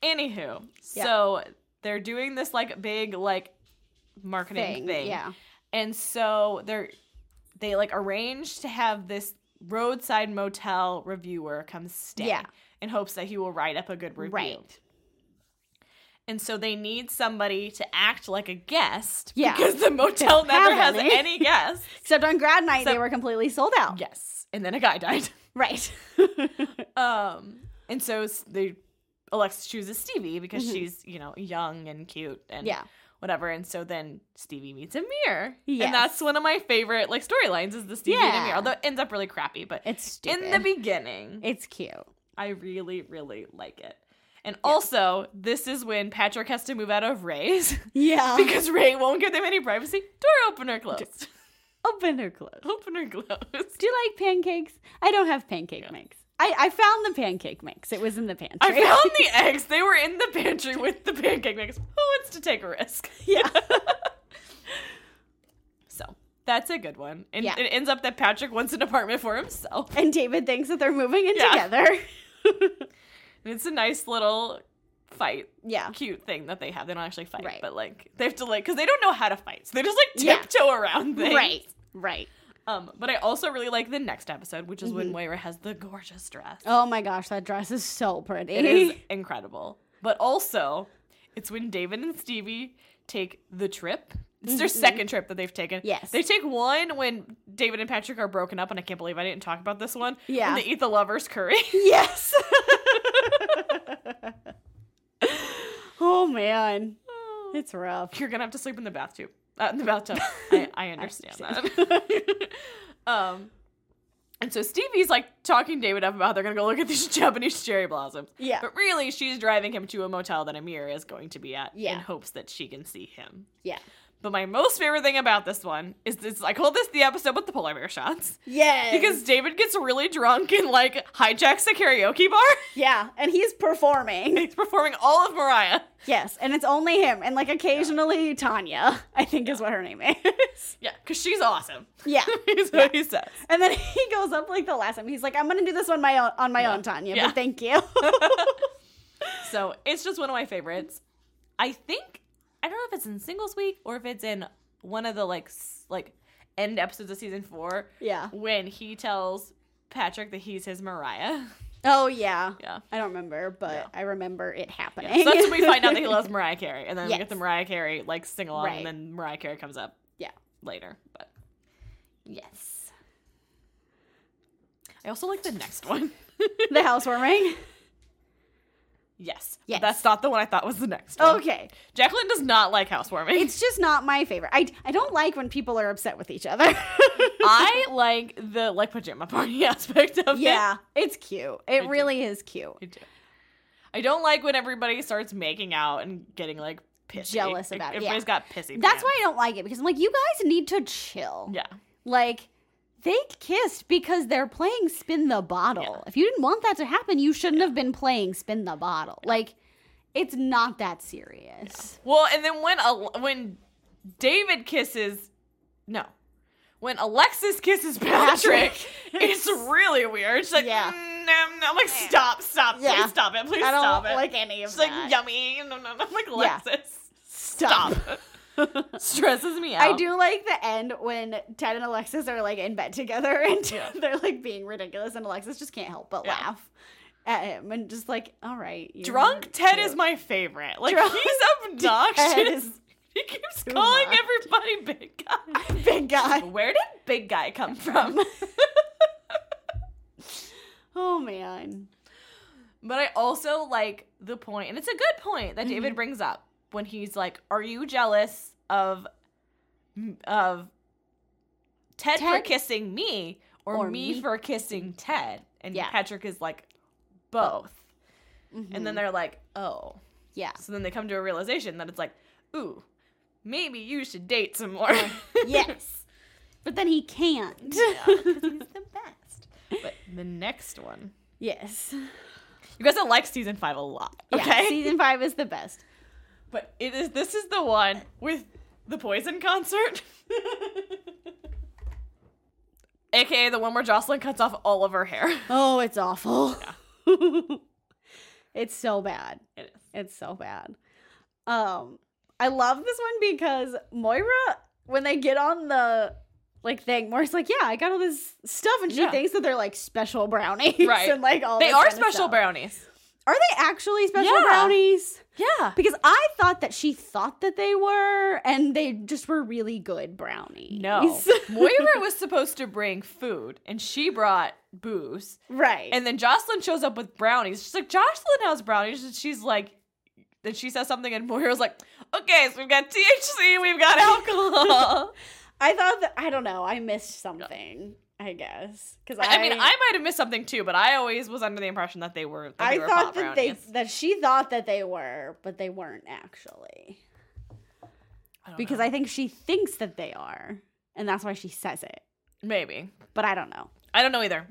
Speaker 2: Anywho, so they're doing this like big, like, marketing
Speaker 1: Thing, Yeah.
Speaker 2: and so they're they like arrange to have this roadside motel reviewer come stay
Speaker 1: Yeah.
Speaker 2: in hopes that he will write up a good review.
Speaker 1: Right.
Speaker 2: And so they need somebody to act like a guest
Speaker 1: Yeah.
Speaker 2: because the motel
Speaker 1: Don't
Speaker 2: never
Speaker 1: have
Speaker 2: has
Speaker 1: any.
Speaker 2: any guests.
Speaker 1: Except on grad night, they
Speaker 2: So-
Speaker 1: were completely sold out.
Speaker 2: yes. And then a guy died.
Speaker 1: Right.
Speaker 2: Um and so s- they Alexa chooses Stevie because she's, you know, young and cute and
Speaker 1: Mm-hmm. Yeah.
Speaker 2: whatever. And so then Stevie meets Amir.
Speaker 1: Yes.
Speaker 2: And that's one of my favorite like storylines is the Stevie and Amir.
Speaker 1: Yeah.
Speaker 2: Although it ends up really crappy, but
Speaker 1: it's stupid.
Speaker 2: in the beginning,
Speaker 1: it's cute.
Speaker 2: I really, really like it. And also, this is when Patrick has to move out of Ray's
Speaker 1: Yeah.
Speaker 2: because Ray won't give them any privacy. Door opener closed.
Speaker 1: Open or close.
Speaker 2: opener closed.
Speaker 1: Do you like pancakes? I don't have pancake mix. I, I found the pancake mix. It was in the pantry.
Speaker 2: I found the eggs. They were in the pantry with the pancake mix. Who wants to take a risk?
Speaker 1: yeah.
Speaker 2: So That's a good one. And
Speaker 1: Yeah.
Speaker 2: it ends up that Patrick wants an apartment for himself.
Speaker 1: And David thinks that they're moving in
Speaker 2: Yeah.
Speaker 1: together.
Speaker 2: And it's a nice little fight,
Speaker 1: yeah.
Speaker 2: cute thing that they have. They don't actually fight,
Speaker 1: Right.
Speaker 2: but like they have to like because they don't know how to fight, so they just like
Speaker 1: Yeah.
Speaker 2: tiptoe around things.
Speaker 1: Right. Right.
Speaker 2: Um, but I also really like the next episode, which is
Speaker 1: Mm-hmm.
Speaker 2: when Moira has the gorgeous dress.
Speaker 1: Oh my gosh, that dress is so pretty.
Speaker 2: It is incredible. But also, it's when David and Stevie take the trip. It's their second trip that they've taken.
Speaker 1: Mm-hmm. Yes.
Speaker 2: They take one when David and Patrick are broken up, and I can't believe I didn't talk about this one.
Speaker 1: Yeah.
Speaker 2: And they eat the lover's curry.
Speaker 1: Yes. oh man,
Speaker 2: Oh.
Speaker 1: it's rough.
Speaker 2: You're going to have to sleep in the bathtub. Uh, in the bathtub. I, I understand that. um, and so Stevie's like talking David up about they're going to go look at these Japanese cherry blossoms.
Speaker 1: Yeah.
Speaker 2: But really, she's driving him to a motel that Amir is going to be at in
Speaker 1: Yeah.
Speaker 2: hopes that she can see him.
Speaker 1: Yeah.
Speaker 2: But my most favorite thing about this one is this I call this the episode with the polar bear shots.
Speaker 1: Yes.
Speaker 2: Because David gets really drunk and like hijacks a karaoke bar.
Speaker 1: yeah, and he's performing.
Speaker 2: He's performing all of Mariah.
Speaker 1: Yes, and it's only him, and like occasionally Tanya, I think is what her name is.
Speaker 2: Yeah, because she's awesome.
Speaker 1: yeah.
Speaker 2: Is what he says.
Speaker 1: And then he goes up like the last time. He's like, "I'm gonna do this on my own, on my own, Tanya."
Speaker 2: Yeah.
Speaker 1: But thank you.
Speaker 2: So it's just one of my favorites. I think I don't know if it's in singles week or if it's in one of the like s- like end episodes of season four.
Speaker 1: Yeah.
Speaker 2: When he tells Patrick that he's his Mariah.
Speaker 1: oh yeah.
Speaker 2: Yeah.
Speaker 1: I don't remember, but I remember it happening.
Speaker 2: So that's when we find out that he loves Mariah Carey, and then we
Speaker 1: Yes.
Speaker 2: get the Mariah Carey like sing along,
Speaker 1: Right.
Speaker 2: and then Mariah Carey comes up
Speaker 1: yeah.
Speaker 2: later. But yes, I also like the next one.
Speaker 1: The housewarming.
Speaker 2: yes, but
Speaker 1: Yes.
Speaker 2: that's not the one I thought was the next. one.
Speaker 1: Okay.
Speaker 2: Jacqueline does not like housewarming.
Speaker 1: It's just not my favorite. I, I don't like when people are upset with each other.
Speaker 2: I like the like pajama party aspect of it.
Speaker 1: yeah, it's cute. It really is cute.
Speaker 2: I do. I don't like when everybody starts making out and getting like pissy.
Speaker 1: Jealous
Speaker 2: Like,
Speaker 1: about it,
Speaker 2: Everybody's
Speaker 1: yeah.
Speaker 2: got pissy.
Speaker 1: That's
Speaker 2: pants.
Speaker 1: why I don't like it because I'm like, you guys need to chill.
Speaker 2: Yeah.
Speaker 1: Like, they kissed because they're playing spin the bottle. If you didn't want that to happen, you shouldn't have been playing spin the bottle. Like, it's not that serious.
Speaker 2: Well, and then when Al- when David kisses, no, when Alexis kisses Patrick, it's really weird. She's like,
Speaker 1: Yeah.
Speaker 2: "Mm, no, no, I'm like, stop, stop,
Speaker 1: Yeah.
Speaker 2: please stop it, please
Speaker 1: I don't
Speaker 2: stop it.
Speaker 1: like any of
Speaker 2: She's
Speaker 1: that.
Speaker 2: like, yummy, no, no, no, I'm like Alexis,
Speaker 1: Stop.
Speaker 2: stop. Stresses me out.
Speaker 1: I do like the end when Ted and Alexis are like in bed together and they're like being ridiculous, and Alexis just can't help but
Speaker 2: Yeah.
Speaker 1: laugh at him and just like, all right, you
Speaker 2: Drunk
Speaker 1: are
Speaker 2: Ted
Speaker 1: cute."
Speaker 2: is my favorite. Like
Speaker 1: Drunk
Speaker 2: he's
Speaker 1: Ted
Speaker 2: obnoxious.
Speaker 1: is
Speaker 2: He keeps
Speaker 1: too
Speaker 2: calling
Speaker 1: much.
Speaker 2: everybody big guy.
Speaker 1: big guy.
Speaker 2: Where did big guy come from?
Speaker 1: Oh man,
Speaker 2: But I also like the point, and it's a good point that David brings up when he's like, "Are you jealous of of Ted, for
Speaker 1: Ted?
Speaker 2: kissing me, or,
Speaker 1: Or
Speaker 2: me,
Speaker 1: me
Speaker 2: for kissing Ted?" And
Speaker 1: Yeah.
Speaker 2: Patrick is like, "Both." And then they're like, "Oh."
Speaker 1: yeah,
Speaker 2: So then they come to a realization that it's like, "Ooh, maybe you should date some more."
Speaker 1: yes, but then he can't.
Speaker 2: the best. But the next one,
Speaker 1: yes,
Speaker 2: you guys will like season five a lot.
Speaker 1: Yeah,
Speaker 2: Okay.
Speaker 1: season five is the best.
Speaker 2: But it is this is the one with the poison concert. AKA the one where Jocelyn cuts off all of her hair.
Speaker 1: Oh, it's awful. it's so bad.
Speaker 2: It is.
Speaker 1: It's so bad. Um, I love this one because Moira, when they get on the like thing, Moira's like, "Yeah, I got all this stuff," and she
Speaker 2: Yeah.
Speaker 1: thinks that they're like special brownies,
Speaker 2: Right.
Speaker 1: And like all
Speaker 2: They
Speaker 1: this
Speaker 2: are
Speaker 1: kinda
Speaker 2: special
Speaker 1: stuff.
Speaker 2: brownies.
Speaker 1: Are they actually special
Speaker 2: Yeah.
Speaker 1: brownies?
Speaker 2: Yeah.
Speaker 1: Because I thought that she thought that they were, and they just were really good brownies.
Speaker 2: No. Moira was supposed to bring food and she brought booze.
Speaker 1: right?
Speaker 2: And then Jocelyn shows up with brownies. She's like, Jocelyn has brownies. And she's like, then she says something, and Moira's like, okay, so we've got THC, we've got alcohol.
Speaker 1: I thought that I don't know. I missed something. I guess because I,
Speaker 2: I mean, I might have missed something too, but I always was under the impression that they were. That
Speaker 1: I
Speaker 2: they were
Speaker 1: thought
Speaker 2: pot
Speaker 1: that
Speaker 2: brownies.
Speaker 1: they that she thought that they were, but they weren't actually.
Speaker 2: I don't
Speaker 1: Because
Speaker 2: know.
Speaker 1: I think she thinks that they are, and that's why she says it.
Speaker 2: maybe
Speaker 1: But I don't know.
Speaker 2: I don't know either.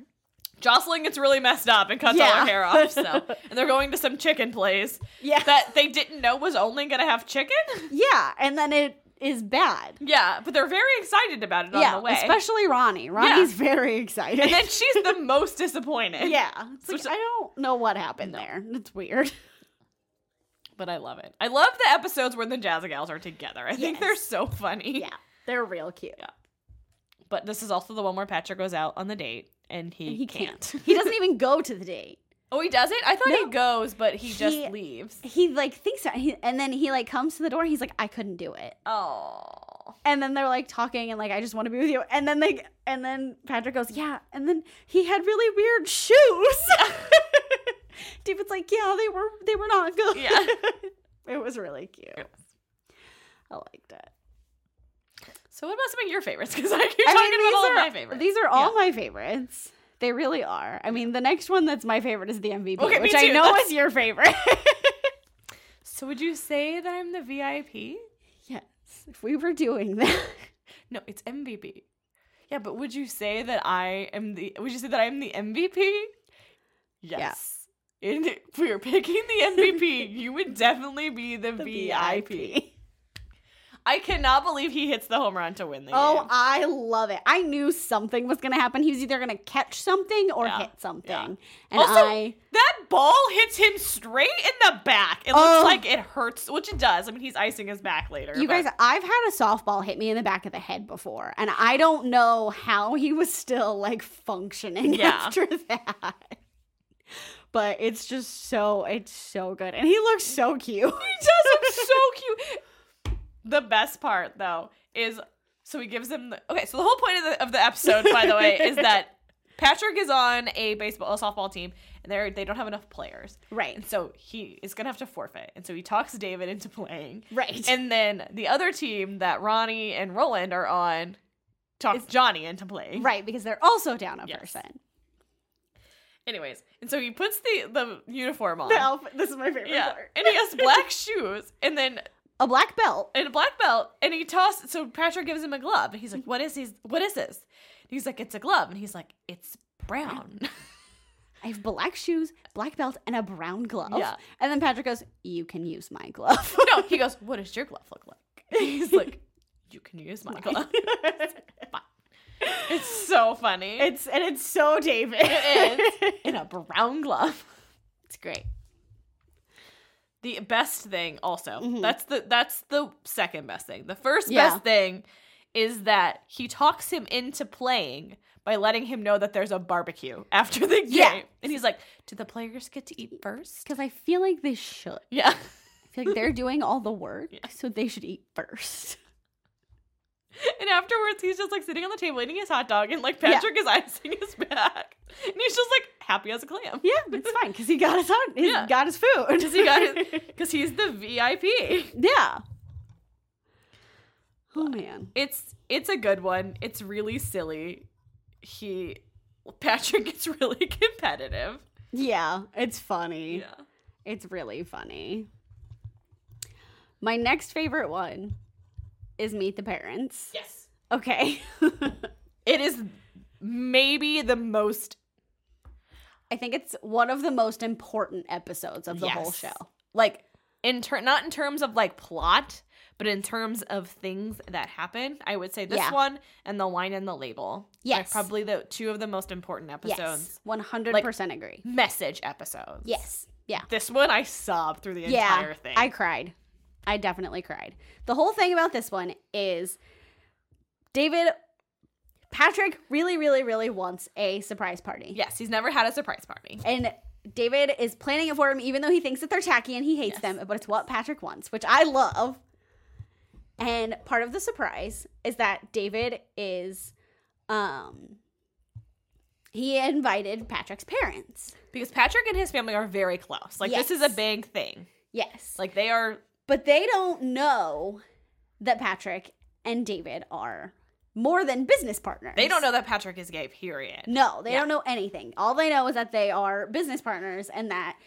Speaker 2: Jocelyn gets really messed up and cuts all
Speaker 1: Yeah.
Speaker 2: her hair off. So, and they're going to some chicken place
Speaker 1: Yeah.
Speaker 2: that they didn't know was only gonna have chicken.
Speaker 1: yeah, and then it is bad.
Speaker 2: Yeah, but they're very excited about it on
Speaker 1: yeah,
Speaker 2: the way.
Speaker 1: especially Ronnie. Ronnie's very excited.
Speaker 2: and then she's the most disappointed.
Speaker 1: yeah, it's
Speaker 2: So
Speaker 1: like,
Speaker 2: she-
Speaker 1: I don't know what happened there. It's weird.
Speaker 2: But I love it. I love the episodes where the Jazz Gals are together. I think they're so funny.
Speaker 1: yeah, they're real cute.
Speaker 2: But this is also the one where Patrick goes out on the date and he,
Speaker 1: And he
Speaker 2: can't.
Speaker 1: can't. he doesn't even go to the date.
Speaker 2: oh, he doesn't? I thought
Speaker 1: No.
Speaker 2: he goes, but he just
Speaker 1: He-
Speaker 2: leaves.
Speaker 1: He like thinks that, he, and then he like comes to the door. He's like, I couldn't do it.
Speaker 2: Oh.
Speaker 1: And then they're like talking, and like, I just want to be with you. And then they, and then Patrick goes, yeah. And then he had really weird shoes. David's like, yeah, they were they were not good.
Speaker 2: Yeah.
Speaker 1: it was really cute. I liked it.
Speaker 2: so what must have been your favorites? Because I keep
Speaker 1: I
Speaker 2: talking
Speaker 1: mean,
Speaker 2: about all
Speaker 1: these
Speaker 2: of
Speaker 1: are-
Speaker 2: my favorites.
Speaker 1: These are all my favorites. They really are. I mean, the next one that's my favorite is the MVP,
Speaker 2: Okay, me
Speaker 1: which I
Speaker 2: too.
Speaker 1: know
Speaker 2: That's-
Speaker 1: is your favorite.
Speaker 2: so would you say that I'm the VIP?
Speaker 1: yes, if we were doing that,
Speaker 2: No, it's MVP. Yeah, but would you say that I am the would you say that I'm the MVP? Yes. And if we are picking the MVP, you would definitely be the, VIP. I cannot believe he hits the home run to win the
Speaker 1: Oh,
Speaker 2: game.
Speaker 1: I love it. I knew something was going to happen. He was either going to catch something or
Speaker 2: Yeah,
Speaker 1: hit something.
Speaker 2: yeah.
Speaker 1: And
Speaker 2: also,
Speaker 1: I
Speaker 2: that ball hits him straight in the back. It looks
Speaker 1: Oh.
Speaker 2: like it hurts, which it does. I mean, he's icing his back later.
Speaker 1: You
Speaker 2: but-
Speaker 1: guys, I've had a softball hit me in the back of the head before, and I don't know how he was still like functioning
Speaker 2: Yeah.
Speaker 1: after that. But it's just so it's so good, and he looks so cute.
Speaker 2: He does. It's so cute. The best part, though, is so he gives him the. Okay, so the whole point of the, of the episode, by the way, is that Patrick is on a baseball, a softball team, and they they don't have enough players,
Speaker 1: Right.
Speaker 2: And so he is gonna have to forfeit, and so he talks David into playing,
Speaker 1: Right.
Speaker 2: And then the other team that Ronnie and Roland are on talks Johnny into playing,
Speaker 1: right, because they're also down a
Speaker 2: Yes.
Speaker 1: person.
Speaker 2: Anyways, and so he puts the the uniform on.
Speaker 1: The outfit. This is my favorite
Speaker 2: yeah,
Speaker 1: part.
Speaker 2: and he has black shoes, and then
Speaker 1: A black belt.
Speaker 2: in a black belt and he tossed so Patrick gives him a glove and he's like, What is he's what is this? And he's like, It's a glove and he's like, It's brown.
Speaker 1: I have black shoes, black belt, and a brown glove.
Speaker 2: Yeah.
Speaker 1: And then Patrick goes, "You can use my glove."
Speaker 2: no, he goes, What does your glove look like? And he's like, You can use my glove. Fine. It's so funny.
Speaker 1: it's and it's so David.
Speaker 2: It is in a brown glove.
Speaker 1: It's great.
Speaker 2: The best thing also. That's the that's the second best thing. The first
Speaker 1: Mm-hmm. Yeah.
Speaker 2: best thing is that he talks him into playing by letting him know that there's a barbecue after the game.
Speaker 1: Yeah.
Speaker 2: And he's like, Do the players get to eat first?
Speaker 1: Because I feel like they should.
Speaker 2: Yeah.
Speaker 1: I feel like they're doing all the work, so they should eat first.
Speaker 2: And afterwards, he's just like sitting on the table eating his hot dog, and like
Speaker 1: Yeah.
Speaker 2: Patrick is icing his back, and he's just like happy as a clam.
Speaker 1: Yeah, it's fine because he got his hot, he
Speaker 2: Yeah.
Speaker 1: got his food.
Speaker 2: Because he got his, because he's the VIP.
Speaker 1: yeah. Oh man,
Speaker 2: It's it's a good one. It's really silly. He Patrick gets really competitive.
Speaker 1: yeah, it's funny.
Speaker 2: Yeah.
Speaker 1: It's really funny. My next favorite one is Meet the Parents.
Speaker 2: Yes.
Speaker 1: Okay,
Speaker 2: It is maybe the most
Speaker 1: I think it's one of the most important episodes of the whole
Speaker 2: Yes.
Speaker 1: show.
Speaker 2: like in ter- not in terms of like plot, but in terms of things that happen. I would say this
Speaker 1: Yeah.
Speaker 2: one and the wine and the label. are
Speaker 1: Yes.
Speaker 2: probably the two of the most important episodes.
Speaker 1: Yes, one hundred percent agree.
Speaker 2: Message episodes.
Speaker 1: Yes, yeah.
Speaker 2: This one I sobbed through the entire thing.
Speaker 1: I cried. I definitely cried. The whole thing about this one is David Patrick really, really, really wants a surprise party.
Speaker 2: yes, he's never had a surprise party.
Speaker 1: And David is planning it for him, even though he thinks that they're tacky and he hates them, but it's what Patrick wants, which I love. And part of the surprise is that David is um he invited Patrick's parents.
Speaker 2: Because Patrick and his family are very close. Like this is
Speaker 1: Yes.
Speaker 2: a big thing.
Speaker 1: Yes.
Speaker 2: Like they are
Speaker 1: but they don't know that Patrick and David are more than business partners.
Speaker 2: they don't know that Patrick is gay, period.
Speaker 1: No, they
Speaker 2: Yeah.
Speaker 1: don't know anything. All they know is that they are business partners and that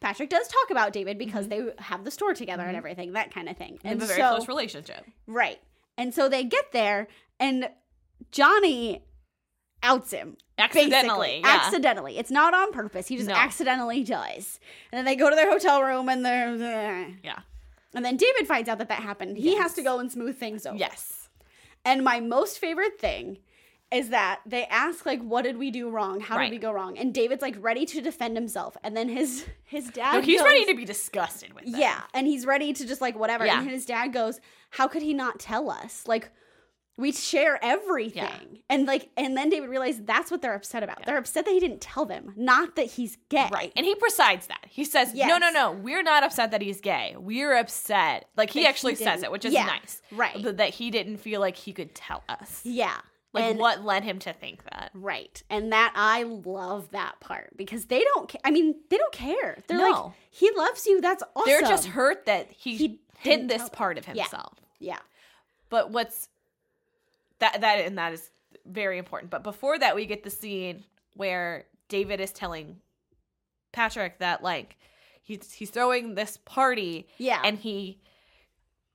Speaker 1: Patrick does talk about David because they have the store together and everything, that kind of thing.
Speaker 2: Mm-hmm. They have
Speaker 1: And
Speaker 2: a very
Speaker 1: so,
Speaker 2: close relationship.
Speaker 1: right. And so they get there and Johnny outs him.
Speaker 2: Accidentally.
Speaker 1: basically.
Speaker 2: yeah.
Speaker 1: Accidentally. It's not on purpose. He just
Speaker 2: No.
Speaker 1: accidentally does. And then they go to their hotel room and they're
Speaker 2: yeah.
Speaker 1: And then David finds out that that happened. He has to go and smooth things over.
Speaker 2: Yes.
Speaker 1: And my most favorite thing is that they ask like, "What did we do wrong? How
Speaker 2: Right.
Speaker 1: did we go wrong?" And David's like ready to defend himself, and then his his dad.
Speaker 2: Look, he's
Speaker 1: goes-
Speaker 2: ready to be disgusted with. Them.
Speaker 1: Yeah, and he's ready to just like whatever. And
Speaker 2: Yeah.
Speaker 1: his dad goes, "How could he not tell us? Like, we share everything." And like, and then David realized that's what they're upset about. They're upset that he didn't tell them, not that he's gay.
Speaker 2: Right. And he presides that. He says, no, no,
Speaker 1: Yes.
Speaker 2: no, we're not upset that he's gay. We're upset. Like, he
Speaker 1: he
Speaker 2: actually says
Speaker 1: didn't-
Speaker 2: it, which is
Speaker 1: Yeah,
Speaker 2: nice.
Speaker 1: right.
Speaker 2: But that he didn't feel like he could tell us.
Speaker 1: Yeah.
Speaker 2: Like,
Speaker 1: and
Speaker 2: what led him to think that?
Speaker 1: Right. And that I love that part because they don't ca- I mean, they don't care. They're like
Speaker 2: No.
Speaker 1: he loves you. That's awesome.
Speaker 2: They're just hurt that he,
Speaker 1: He didn't
Speaker 2: hid
Speaker 1: tell
Speaker 2: this
Speaker 1: them.
Speaker 2: part of
Speaker 1: Yeah.
Speaker 2: himself.
Speaker 1: Yeah.
Speaker 2: But what's that, that, and that is very important. But before that, we get the scene where David is telling Patrick that, like, he's, he's throwing this party
Speaker 1: Yeah.
Speaker 2: and he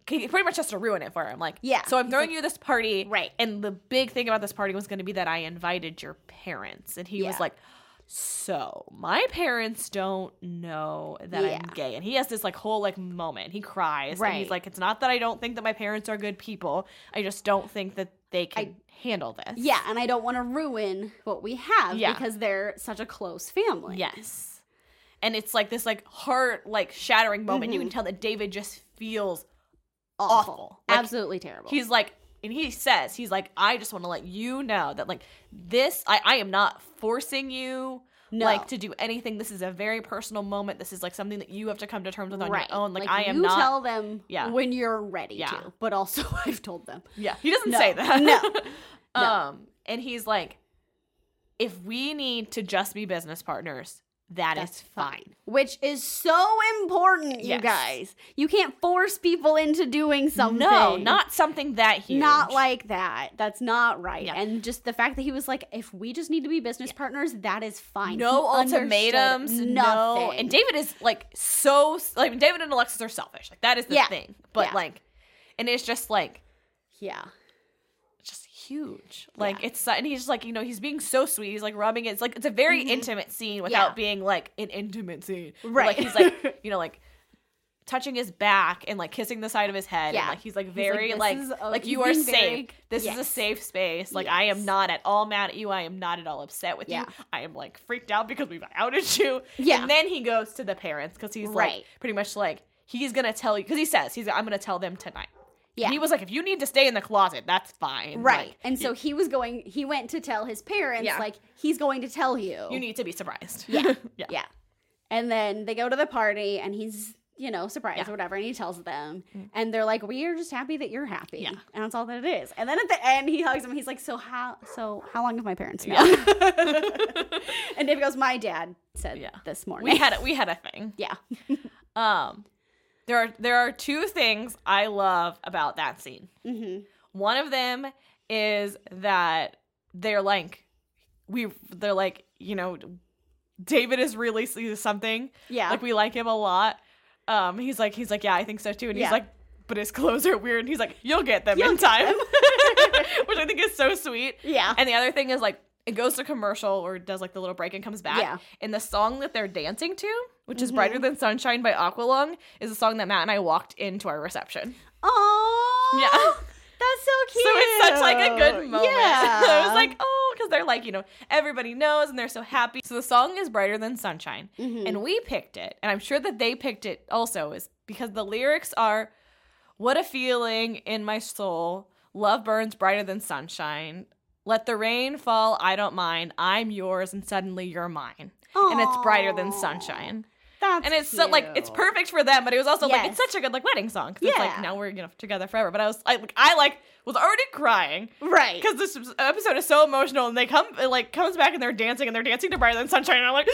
Speaker 2: he pretty much has to ruin it for him. Like,
Speaker 1: Yeah.
Speaker 2: So I'm
Speaker 1: He's
Speaker 2: throwing you this party,
Speaker 1: Right.
Speaker 2: And the big thing about this party was going to be that I invited your parents, and he
Speaker 1: Yeah.
Speaker 2: was like, "So my parents don't know that
Speaker 1: Yeah.
Speaker 2: I'm gay," and he has this like whole like moment. He cries, and
Speaker 1: Right.
Speaker 2: he's like, "It's not that I don't think that my parents are good people. I just don't think that they can handle this."
Speaker 1: yeah, and I don't want to ruin what we have
Speaker 2: Yeah.
Speaker 1: because they're such a close family.
Speaker 2: Yes. And it's like this like heart like shattering moment.
Speaker 1: Mm-hmm.
Speaker 2: You can tell that David just feels
Speaker 1: Awful.
Speaker 2: awful. Like,
Speaker 1: Absolutely terrible.
Speaker 2: He's like, and he says, he's like, I just want to let you know that like this, I, I am not forcing you.
Speaker 1: No.
Speaker 2: Like to do anything. This is a very personal moment. This is like something that you have to come to terms with on your own. Like, I am
Speaker 1: you
Speaker 2: not.
Speaker 1: tell them
Speaker 2: Yeah.
Speaker 1: when you're ready
Speaker 2: Yeah.
Speaker 1: to. But also I've told them.
Speaker 2: yeah, he doesn't
Speaker 1: No.
Speaker 2: say that.
Speaker 1: No.
Speaker 2: um, and he's like, if we need to just be business partners, That's fine.
Speaker 1: Which is so important, you
Speaker 2: Yes.
Speaker 1: guys. You can't force people into doing something.
Speaker 2: No, not something that huge.
Speaker 1: Not like that. That's not right.
Speaker 2: Yeah.
Speaker 1: And just the fact that he was like, if we just need to be business partners, that is fine.
Speaker 2: no
Speaker 1: He understood
Speaker 2: ultimatums, no. And David is like so like David and Alexis are selfish. Like that is the
Speaker 1: Yeah.
Speaker 2: thing. But
Speaker 1: Yeah.
Speaker 2: like, and it's just like
Speaker 1: yeah,
Speaker 2: just huge. Like it's so- and he's just like you know he's being so sweet. He's like rubbing it. It's like it's a very intimate scene without
Speaker 1: Mm-hmm. Yeah.
Speaker 2: being like an intimate scene. But,
Speaker 1: Right.
Speaker 2: Like he's like you know like. Touching his back and like kissing the side of his head,
Speaker 1: Yeah.
Speaker 2: and like he's like
Speaker 1: He's like,
Speaker 2: very
Speaker 1: "This
Speaker 2: like
Speaker 1: is
Speaker 2: like,
Speaker 1: a- he's
Speaker 2: you are
Speaker 1: being
Speaker 2: safe.
Speaker 1: very-
Speaker 2: This is a
Speaker 1: Yes.
Speaker 2: safe space. Like I
Speaker 1: Yes.
Speaker 2: am not at all mad at you. I am not at all upset with
Speaker 1: Yeah.
Speaker 2: you. I am like freaked out because we've outed you.
Speaker 1: Yeah.
Speaker 2: And then he goes to the parents because he's
Speaker 1: Right.
Speaker 2: like pretty much like he's gonna tell you because he says he's like, I'm gonna tell them tonight.
Speaker 1: yeah.
Speaker 2: And he was like, if you need to stay in the closet, that's fine.
Speaker 1: right.
Speaker 2: Like,
Speaker 1: and so he was going. He went to tell his parents,
Speaker 2: Yeah.
Speaker 1: like he's going to tell you.
Speaker 2: you need to be surprised.
Speaker 1: Yeah.
Speaker 2: yeah.
Speaker 1: yeah. And then they go to the party, and he's you know surprised
Speaker 2: Yeah. Mm.
Speaker 1: or whatever, and he tells them, and they're like, "We are just happy that you're happy."
Speaker 2: Yeah.
Speaker 1: And that's all that it is. And then at the end, he hugs him. He's like, "So how? So how long have my parents known?" and Dave goes, "My dad said
Speaker 2: Yeah.
Speaker 1: this morning."
Speaker 2: We had a, we had a thing.
Speaker 1: yeah.
Speaker 2: Um, there are there are two things I love about that scene.
Speaker 1: hmm
Speaker 2: One of them is that they're like, we they're like, you know, David is really s- something.
Speaker 1: Yeah.
Speaker 2: Like we like him a lot. Um, he's like he's like yeah, I think so too, and
Speaker 1: Yeah.
Speaker 2: he's like, but his clothes are weird. And he's like, you'll get them in time, which I think is so sweet.
Speaker 1: Yeah.
Speaker 2: And the other thing is like it goes to commercial or does like the little break and comes back.
Speaker 1: Yeah. Mm-hmm.
Speaker 2: And the song that they're dancing to, which is Brighter Than Sunshine by Aqualung, is a song that Matt and I walked into our reception.
Speaker 1: Oh.
Speaker 2: Yeah.
Speaker 1: That's so cute.
Speaker 2: So it's such like a good moment.
Speaker 1: Yeah.
Speaker 2: I was like, oh, because they're like, you know, everybody knows and they're so happy. So the song is Brighter Than Sunshine.
Speaker 1: Mm-hmm.
Speaker 2: And we picked it. And I'm sure that they picked it also, is because the lyrics are What a feeling in my soul. Love burns brighter than sunshine. Let the rain fall, I don't mind. I'm yours and suddenly you're mine. And it's brighter than
Speaker 1: Aw.
Speaker 2: sunshine.
Speaker 1: That's
Speaker 2: and it's so, like it's
Speaker 1: cute.
Speaker 2: perfect for them, but it was also like it's
Speaker 1: Yes.
Speaker 2: such a good like wedding song. 'cause It's
Speaker 1: Yeah.
Speaker 2: like now we're you know together forever. But I was like I like was already crying
Speaker 1: Right.
Speaker 2: because this episode is so emotional, and they come it, like comes back and they're dancing and they're dancing to Brighter Than Sunshine, and I'm like,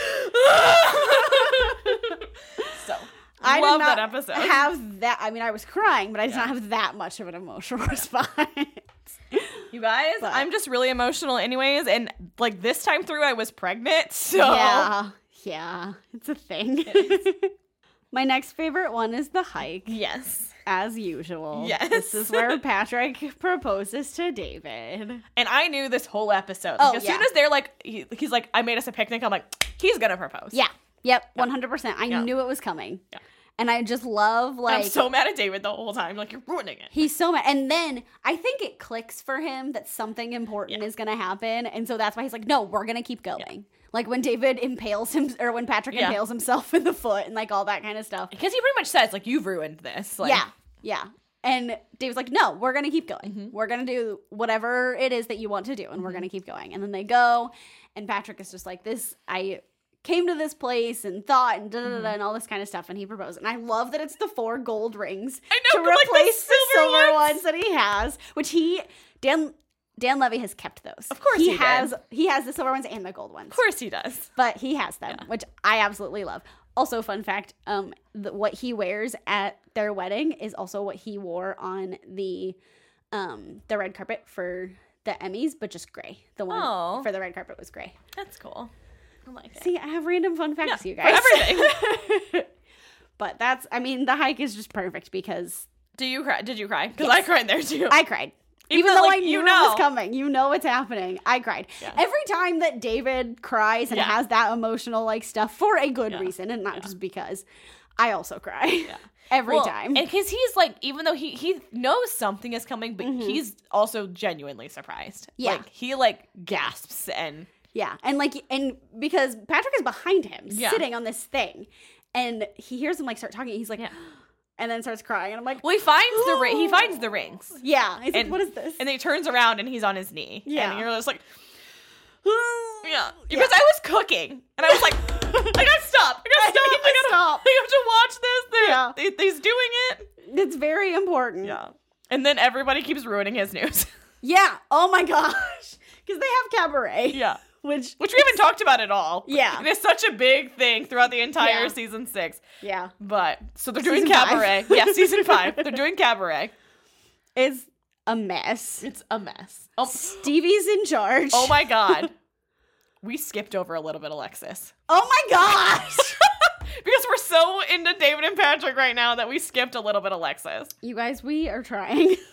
Speaker 2: so
Speaker 1: I
Speaker 2: I
Speaker 1: did
Speaker 2: love
Speaker 1: not
Speaker 2: that episode.
Speaker 1: Have that? I mean, I was crying, but I did not have that much of an emotional response.
Speaker 2: you guys,
Speaker 1: But-
Speaker 2: I'm just really emotional, anyways, and like this time through, I was pregnant, so
Speaker 1: Yeah, yeah, it's a thing. My next favorite one is the hike,
Speaker 2: yes.
Speaker 1: as usual.
Speaker 2: Yes.
Speaker 1: this is where Patrick proposes to David.
Speaker 2: And I knew this whole episode.
Speaker 1: Oh,
Speaker 2: Like, as soon
Speaker 1: yeah.
Speaker 2: as they're like, he, he's like, I made us a picnic. I'm like, he's gonna propose.
Speaker 1: Yeah, yep, one hundred percent. I knew it was coming.
Speaker 2: Yeah.
Speaker 1: And I just love like
Speaker 2: I'm so mad at David the whole time. Like you're ruining it.
Speaker 1: He's so mad. And then I think it clicks for him that something important is going to happen. And so that's why he's like, no, we're going to keep going. Like when David impales him, or when Patrick
Speaker 2: Yeah.
Speaker 1: impales himself in the foot and like all that kind of stuff.
Speaker 2: Because he pretty much says like you've ruined this. Like,
Speaker 1: yeah. Yeah. And David's like, no, we're going to keep going.
Speaker 2: Mm-hmm.
Speaker 1: We're going to do whatever it is that you want to do. And we're going to keep going. And then they go. And Patrick is just like, this, I came to this place and thought and da da da
Speaker 2: Mm-hmm.
Speaker 1: da and all this kind of stuff. And he proposed. And I love that it's the four gold rings
Speaker 2: I know,
Speaker 1: to
Speaker 2: but, like, the
Speaker 1: replace the silver,
Speaker 2: silver
Speaker 1: ones.
Speaker 2: ones.
Speaker 1: that he has, which he, Dan. Dan Levy has kept those. Of
Speaker 2: course he did.
Speaker 1: has. He has the silver ones and the gold ones
Speaker 2: Of course he does.
Speaker 1: but he has them, which I absolutely love. Also, fun fact: um, the, what he wears at their wedding is also what he wore on the um the red carpet for the Emmys, but just gray. The one
Speaker 2: Oh.
Speaker 1: for the red carpet was gray.
Speaker 2: That's cool. I like it.
Speaker 1: See, I have random fun facts, you
Speaker 2: for
Speaker 1: guys.
Speaker 2: everything.
Speaker 1: but that's, I mean, the hike is just perfect because
Speaker 2: Do you cry? Did you cry? Because I cried there too.
Speaker 1: I cried. Even,
Speaker 2: Even
Speaker 1: though
Speaker 2: though,
Speaker 1: I
Speaker 2: like,
Speaker 1: knew
Speaker 2: you
Speaker 1: it was
Speaker 2: know.
Speaker 1: coming, you know what's happening. I cried every time that David cries and
Speaker 2: Yeah.
Speaker 1: has that emotional like stuff for a good
Speaker 2: Yeah.
Speaker 1: reason and not just because. I also cry every
Speaker 2: Well,
Speaker 1: time.
Speaker 2: And because he's like, even though he he knows something is coming, but he's also genuinely surprised.
Speaker 1: Mm-hmm. Yeah.
Speaker 2: like, he like gasps and
Speaker 1: yeah, and like and because Patrick is behind him,
Speaker 2: Yeah.
Speaker 1: sitting on this thing, and he hears him like start talking. He's like,
Speaker 2: Yeah.
Speaker 1: and then starts crying, and I'm like,
Speaker 2: well, he finds the ri- he finds the rings.
Speaker 1: yeah. He's like,
Speaker 2: And
Speaker 1: what is this?
Speaker 2: And then he turns around and he's on his knee.
Speaker 1: Yeah.
Speaker 2: and you're just like, yeah, because I was cooking and I was like, I gotta stop. I gotta stop. I gotta
Speaker 1: stop.
Speaker 2: I have to watch this. They're-
Speaker 1: Yeah.
Speaker 2: they- he's doing it.
Speaker 1: it's very important.
Speaker 2: Yeah. And then everybody keeps ruining his news.
Speaker 1: Yeah. Oh my gosh, because they have cabaret.
Speaker 2: yeah.
Speaker 1: Which
Speaker 2: Which we haven't talked about at all.
Speaker 1: Yeah.
Speaker 2: It's such a big thing throughout the entire
Speaker 1: Yeah.
Speaker 2: season six.
Speaker 1: yeah,
Speaker 2: But so they're doing
Speaker 1: Season five.
Speaker 2: cabaret. yeah, season five. They're doing cabaret.
Speaker 1: is a mess.
Speaker 2: It's a mess. Oh,
Speaker 1: Stevie's in charge.
Speaker 2: oh my god. We skipped over a little bit, Alexis.
Speaker 1: Oh my gosh.
Speaker 2: Because we're so into David and Patrick right now that we skipped a little bit, Alexis.
Speaker 1: you guys, we are trying.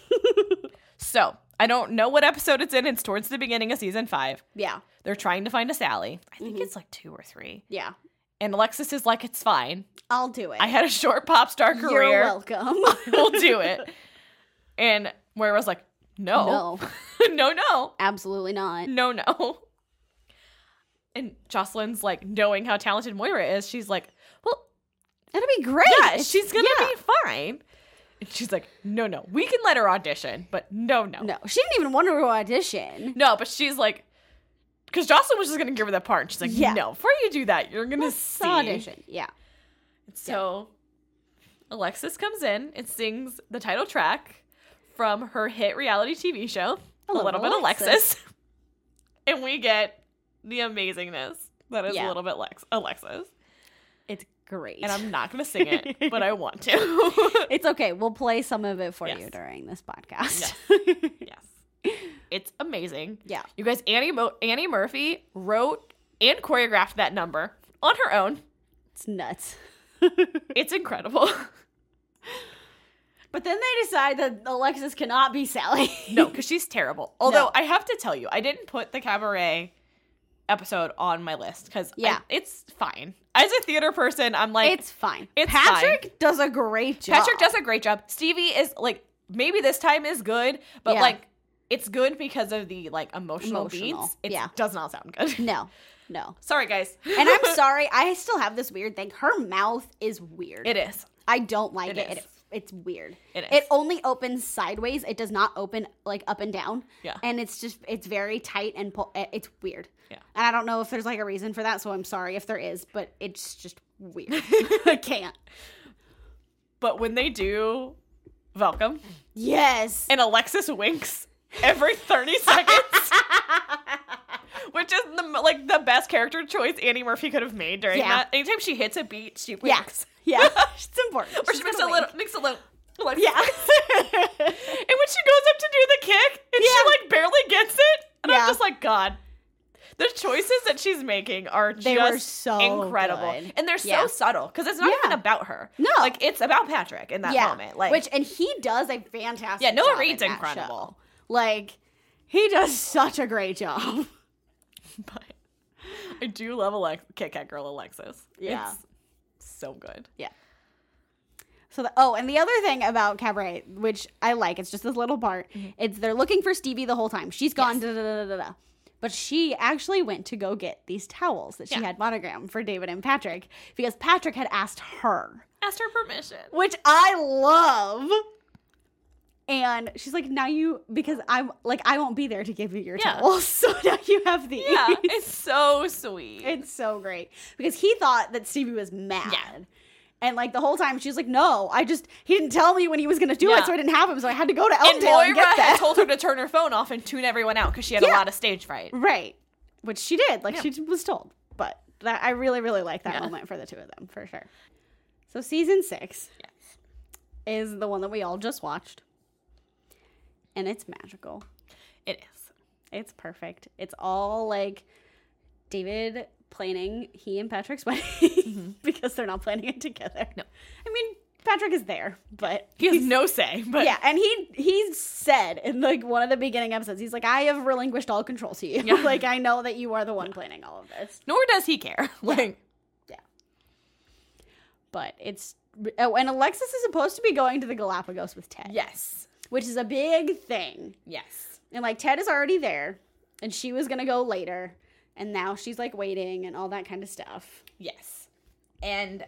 Speaker 2: So I don't know what episode it's in. It's towards the beginning of season five.
Speaker 1: yeah.
Speaker 2: They're trying to find a Sally. I
Speaker 1: Mm-hmm.
Speaker 2: think it's like two or three.
Speaker 1: Yeah.
Speaker 2: And Alexis is like, it's fine.
Speaker 1: I'll do it.
Speaker 2: I had a short pop star career.
Speaker 1: You're welcome.
Speaker 2: we'll do it. And Moira was like, no.
Speaker 1: no,
Speaker 2: No, no.
Speaker 1: absolutely not.
Speaker 2: No, no. And Jocelyn's like, knowing how talented Moira is, she's like, well,
Speaker 1: That'd be great.
Speaker 2: yeah,
Speaker 1: It's-
Speaker 2: she's going to
Speaker 1: yeah.
Speaker 2: be fine. And she's like, no, no. We can let her audition, but no, no.
Speaker 1: No, she didn't even want to audition.
Speaker 2: No, but she's like, because Jocelyn was just going to give her that part. And she's like,
Speaker 1: Yeah.
Speaker 2: no, before you do that, you're going to see.
Speaker 1: Audition. Yeah.
Speaker 2: So Alexis comes in and sings the title track from her hit reality TV show, A
Speaker 1: Little
Speaker 2: Little, Bit
Speaker 1: Alexis.
Speaker 2: Alexis. and we get the amazingness that is
Speaker 1: Yeah.
Speaker 2: A Little Bit Lex- Alexis.
Speaker 1: It's great.
Speaker 2: And I'm not going to sing it, but I want to.
Speaker 1: it's okay. We'll play some of it for
Speaker 2: Yes.
Speaker 1: you during this podcast.
Speaker 2: yes. It's amazing.
Speaker 1: Yeah.
Speaker 2: You guys, Annie, Mo- Annie Murphy wrote and choreographed that number on her own.
Speaker 1: it's nuts.
Speaker 2: It's incredible.
Speaker 1: But then they decide that Alexis cannot be Sally.
Speaker 2: No, because she's terrible. Although I have to tell you, I didn't put the cabaret episode on my list because
Speaker 1: Yeah.
Speaker 2: it's fine. As a theater person, I'm like
Speaker 1: it's fine.
Speaker 2: It's
Speaker 1: Patrick does a great job.
Speaker 2: Patrick does a great job. Stevie is like maybe this time is good, but
Speaker 1: Yeah.
Speaker 2: like it's good because of the like emotional,
Speaker 1: Emotional,
Speaker 2: beats. It
Speaker 1: yeah.
Speaker 2: does not sound good.
Speaker 1: No, no.
Speaker 2: Sorry guys.
Speaker 1: And I'm sorry, I still have this weird thing. Her mouth is weird.
Speaker 2: it is.
Speaker 1: I don't like it.
Speaker 2: It
Speaker 1: It,
Speaker 2: is.
Speaker 1: it's weird.
Speaker 2: It is.
Speaker 1: It only opens sideways. It does not open like up and down.
Speaker 2: Yeah.
Speaker 1: And it's just it's very tight and pull. It's weird.
Speaker 2: Yeah.
Speaker 1: And I don't know if there's like a reason for that. So I'm sorry if there is, but it's just weird. I can't.
Speaker 2: But when they do welcome
Speaker 1: Yes.
Speaker 2: and Alexis winks every 30 seconds. Which is the like the best character choice Annie Murphy could have made during
Speaker 1: Yeah.
Speaker 2: that. Anytime she hits a beat, she winks.
Speaker 1: yes. Yeah. it's important.
Speaker 2: Or she
Speaker 1: She's
Speaker 2: makes a
Speaker 1: gonna
Speaker 2: little
Speaker 1: wink.
Speaker 2: makes a little like
Speaker 1: Yeah.
Speaker 2: And when she goes up to do the kick and
Speaker 1: Yeah.
Speaker 2: she like barely gets it, and
Speaker 1: Yeah.
Speaker 2: I'm just like, God. The choices that she's making are
Speaker 1: They were
Speaker 2: just
Speaker 1: so
Speaker 2: incredible.
Speaker 1: good.
Speaker 2: And they're so
Speaker 1: Yeah.
Speaker 2: subtle because it's not
Speaker 1: Yeah.
Speaker 2: even about her.
Speaker 1: No.
Speaker 2: Like it's about Patrick in that
Speaker 1: yeah.
Speaker 2: moment. Like
Speaker 1: Which and he does a fantastic.
Speaker 2: Yeah, Noah
Speaker 1: job
Speaker 2: Reed's
Speaker 1: in that show.
Speaker 2: incredible.
Speaker 1: Like he does such a great job.
Speaker 2: But I do love Alex- Kit Kat Girl Alexis.
Speaker 1: Yeah.
Speaker 2: It's so good.
Speaker 1: Yeah. So the, oh, and the other thing about Cabaret, which I like, it's just this little part.
Speaker 2: Mm-hmm.
Speaker 1: It's they're looking for Stevie the whole time. She's gone. Da, da, da, da, da, da. But she actually went to go get these towels that she had monogrammed for David and Patrick because Patrick had asked her
Speaker 2: Asked her permission.
Speaker 1: which I love. And she's like, now you because I'm like I won't be there to give you your
Speaker 2: Yeah.
Speaker 1: towels, so now you have these.
Speaker 2: Yeah, it's so sweet.
Speaker 1: It's so great because he thought that Stevie was mad.
Speaker 2: Yeah.
Speaker 1: And like the whole time she was like, no, I just he didn't tell me when he was gonna do it,
Speaker 2: Yeah.
Speaker 1: so I didn't have him, so I had to go to
Speaker 2: and
Speaker 1: Elmdale
Speaker 2: Moira
Speaker 1: and, get
Speaker 2: had
Speaker 1: that.
Speaker 2: told her to turn her phone off and tune everyone out because she had
Speaker 1: Yeah.
Speaker 2: a lot of stage fright.
Speaker 1: right, which she did, like
Speaker 2: Yeah.
Speaker 1: she was told. But that I really, really like that
Speaker 2: Yeah.
Speaker 1: moment for the two of them for sure. So season six,
Speaker 2: Yes.
Speaker 1: is the one that we all just watched. And it's magical.
Speaker 2: It is.
Speaker 1: It's perfect. It's all like David planning he and Patrick's wedding because they're not planning it together.
Speaker 2: Mm-hmm. No.
Speaker 1: I mean, Patrick is there, but
Speaker 2: He has no say, but
Speaker 1: yeah, and he he said in like one of the beginning episodes, he's like, I have relinquished all control to you.
Speaker 2: Yeah.
Speaker 1: like I know that you are the one planning all of this.
Speaker 2: nor does he care. Like,
Speaker 1: But it's oh, and Alexis is supposed to be going to the Galapagos with Ted.
Speaker 2: yes.
Speaker 1: Which is a big thing.
Speaker 2: Yes.
Speaker 1: And like Ted is already there and she was going to go later and now she's like waiting and all that kind of stuff.
Speaker 2: Yes. And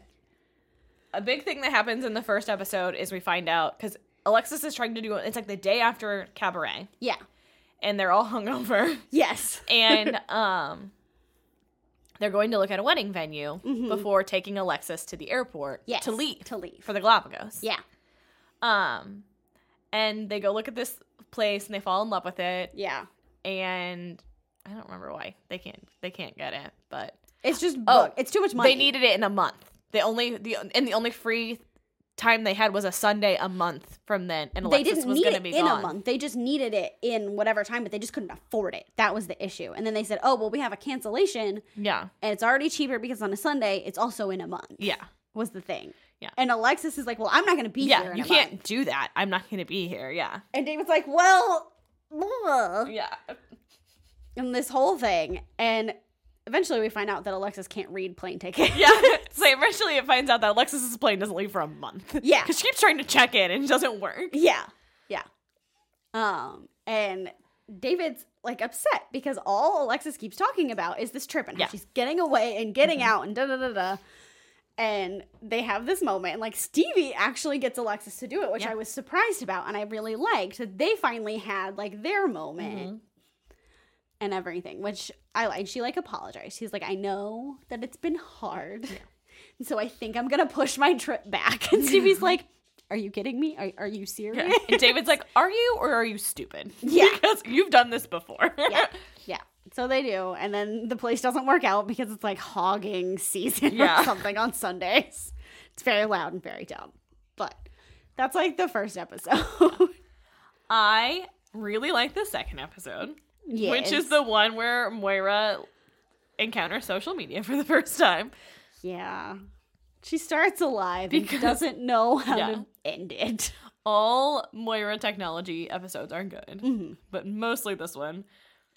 Speaker 2: a big thing that happens in the first episode is we find out because Alexis is trying to do it's like the day after cabaret
Speaker 1: Yeah.
Speaker 2: and they're all hungover
Speaker 1: Yes.
Speaker 2: and um they're going to look at a wedding venue before taking Alexis to the airport
Speaker 1: Mm-hmm. Yes.
Speaker 2: to leave
Speaker 1: To leave.
Speaker 2: for the Galapagos.
Speaker 1: Yeah.
Speaker 2: Um and they go look at this place and they fall in love with it
Speaker 1: Yeah.
Speaker 2: and I don't remember why. They can't they can't get it, but
Speaker 1: It's just
Speaker 2: Oh,
Speaker 1: book. it's too much money.
Speaker 2: They needed it in a month. The only the and the only free time they had was a Sunday a month from then, and
Speaker 1: they
Speaker 2: Alexis
Speaker 1: didn't
Speaker 2: was
Speaker 1: need
Speaker 2: going to
Speaker 1: it
Speaker 2: be
Speaker 1: in
Speaker 2: gone.
Speaker 1: a month. They just needed it in whatever time, but they just couldn't afford it. That was the issue. And then they said, "Oh, well, we have a cancellation,
Speaker 2: Yeah,
Speaker 1: and it's already cheaper because on a Sunday, it's also in a month."
Speaker 2: yeah,
Speaker 1: was the thing.
Speaker 2: Yeah.
Speaker 1: And Alexis is like, "Well, I'm not going to be here."
Speaker 2: yeah.
Speaker 1: in
Speaker 2: You
Speaker 1: a
Speaker 2: can't
Speaker 1: month."
Speaker 2: do that. I'm not going to be here. Yeah,
Speaker 1: And David's like, "Well, ugh."
Speaker 2: yeah.
Speaker 1: and this whole thing. And eventually we find out that Alexis can't read plane tickets.
Speaker 2: Yeah. So eventually it finds out that Alexis's plane doesn't leave for a month.
Speaker 1: Yeah.
Speaker 2: Because she keeps trying to check in and it doesn't work.
Speaker 1: yeah. Yeah. Um, and David's like upset because all Alexis keeps talking about is this trip and how
Speaker 2: Yeah. Mm-hmm.
Speaker 1: she's getting away and getting out and da da da da. And they have this moment, and like Stevie actually gets Alexis to do it, which
Speaker 2: Yeah.
Speaker 1: I was surprised about and I really liked that they finally had like their moment.
Speaker 2: Mm-hmm.
Speaker 1: and everything, which I like. She like apologized. She's like, I know that it's been hard, and so I think I'm gonna push my trip back. And Stevie's like, Are you kidding me? Are, are you serious?
Speaker 2: Yeah. And David's like, Are you or are you stupid?
Speaker 1: Yeah.
Speaker 2: Because you've done this before.
Speaker 1: yeah, yeah. So they do, and then the place doesn't work out because it's like hogging season or
Speaker 2: Yeah.
Speaker 1: something on Sundays. It's very loud and very dumb, but that's like the first episode.
Speaker 2: I really like the second episode.
Speaker 1: yeah,
Speaker 2: Which is
Speaker 1: it's-
Speaker 2: the one where Moira encounters social media for the first time.
Speaker 1: yeah. She starts alive
Speaker 2: Because-
Speaker 1: and doesn't know how
Speaker 2: Yeah.
Speaker 1: to end it.
Speaker 2: All Moira technology episodes are good,
Speaker 1: Mm-hmm.
Speaker 2: but mostly this one.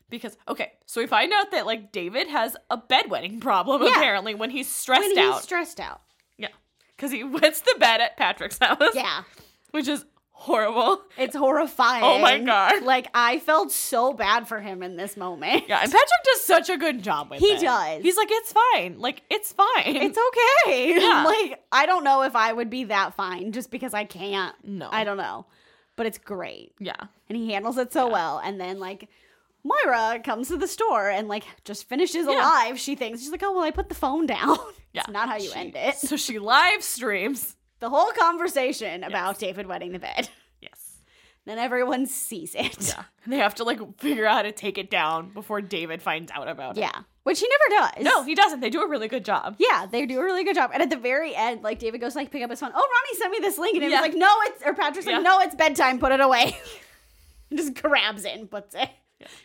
Speaker 2: Because, okay, so we find out that, like, David has a bedwetting problem
Speaker 1: Yeah.
Speaker 2: apparently when he's stressed
Speaker 1: When he's
Speaker 2: out.
Speaker 1: stressed out.
Speaker 2: yeah. Because he wets the bed at Patrick's house,
Speaker 1: Yeah.
Speaker 2: which is horrible.
Speaker 1: It's horrifying.
Speaker 2: Oh my God.
Speaker 1: Like I felt so bad for him in this moment.
Speaker 2: Yeah, and Patrick does such a good job with
Speaker 1: He
Speaker 2: it.
Speaker 1: does.
Speaker 2: He's like, it's fine. Like, it's fine.
Speaker 1: It's okay.
Speaker 2: Yeah.
Speaker 1: Like I don't know if I would be that fine just because I can't.
Speaker 2: No.
Speaker 1: I don't know. But it's great.
Speaker 2: yeah.
Speaker 1: And he handles it so well and then like Moira comes to the store and like just finishes alive. She thinks she's like, "Oh, well, I put the phone down."
Speaker 2: Yeah.
Speaker 1: It's not how you
Speaker 2: She-
Speaker 1: end it.
Speaker 2: So she live streams.
Speaker 1: The whole conversation about David wetting the bed.
Speaker 2: Yes.
Speaker 1: Then everyone sees it.
Speaker 2: Yeah. And they have to like figure out how to take it down before David finds out about it.
Speaker 1: Yeah. Which he never does.
Speaker 2: No, he doesn't. They do a really good job.
Speaker 1: Yeah, they do a really good job. And at the very end, like David goes to, like pick up his phone. Oh, Ronnie sent me this link, and it
Speaker 2: Yeah.
Speaker 1: was like, no, it's or Patrick's
Speaker 2: Yeah.
Speaker 1: like, no, it's bedtime. Put it away. and just grabs it and puts it.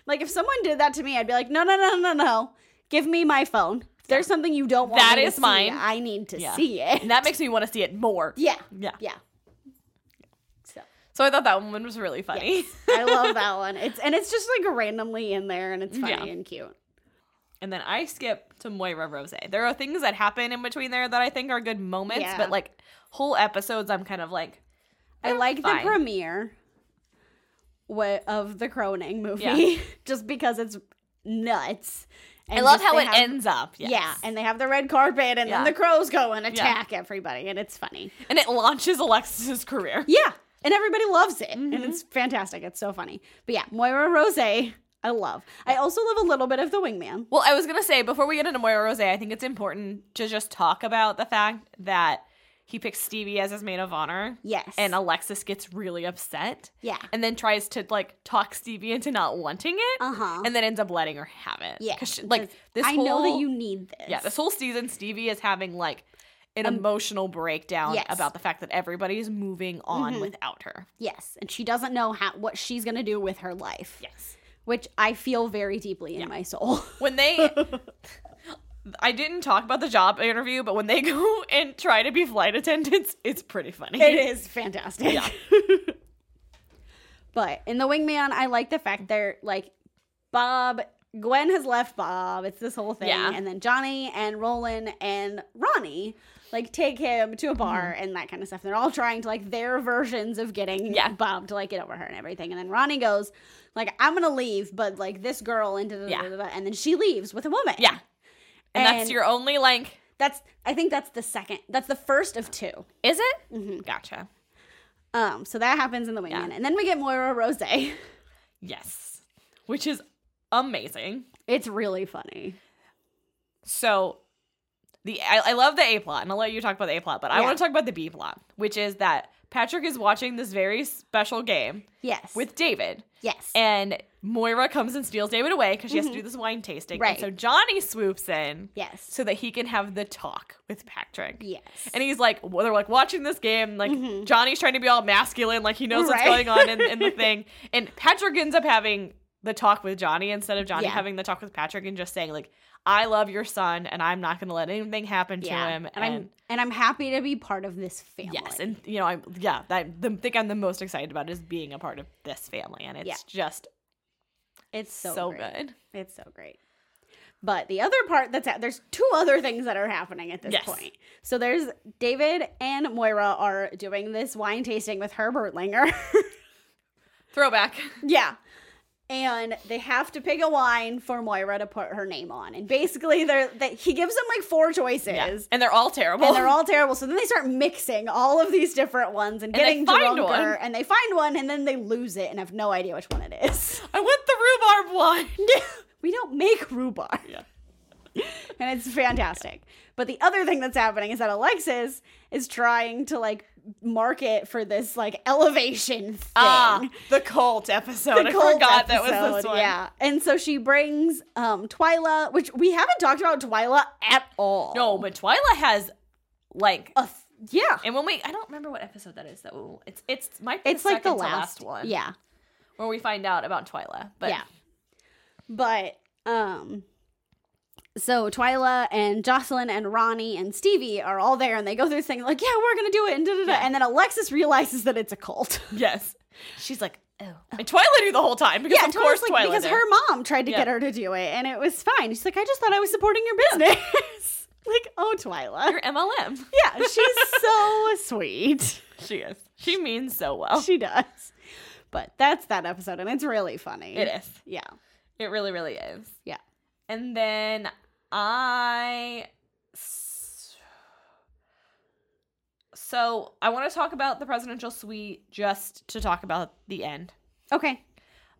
Speaker 1: Like if someone did that to me, I'd be like, no, no, no, no, no. Give me my phone. If there's something you don't want,
Speaker 2: That
Speaker 1: me to
Speaker 2: is
Speaker 1: see,
Speaker 2: mine.
Speaker 1: I need to
Speaker 2: Yeah.
Speaker 1: see it.
Speaker 2: And that makes me want to see it more.
Speaker 1: yeah,
Speaker 2: Yeah.
Speaker 1: yeah. So
Speaker 2: So I thought that one was really funny.
Speaker 1: I love that one. It's and it's just like randomly in there, and it's funny
Speaker 2: Yeah.
Speaker 1: and cute.
Speaker 2: And then I skip to Moira Rose. There are things that happen in between there that I think are good moments,
Speaker 1: Yeah.
Speaker 2: but like whole episodes, I'm kind of like,
Speaker 1: I like
Speaker 2: fine.
Speaker 1: the premiere wa- of the Croning movie
Speaker 2: Yeah.
Speaker 1: just because it's nuts.
Speaker 2: I
Speaker 1: And
Speaker 2: love
Speaker 1: just
Speaker 2: how
Speaker 1: they
Speaker 2: it
Speaker 1: have-
Speaker 2: ends up. Yes.
Speaker 1: Yeah, and they have the red carpet, and
Speaker 2: Yeah.
Speaker 1: then the crows go and attack everybody, and it's funny.
Speaker 2: and it launches Alexis's career.
Speaker 1: Yeah, and everybody loves it,
Speaker 2: Mm-hmm.
Speaker 1: and it's fantastic. It's so funny. But yeah, Moira Rose, I love. I also love a little bit of the Wingman.
Speaker 2: Well, I was gonna say before we get into Moira Rose, I think it's important to just talk about the fact that he picks Stevie as his maid of honor.
Speaker 1: Yes.
Speaker 2: And Alexis gets really upset.
Speaker 1: Yeah.
Speaker 2: And then tries to like talk Stevie into not wanting it.
Speaker 1: Uh-huh.
Speaker 2: And then ends up letting her have it.
Speaker 1: Yeah,
Speaker 2: 'Cause she- like
Speaker 1: 'cause
Speaker 2: this.
Speaker 1: I know that
Speaker 2: whole-
Speaker 1: you need this.
Speaker 2: Yeah. This whole season, Stevie is having like an emotional breakdown
Speaker 1: Um, Yes. Mm-hmm.
Speaker 2: about the fact that everybody's moving on without her.
Speaker 1: Yes, and she doesn't know how what she's gonna do with her life.
Speaker 2: Yes.
Speaker 1: which I feel very deeply in my soul.
Speaker 2: when they I didn't talk about the job interview, but when they go and try to be flight attendants, it's pretty funny.
Speaker 1: It is fantastic. but in the wingman, I like the fact they're like Bob. Gwen has left Bob. It's this whole thing,
Speaker 2: Yeah.
Speaker 1: and then Johnny and Roland and Ronnie like take him to a bar
Speaker 2: Mm-hmm.
Speaker 1: and that kind of stuff. They're all trying to like their versions of getting
Speaker 2: Yeah.
Speaker 1: Bob to like get over her and everything. And then Ronnie goes like, "I'm gonna leave," but like this girl and da, da, da,
Speaker 2: Yeah.
Speaker 1: da, da, and then she leaves with a woman.
Speaker 2: Yeah. And,
Speaker 1: And-
Speaker 2: that's your only like
Speaker 1: that's I think that's the second. That's the first of two.
Speaker 2: is it? Mm-hmm. Gotcha.
Speaker 1: Um, so that happens in the wingman,
Speaker 2: Yeah.
Speaker 1: and then we get Moira Rose.
Speaker 2: Yes. Which is amazing.
Speaker 1: It's really funny.
Speaker 2: So the I, I love the A plot, and I'll let you talk about the A plot, but I
Speaker 1: Yeah.
Speaker 2: want to talk about the B plot, which is that Patrick is watching this very special game
Speaker 1: Yes.
Speaker 2: with David.
Speaker 1: yes.
Speaker 2: And Moira comes and steals David away because she has to do this wine tasting. And
Speaker 1: Mm-hmm. Right.
Speaker 2: so Johnny swoops in.
Speaker 1: yes.
Speaker 2: so that he can have the talk with Patrick.
Speaker 1: yes. Mm-hmm.
Speaker 2: And he's like, well, they're like watching this game. Like Johnny's trying to be all masculine, like he knows what's
Speaker 1: Right.
Speaker 2: going on in, in the thing. And Patrick ends up having the talk with Johnny instead of Johnny
Speaker 1: Yeah.
Speaker 2: having the talk with Patrick and just saying like, "I love your son, and I'm not going to let anything happen
Speaker 1: yeah.
Speaker 2: to him."
Speaker 1: and I'm and I'm happy to be part of this family.
Speaker 2: yes, and you know, I'm yeah, that the thing I'm the most excited about is being a part of this family, and it's
Speaker 1: Yeah.
Speaker 2: just
Speaker 1: it's so,
Speaker 2: so,
Speaker 1: great.
Speaker 2: good.
Speaker 1: It's so great. But the other part that's at, there's two other things that are happening at this
Speaker 2: Yes.
Speaker 1: point. So there's David and Moira are doing this wine tasting with Herbert Linger.
Speaker 2: Throwback.
Speaker 1: Yeah. And they have to pick a wine for Moira to put her name on. And basically they're that he gives them like four choices.
Speaker 2: Yeah. And they're all terrible.
Speaker 1: And they're all terrible. So then they start mixing all of these different ones and
Speaker 2: And they
Speaker 1: getting
Speaker 2: find
Speaker 1: drunker.
Speaker 2: one.
Speaker 1: And they find one and then they lose it and have no idea which one it is.
Speaker 2: I want the rhubarb wine.
Speaker 1: we don't make rhubarb.
Speaker 2: Yeah.
Speaker 1: And it's fantastic. But the other thing that's happening is that Alexis is trying to like market for this like elevation thing.
Speaker 2: Ah, the cult episode. I
Speaker 1: cult
Speaker 2: forgot that was this
Speaker 1: episode,
Speaker 2: one.
Speaker 1: Yeah. And so she brings um Twyla, which we haven't talked about Twyla at all.
Speaker 2: No, but Twyla has like,
Speaker 1: A th- yeah.
Speaker 2: and when we, I don't remember what episode that is though. It's it's might be
Speaker 1: It's
Speaker 2: the
Speaker 1: like the
Speaker 2: second to
Speaker 1: last,
Speaker 2: one.
Speaker 1: Yeah.
Speaker 2: where we find out about Twyla. But
Speaker 1: yeah. But um so Twyla and Jocelyn and Ronnie and Stevie are all there and they go through this thing like, yeah, we're gonna do it and da da da. And then Alexis realizes that it's a cult.
Speaker 2: yes, she's like, oh, and Twyla knew the whole time because of
Speaker 1: Twyla's
Speaker 2: course
Speaker 1: like,
Speaker 2: Twyla
Speaker 1: because
Speaker 2: did.
Speaker 1: her mom tried to
Speaker 2: Yeah.
Speaker 1: get her to do it and it was fine. She's like, I just thought I was supporting your business. like, oh Twyla.
Speaker 2: Her MLM.
Speaker 1: Yeah, she's so sweet.
Speaker 2: she is. She means so well.
Speaker 1: She does. But that's that episode, and it's really funny.
Speaker 2: it is.
Speaker 1: Yeah.
Speaker 2: It really, really is.
Speaker 1: Yeah.
Speaker 2: And then I. s- So I want to talk about the presidential suite just to talk about the end.
Speaker 1: Okay.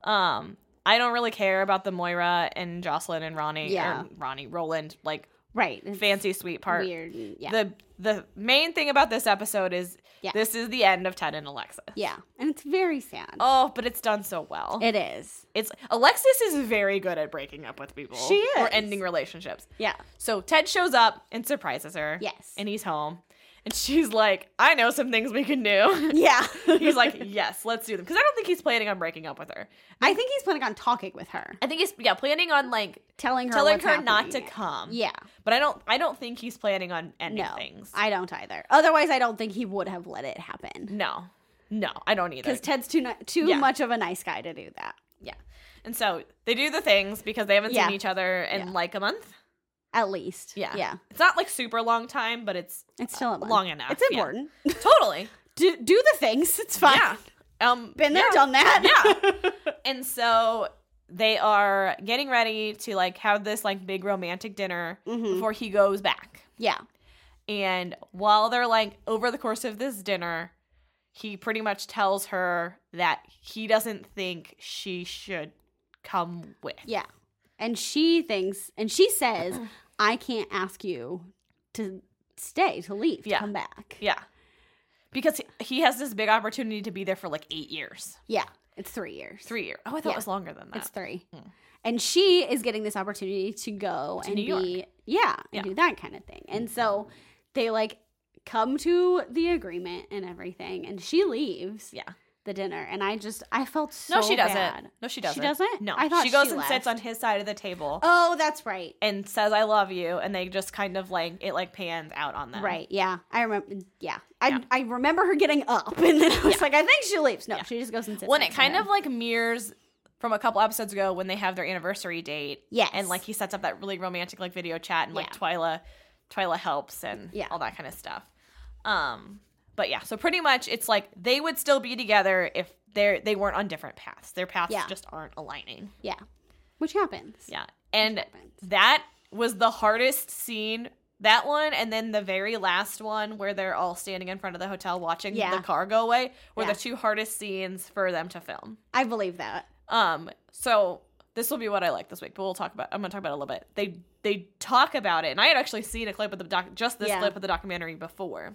Speaker 2: Um, I don't really care about the Moira and Jocelyn and Ronnie,
Speaker 1: Yeah.
Speaker 2: or Ronnie Roland, like
Speaker 1: Right. It's
Speaker 2: fancy sweet part.
Speaker 1: Weird. and- Yeah.
Speaker 2: The the main thing about this episode is
Speaker 1: Yeah.
Speaker 2: this is the end of Ted and Alexis.
Speaker 1: yeah. And it's very sad.
Speaker 2: Oh, but it's done so well.
Speaker 1: It is.
Speaker 2: it's Alexis is very good at breaking up with people.
Speaker 1: She is.
Speaker 2: or ending relationships.
Speaker 1: Yeah.
Speaker 2: So Ted shows up and surprises her.
Speaker 1: Yes.
Speaker 2: And he's home. And she's like, I know some things we can do.
Speaker 1: Yeah.
Speaker 2: he's like, Yes, let's do them. Because I don't think he's planning on breaking up with her.
Speaker 1: I think he's planning on talking with her,
Speaker 2: I think he's yeah, planning on like
Speaker 1: telling her,
Speaker 2: telling
Speaker 1: what's
Speaker 2: her not to
Speaker 1: happening.
Speaker 2: come.
Speaker 1: Yeah.
Speaker 2: But I don't I don't think he's planning on ending
Speaker 1: No,
Speaker 2: things.
Speaker 1: I don't either. Otherwise, I don't think he would have let it happen
Speaker 2: no. No, I don't either.
Speaker 1: because Ted's too ni- too
Speaker 2: Yeah.
Speaker 1: much of a nice guy to do that.
Speaker 2: yeah. And so they do the things because they haven't
Speaker 1: Yeah.
Speaker 2: seen each other in like a month.
Speaker 1: At least.
Speaker 2: Yeah.
Speaker 1: Yeah.
Speaker 2: It's not like super long time, but it's
Speaker 1: It's still a month.
Speaker 2: long enough,
Speaker 1: It's
Speaker 2: yeah.
Speaker 1: important.
Speaker 2: totally.
Speaker 1: Do do the things. It's fine.
Speaker 2: Yeah. Um
Speaker 1: Been there,
Speaker 2: yeah.
Speaker 1: done that. Yeah.
Speaker 2: And so they are getting ready to like have this like big romantic dinner
Speaker 1: Mhm.
Speaker 2: before he goes back.
Speaker 1: yeah.
Speaker 2: And while they're like over the course of this dinner, he pretty much tells her that he doesn't think she should come with.
Speaker 1: Yeah. And she thinks and she says, I can't ask you to stay, to leave, to
Speaker 2: Yeah.
Speaker 1: come back.
Speaker 2: Yeah. Because he- he has this big opportunity to be there for like eight years.
Speaker 1: Yeah. It's three years.
Speaker 2: Three years. Oh, I thought
Speaker 1: Yeah.
Speaker 2: it was longer than that.
Speaker 1: It's three.
Speaker 2: Mm.
Speaker 1: And she is getting this opportunity to go
Speaker 2: To
Speaker 1: and
Speaker 2: New York.
Speaker 1: be yeah, and
Speaker 2: Yeah. Hmm.
Speaker 1: do that kind of thing. And so they like come to the agreement and everything and she leaves
Speaker 2: Yeah.
Speaker 1: the dinner and I just I felt so
Speaker 2: no, she doesn't.
Speaker 1: bad.
Speaker 2: No, she doesn't.
Speaker 1: doesn't?
Speaker 2: No.
Speaker 1: I thought
Speaker 2: she goes
Speaker 1: she
Speaker 2: and sits on
Speaker 1: left.
Speaker 2: his side of the table
Speaker 1: Oh, that's right.
Speaker 2: and says, I love you. And they just kind of like, it like pans out on them.
Speaker 1: Right. Yeah. I remember. Yeah. I,
Speaker 2: Yeah.
Speaker 1: I remember her getting up, and then I was like, I think she leaves. No,
Speaker 2: Yeah.
Speaker 1: she just goes and sits.
Speaker 2: When it
Speaker 1: next to
Speaker 2: kind
Speaker 1: him.
Speaker 2: of like mirrors from a couple episodes ago when they have their anniversary date.
Speaker 1: Yes.
Speaker 2: And like he sets up that really romantic like video chat and like
Speaker 1: Yeah.
Speaker 2: Twyla Twyla helps and
Speaker 1: Yeah.
Speaker 2: all that kind of stuff. Um but yeah, so pretty much it's like they would still be together if they're they weren't on different paths. Their paths
Speaker 1: Yeah.
Speaker 2: just aren't aligning.
Speaker 1: yeah, which happens.
Speaker 2: Yeah. And
Speaker 1: happens.
Speaker 2: that was the hardest scene. That one and then the very last one where they're all standing in front of the hotel watching
Speaker 1: Yeah.
Speaker 2: the car go away were
Speaker 1: Yeah.
Speaker 2: the two hardest scenes for them to film.
Speaker 1: I believe that.
Speaker 2: Um, so this will be what I like this week, but we'll talk about. I'm gonna talk about it a little bit. They they talk about it, and I had actually seen a clip of the doc, just this
Speaker 1: Yeah.
Speaker 2: clip of the documentary before,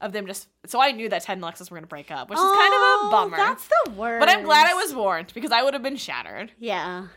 Speaker 2: of them just. So I knew that Ted and Alexis were gonna break up, which is kind of
Speaker 1: Oh,
Speaker 2: a bummer.
Speaker 1: That's the worst.
Speaker 2: but I'm glad I was warned because I would have been shattered.
Speaker 1: Yeah.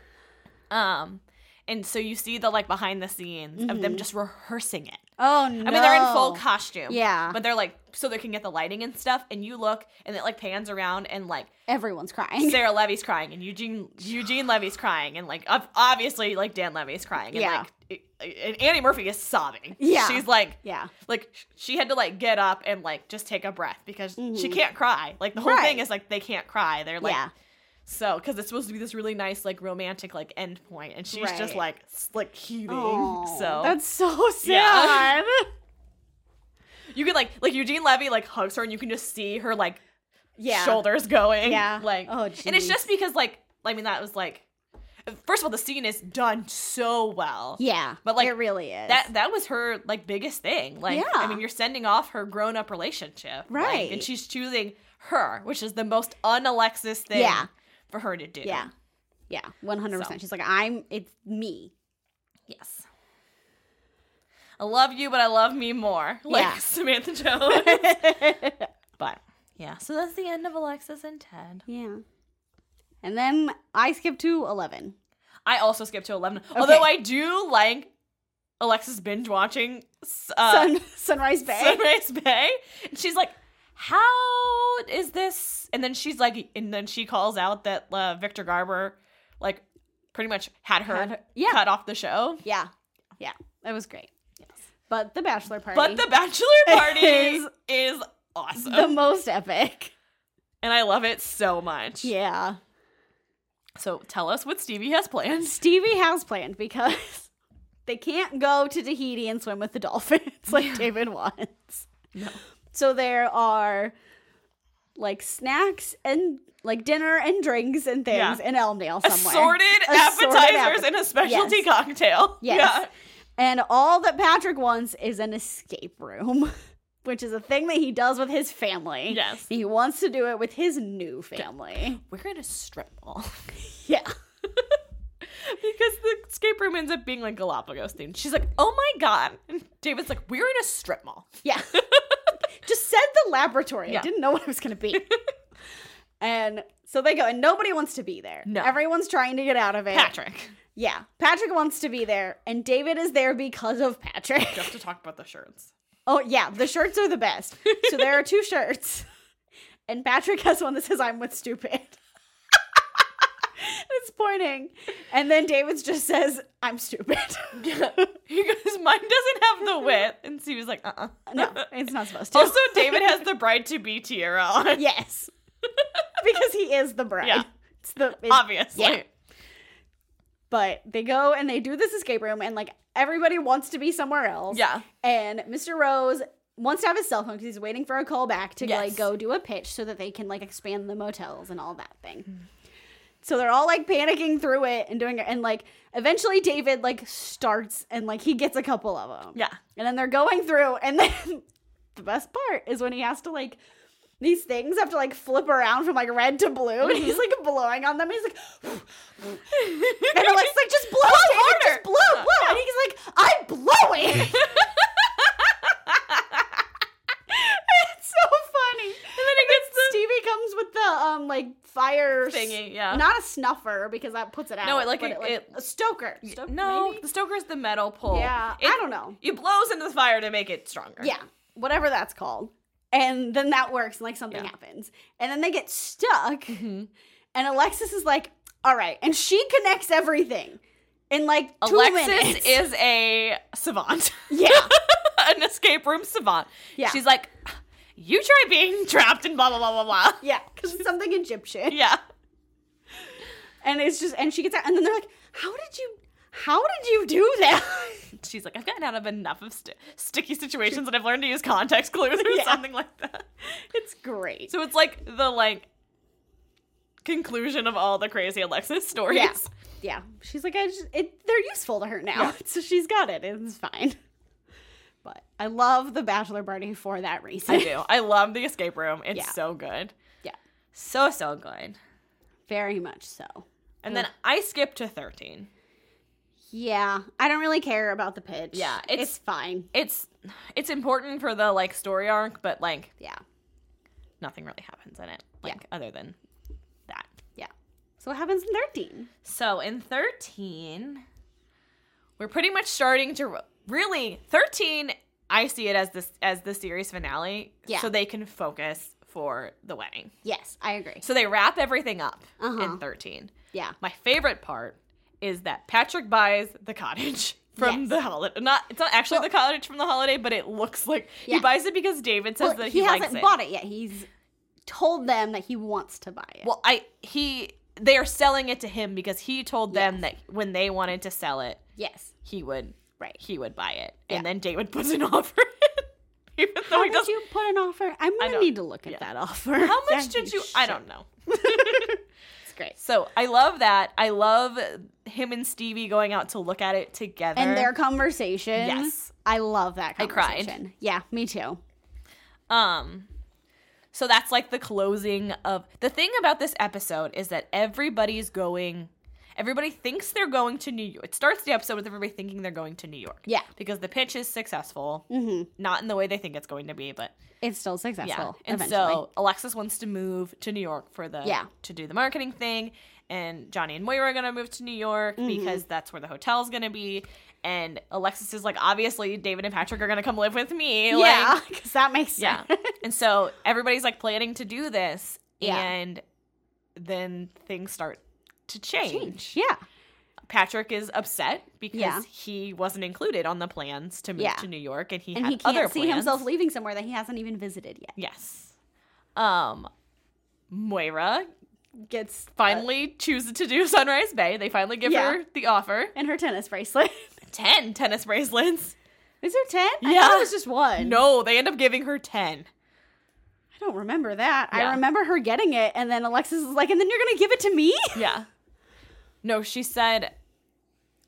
Speaker 2: Um, and so you see the like behind the scenes of them just rehearsing it.
Speaker 1: Oh Mm-hmm. no.
Speaker 2: I mean, they're in full costume.
Speaker 1: Yeah.
Speaker 2: But they're like, so they can get the lighting and stuff. And you look, and it like pans around, and like
Speaker 1: Everyone's crying.
Speaker 2: Sarah Levy's crying and Eugene Eugene Levy's crying and like ob- obviously like Dan Levy's crying and
Speaker 1: Yeah.
Speaker 2: like it- and Annie Murphy is sobbing.
Speaker 1: Yeah.
Speaker 2: she's like
Speaker 1: yeah.
Speaker 2: like sh- she had to like get up and like just take a breath because she can't cry. Like the whole
Speaker 1: Mm-hmm. Right.
Speaker 2: thing is like they can't cry. They're like
Speaker 1: yeah.
Speaker 2: so because it's supposed to be this really nice like romantic like end point and she's
Speaker 1: Right.
Speaker 2: just like s- like heaving.
Speaker 1: Oh,
Speaker 2: so
Speaker 1: that's so sad.
Speaker 2: Yeah. you can like like Eugene Levy like hugs her and you can just see her like
Speaker 1: Yeah.
Speaker 2: shoulders going.
Speaker 1: Yeah.
Speaker 2: Like,
Speaker 1: Oh,
Speaker 2: and it's
Speaker 1: jeez.
Speaker 2: just because, like, I mean, that was like, first of all, the scene is done so well.
Speaker 1: Yeah.
Speaker 2: But, like,
Speaker 1: it really is.
Speaker 2: That that was her like biggest thing. Like,
Speaker 1: Yeah.
Speaker 2: I mean, you're sending off her grown up relationship, like,
Speaker 1: Right.
Speaker 2: and she's choosing her, which is the most un Alexis thing
Speaker 1: Yeah.
Speaker 2: for her to do.
Speaker 1: Yeah. Yeah. One hundred
Speaker 2: So.
Speaker 1: percent. She's like, I'm. It's me.
Speaker 2: Yes. I love you, but I love me more. Like
Speaker 1: Yeah.
Speaker 2: Samantha Jones. but yeah, so that's the end of Alexis and Ted.
Speaker 1: Yeah. And then I skip to eleven.
Speaker 2: I also skipped to 11. Although I do like Alexis binge watching uh,
Speaker 1: Sun, Sunrise Bay.
Speaker 2: Sunrise Bay. And she's like, how is this? And then she's like, and then she calls out that uh, Victor Garber, like, pretty much had her,
Speaker 1: Had her- yeah.
Speaker 2: cut off the show.
Speaker 1: Yeah. Yeah. It was great. But the bachelor party
Speaker 2: But the bachelor party is,
Speaker 1: Is-
Speaker 2: is awesome.
Speaker 1: the most epic.
Speaker 2: and I love it so much.
Speaker 1: Yeah.
Speaker 2: So tell us what Stevie has planned.
Speaker 1: Stevie has planned because they can't go to Tahiti and swim with the dolphins like David wants. So there are like snacks and like dinner and drinks and things
Speaker 2: Yeah.
Speaker 1: in Elmdale somewhere.
Speaker 2: Assorted,
Speaker 1: Assorted
Speaker 2: appetizers
Speaker 1: appe-
Speaker 2: and a specialty
Speaker 1: Yes.
Speaker 2: cocktail.
Speaker 1: Yes. And all that Patrick wants is an escape room, which is a thing that he does with his family.
Speaker 2: Yes.
Speaker 1: He wants to do it with his new family.
Speaker 2: We're going to strip mall.
Speaker 1: Yeah.
Speaker 2: because the escape room ends up being like Galapagos themed. She's like, "Oh my god!" And David's like, "We're in a strip mall."
Speaker 1: Yeah. Just said the laboratory. I
Speaker 2: Yeah.
Speaker 1: didn't know what it was going to be. and so they go, and nobody wants to be there.
Speaker 2: No.
Speaker 1: Everyone's trying to get out of it.
Speaker 2: Patrick,
Speaker 1: Yeah. Patrick wants to be there, and David is there because of Patrick.
Speaker 2: just to talk about the shirts.
Speaker 1: Oh, yeah. The shirts are the best. so there are two shirts, and Patrick has one that says, I'm with stupid. it's pointing. And then David's just says, I'm stupid.
Speaker 2: He goes, "Mine doesn't have the width," and she was like, "Uh." uh
Speaker 1: no, it's not supposed to.
Speaker 2: Also, David has the bride to be tiara on.
Speaker 1: Yes. because he is the bride.
Speaker 2: Yeah.
Speaker 1: It's the it's-
Speaker 2: obviously.
Speaker 1: Yeah. But they go and they do this escape room, and like everybody wants to be somewhere else.
Speaker 2: Yeah.
Speaker 1: And Mr. Rose wants to have his cell phone because he's waiting for a call back to
Speaker 2: Yes.
Speaker 1: like go do a pitch so that they can like expand the motels and all that thing. So they're all like panicking through it and doing it, and like eventually David like starts and like he gets a couple of them.
Speaker 2: Yeah.
Speaker 1: And then they're going through, and then the best part is when he has to like these things have to like flip around from like red to blue, and he's
Speaker 2: Mm-hmm.
Speaker 1: like blowing on them. And he's like, and Alexa's like, just blow, David, just blow, blow, and he's like, I'm blowing. it's so funny. And then it gets Stevie comes with the um like fire s-
Speaker 2: Thingy, yeah.
Speaker 1: not a snuffer because that puts it out.
Speaker 2: No, it, like,
Speaker 1: but
Speaker 2: it- it-
Speaker 1: a stoker. Stoker,
Speaker 2: no,
Speaker 1: maybe?
Speaker 2: the stoker's the metal pole.
Speaker 1: yeah,
Speaker 2: It-
Speaker 1: I don't know.
Speaker 2: It blows into the fire to make it stronger.
Speaker 1: Yeah, whatever that's called. And then that works, and like something happens. And then they get stuck, and Alexis is like, all right. And she connects everything in like two
Speaker 2: Alexis
Speaker 1: minutes.
Speaker 2: is a savant.
Speaker 1: yeah.
Speaker 2: An escape room savant.
Speaker 1: Yeah.
Speaker 2: She's like, you try being trapped in blah, blah, blah, blah, blah.
Speaker 1: Yeah, because it's something Egyptian.
Speaker 2: Yeah.
Speaker 1: And it's just, and she gets out, and then they're like, how did you, how did you do that?
Speaker 2: She's like, I've gotten out of enough of st- sticky situations that I've learned to use context clues or
Speaker 1: Yeah.
Speaker 2: something like that.
Speaker 1: it's great.
Speaker 2: So it's like the like conclusion of all the crazy Alexis stories.
Speaker 1: yeah. Yeah. She's like, I just, it, they're useful to her now. So she's got it, and it's fine. But I love the bachelor party for that reason.
Speaker 2: I do. I love the escape room. It's
Speaker 1: Yeah.
Speaker 2: so good.
Speaker 1: Yeah.
Speaker 2: So so good.
Speaker 1: Very much so.
Speaker 2: And then I skipped to 13.
Speaker 1: Yeah, I don't really care about the pitch.
Speaker 2: Yeah,
Speaker 1: it's,
Speaker 2: it's-
Speaker 1: fine.
Speaker 2: It's it's important for the like story arc, but like
Speaker 1: Yeah,
Speaker 2: nothing really happens in it. Like other than that.
Speaker 1: yeah. So what happens in thirteen?
Speaker 2: So in 13, we're pretty much starting to really 13 I see it as this as the series finale
Speaker 1: Yeah.
Speaker 2: so they can focus for the wedding.
Speaker 1: Yes, I agree.
Speaker 2: So they wrap everything up
Speaker 1: Uh-huh.
Speaker 2: in 13.
Speaker 1: Yeah,
Speaker 2: My favorite part is that Patrick buys the cottage from
Speaker 1: Yes.
Speaker 2: the holiday. Not it's not actually the cottage from the holiday, but it looks like
Speaker 1: Yeah.
Speaker 2: he buys it because David says
Speaker 1: Well,
Speaker 2: that
Speaker 1: he,
Speaker 2: he, likes
Speaker 1: hasn't
Speaker 2: it.
Speaker 1: bought it yet. He's told them that he wants to buy it.
Speaker 2: Well, I he they are selling it to him because he told them that when they wanted to sell it,
Speaker 1: yes,
Speaker 2: he would
Speaker 1: Right.
Speaker 2: he would buy it
Speaker 1: Yeah.
Speaker 2: and then david puts an offer in, even though
Speaker 1: How
Speaker 2: he
Speaker 1: did
Speaker 2: doesn't
Speaker 1: you put an offer? I'm gonna
Speaker 2: don't-
Speaker 1: need to look at
Speaker 2: yeah.
Speaker 1: that offer.
Speaker 2: how much
Speaker 1: That'd
Speaker 2: did
Speaker 1: be
Speaker 2: you i
Speaker 1: shit.
Speaker 2: don't know
Speaker 1: It's great.
Speaker 2: so i love that i love him and stevie going out to look at it together
Speaker 1: And their conversation.
Speaker 2: Yes.
Speaker 1: I love that.
Speaker 2: I cried.
Speaker 1: Conversation. Yeah, me too.
Speaker 2: um so that's like the closing of the thing about this episode is that everybody's going everybody thinks they're going to new york it starts the episode with everybody thinking they're going to new york
Speaker 1: Yeah.
Speaker 2: because the pitch is successful not in the way they think it's going to be but
Speaker 1: It's still successful.
Speaker 2: And
Speaker 1: eventually.
Speaker 2: so Alexis wants to move to New York for the
Speaker 1: Yeah.
Speaker 2: to do the marketing thing, and Johnny and Moira are gonna move to New York
Speaker 1: Mm-hmm.
Speaker 2: because that's where the hotel's gonna be. And Alexis is like, obviously, David and Patrick are gonna come live with me.
Speaker 1: yeah,
Speaker 2: like,
Speaker 1: because that makes
Speaker 2: yeah.
Speaker 1: sense.
Speaker 2: and so everybody's like planning to do this,
Speaker 1: Yeah.
Speaker 2: and then things start to change.
Speaker 1: yeah.
Speaker 2: Patrick is upset because
Speaker 1: Yeah.
Speaker 2: he wasn't included on the plans to move
Speaker 1: Yeah.
Speaker 2: to New York, and he
Speaker 1: and
Speaker 2: had
Speaker 1: he can't
Speaker 2: other
Speaker 1: see
Speaker 2: plans.
Speaker 1: himself leaving somewhere that he hasn't even visited yet.
Speaker 2: Yes. Um Moira
Speaker 1: Gets
Speaker 2: finally chooses to do Sunrise Bay. They finally give
Speaker 1: Uh, Yeah.
Speaker 2: her the offer.
Speaker 1: and Uh, her tennis bracelet.
Speaker 2: 10 tennis bracelets.
Speaker 1: Is there ten? I
Speaker 2: Yeah.
Speaker 1: thought it was just one.
Speaker 2: No, they end up giving her 10.
Speaker 1: I don't remember that. I
Speaker 2: Yeah.
Speaker 1: remember her getting it, and then Alexis is like, "And then you're gonna give it to me?"
Speaker 2: Yeah. No, she said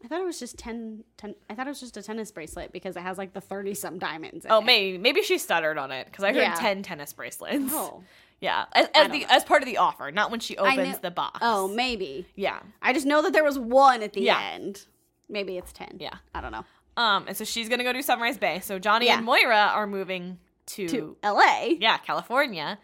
Speaker 1: I thought it was just 10, 10 I thought it was just a tennis bracelet because it has like the thirty some diamonds. in
Speaker 2: Oh,
Speaker 1: it.
Speaker 2: maybe maybe she stuttered on it cuz I heard
Speaker 1: Yeah.
Speaker 2: 10 tennis bracelets.
Speaker 1: Oh.
Speaker 2: Yeah, as, as
Speaker 1: don't
Speaker 2: the
Speaker 1: know.
Speaker 2: as part of the offer, not when she
Speaker 1: I
Speaker 2: opens
Speaker 1: knew-
Speaker 2: the box.
Speaker 1: Oh, maybe.
Speaker 2: yeah.
Speaker 1: I just know that there was one at the
Speaker 2: Yeah.
Speaker 1: end. Maybe it's ten.
Speaker 2: Yeah.
Speaker 1: I don't know.
Speaker 2: Um, and so she's going to go do Sunrise Bay. So Johnny
Speaker 1: Yeah.
Speaker 2: and Moira are moving
Speaker 1: To L.A.
Speaker 2: yeah, California.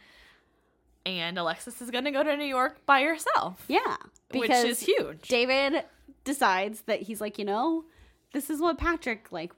Speaker 2: And Alexis is going to go to New York by herself,
Speaker 1: Yeah,
Speaker 2: which
Speaker 1: because
Speaker 2: is huge.
Speaker 1: David decides that he's like, you know, this is what Patrick like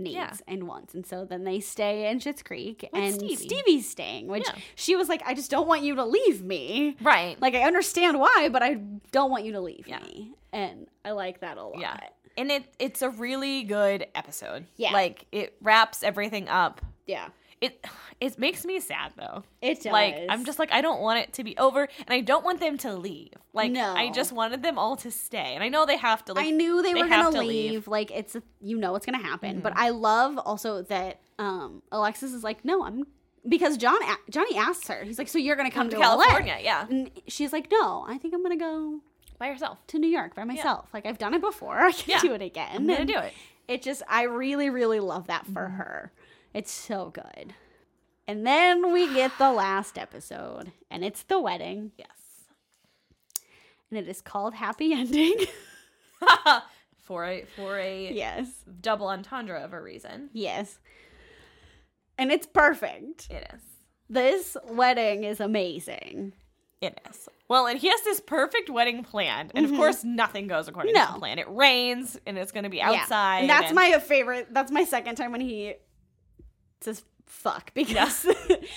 Speaker 1: needs
Speaker 2: Yeah.
Speaker 1: and wants, and so then they stay in Schitt's Creek,
Speaker 2: With
Speaker 1: and
Speaker 2: Stevie.
Speaker 1: Stevie's staying, which
Speaker 2: Yeah.
Speaker 1: she was like, I just don't want you to leave me.
Speaker 2: right. Like
Speaker 1: Like I understand why, but I don't want you to leave
Speaker 2: Yeah.
Speaker 1: me, and I like that a lot.
Speaker 2: yeah. And it it's a really good episode.
Speaker 1: Yeah.
Speaker 2: Like it wraps everything up.
Speaker 1: yeah,
Speaker 2: It it makes me sad though.
Speaker 1: It does.
Speaker 2: Like I'm just like I don't want it to be over, and I don't want them to leave. Like
Speaker 1: No.
Speaker 2: I just wanted them all to stay, and I know they have to. Like,
Speaker 1: I knew they,
Speaker 2: they
Speaker 1: were
Speaker 2: have
Speaker 1: gonna
Speaker 2: to
Speaker 1: leave.
Speaker 2: leave. Mm-hmm.
Speaker 1: Like it's a, you know what's gonna happen. But I love also that um Alexis is like, no, I'm because John a- Johnny asks her. He's like, so you're gonna come,
Speaker 2: to
Speaker 1: to, LA?"
Speaker 2: California, yeah.
Speaker 1: And she's like, no, I think I'm gonna go
Speaker 2: by yourself.
Speaker 1: to New York by myself. Like I've done it before. I can
Speaker 2: Yeah.
Speaker 1: do it again.
Speaker 2: I'm gonna
Speaker 1: And
Speaker 2: do it.
Speaker 1: It just I really really love that for her. It's so good. And then we get the last episode, and it's the wedding,
Speaker 2: Yes.
Speaker 1: and it is called Happy Ending.
Speaker 2: for a for a
Speaker 1: yes.
Speaker 2: double entendre of a reason.
Speaker 1: Yes. And it's perfect.
Speaker 2: It is.
Speaker 1: This wedding is amazing.
Speaker 2: It is. Well, and he has this perfect wedding planned, and of course, nothing goes according to
Speaker 1: Mm-hmm. No.
Speaker 2: the plan. It rains, and it's going to be
Speaker 1: Yeah.
Speaker 2: outside.
Speaker 1: And that's
Speaker 2: and-
Speaker 1: my favorite. That's my second time when he says fuck because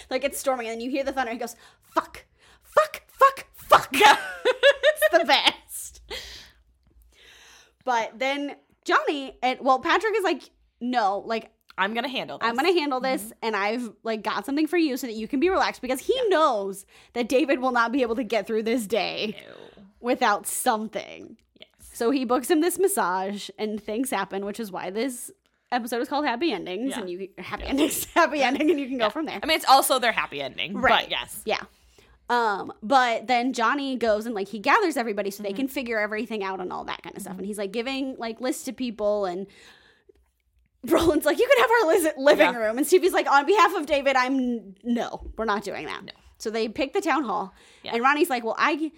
Speaker 1: like it's storming and then you hear the thunder and he goes fuck, fuck, fuck, fuck. it's the best. But then Johnny and well Patrick is like no, like
Speaker 2: I'm going to handle this.
Speaker 1: I'm gonna handle this, and I've like got something for you so that you can be relaxed because he knows that David will not be able to get through this day without something.
Speaker 2: Yes.
Speaker 1: So he books him this massage, and things happen, which is why this episode is called Happy Endings, and you happy endings, happy ending, and you can go from there.
Speaker 2: I mean, it's also their happy ending,
Speaker 1: Right.
Speaker 2: but yes.
Speaker 1: Yeah. Um, but then Johnny goes and like he gathers everybody so
Speaker 2: Mm-hmm.
Speaker 1: they can figure everything out and all that kind of stuff. And he's like giving like lists to people and Roland's like, you can have our lis- living
Speaker 2: Yeah.
Speaker 1: room. And Stevie's like, on behalf of David, I'm no, we're not doing that. So they pick the town hall
Speaker 2: Yeah.
Speaker 1: and Ronnie's like, well, I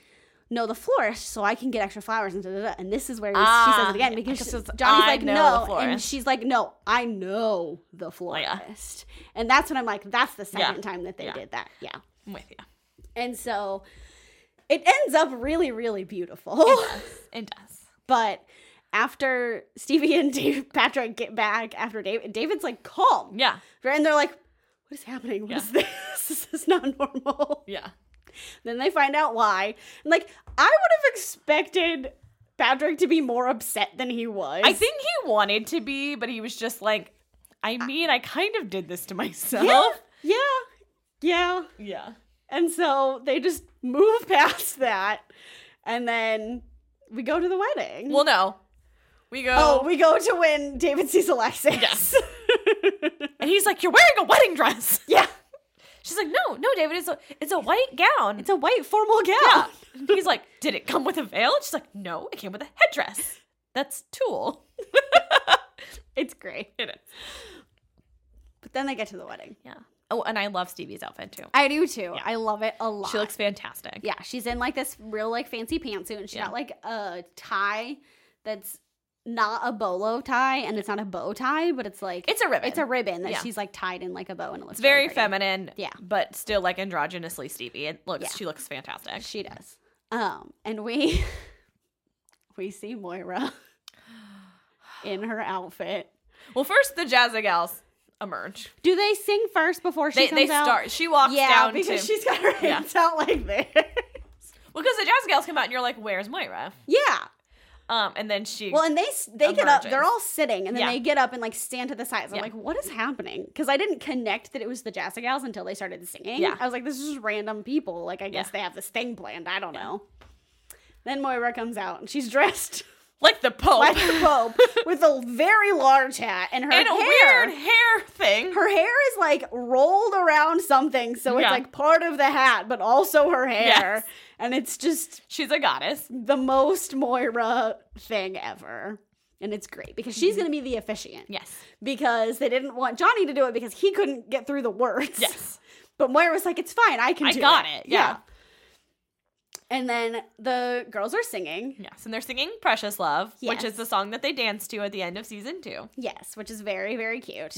Speaker 1: know the florist so I can get extra flowers and da da da. And this is where she says
Speaker 2: Ah,
Speaker 1: it again
Speaker 2: yeah,
Speaker 1: because
Speaker 2: because
Speaker 1: she-
Speaker 2: it's,
Speaker 1: Johnny's
Speaker 2: "I
Speaker 1: like,
Speaker 2: know the
Speaker 1: no. And
Speaker 2: florist. Oh,
Speaker 1: she's like, no, I know the
Speaker 2: yeah.
Speaker 1: florist. And that's when I'm like, that's the second time that they
Speaker 2: Yeah.
Speaker 1: did that. Yeah.
Speaker 2: I'm with you.
Speaker 1: And so it ends up really, really beautiful.
Speaker 2: It does.
Speaker 1: but after Stevie and Dave, Patrick get back, after David, David's like calm.
Speaker 2: Yeah.
Speaker 1: And they're like, what is happening? What is this? This is not normal.
Speaker 2: Yeah.
Speaker 1: Then they find out why. And like, I would have expected Patrick to be more upset than he was.
Speaker 2: I think he wanted to be, but he was just like, I mean, I kind of did this to myself.
Speaker 1: Yeah. Yeah. Yeah.
Speaker 2: Yeah.
Speaker 1: And so they just move past that. And then we go to the wedding.
Speaker 2: Well, no. We go.
Speaker 1: Oh, we go to when David sees Alexis.
Speaker 2: Yes. and he's like, You're wearing a wedding dress.
Speaker 1: yeah.
Speaker 2: She's like, No, no, David, it's a, it's a white gown.
Speaker 1: It's a white formal gown.
Speaker 2: Yeah. He's like, did it come with a veil? And she's like, no, it came with a headdress. That's tulle.
Speaker 1: It's great.
Speaker 2: It is.
Speaker 1: But then they get to the wedding.
Speaker 2: Yeah. Oh, and I love Stevie's outfit too.
Speaker 1: I do too. I love it a lot.
Speaker 2: She looks fantastic.
Speaker 1: Yeah, she's in like this real like fancy pantsuit and she
Speaker 2: Yeah.
Speaker 1: got like a tie that's not a bolo tie and it's not a bow tie, but it's like
Speaker 2: It's a ribbon.
Speaker 1: It's a ribbon that
Speaker 2: Yeah.
Speaker 1: she's like tied in like a bow and it looks
Speaker 2: It's very
Speaker 1: really pretty.
Speaker 2: feminine.
Speaker 1: Yeah.
Speaker 2: But still like androgynously Stevie. It looks
Speaker 1: Yeah.
Speaker 2: she looks fantastic.
Speaker 1: She does. Um and we we see Moira in her outfit.
Speaker 2: Well, first the Jazzy Gals emerge.
Speaker 1: Do they sing first before she
Speaker 2: They
Speaker 1: comes
Speaker 2: they
Speaker 1: out?
Speaker 2: start. She walks
Speaker 1: yeah,
Speaker 2: down
Speaker 1: because
Speaker 2: to
Speaker 1: she's got her hands out like this.
Speaker 2: well, because the Jazzy Gals come out and you're like, where's Moira?
Speaker 1: yeah.
Speaker 2: Um, and then she
Speaker 1: Well, and they s- they get up.
Speaker 2: Emerges.
Speaker 1: They're all sitting, and then
Speaker 2: Yeah.
Speaker 1: they get up and like stand to the sides. I'm
Speaker 2: Yeah.
Speaker 1: like, what is happening? Because I didn't connect that it was the Jazzy Gals until they started singing.
Speaker 2: Yeah.
Speaker 1: I was like, this is just random people. Like, I guess
Speaker 2: Yeah.
Speaker 1: they have this thing planned. I don't know. Then Moira comes out, and she's dressed
Speaker 2: like the Pope
Speaker 1: like the Pope with a very large hat, and her
Speaker 2: and a
Speaker 1: hair.
Speaker 2: weird hair thing.
Speaker 1: her hair is like rolled around something, so it's
Speaker 2: Yeah.
Speaker 1: like part of the hat, but also her hair.
Speaker 2: Yes.
Speaker 1: And it's just
Speaker 2: She's a goddess.
Speaker 1: the most Moira thing ever. And it's great because
Speaker 2: Mm-hmm.
Speaker 1: she's going to be the officiant.
Speaker 2: Yes.
Speaker 1: Because they didn't want Johnny to do it because he couldn't get through the words.
Speaker 2: Yes.
Speaker 1: But Moira was like, it's fine. I can
Speaker 2: I
Speaker 1: do
Speaker 2: got it. Yeah.
Speaker 1: And then the girls are singing.
Speaker 2: Yes, and they're singing Precious Love,
Speaker 1: Yes.
Speaker 2: which is the song that they danced to at the end of season two.
Speaker 1: Yes, which is very, very cute.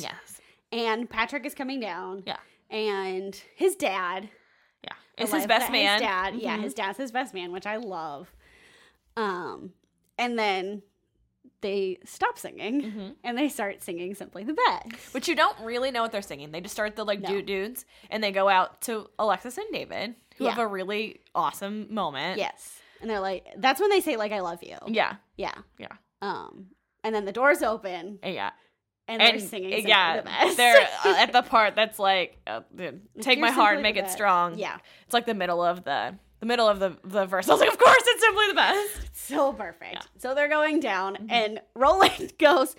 Speaker 1: And Patrick is coming down.
Speaker 2: Yeah.
Speaker 1: And his dad.
Speaker 2: Yeah. It's
Speaker 1: Elias-
Speaker 2: his best man. Mm-hmm.
Speaker 1: His dad. Yeah, his dad's his best man, which I love. Um, and then they stop singing
Speaker 2: Mm-hmm.
Speaker 1: and they start singing simply the best.
Speaker 2: But you don't really know what they're singing. They just start the like
Speaker 1: No.
Speaker 2: dude dudes and they go out to Alexis and David, who have
Speaker 1: Yeah.
Speaker 2: a really awesome moment.
Speaker 1: Yes. And they're like, that's when they say like, I love you.
Speaker 2: Yeah.
Speaker 1: Yeah.
Speaker 2: Yeah.
Speaker 1: Um, and then the doors open
Speaker 2: And yeah.
Speaker 1: and,
Speaker 2: and
Speaker 1: they're singing Simply
Speaker 2: yeah,
Speaker 1: the best.
Speaker 2: they're uh, at the part that's like, uh, take
Speaker 1: You're
Speaker 2: my heart,
Speaker 1: simply
Speaker 2: make
Speaker 1: the
Speaker 2: it
Speaker 1: best.
Speaker 2: strong.
Speaker 1: Yeah,
Speaker 2: it's like the middle of the the middle of the the verse. I was like, of course, it's simply the best.
Speaker 1: so perfect. So they're going down,
Speaker 2: Mm-hmm.
Speaker 1: and Roland goes,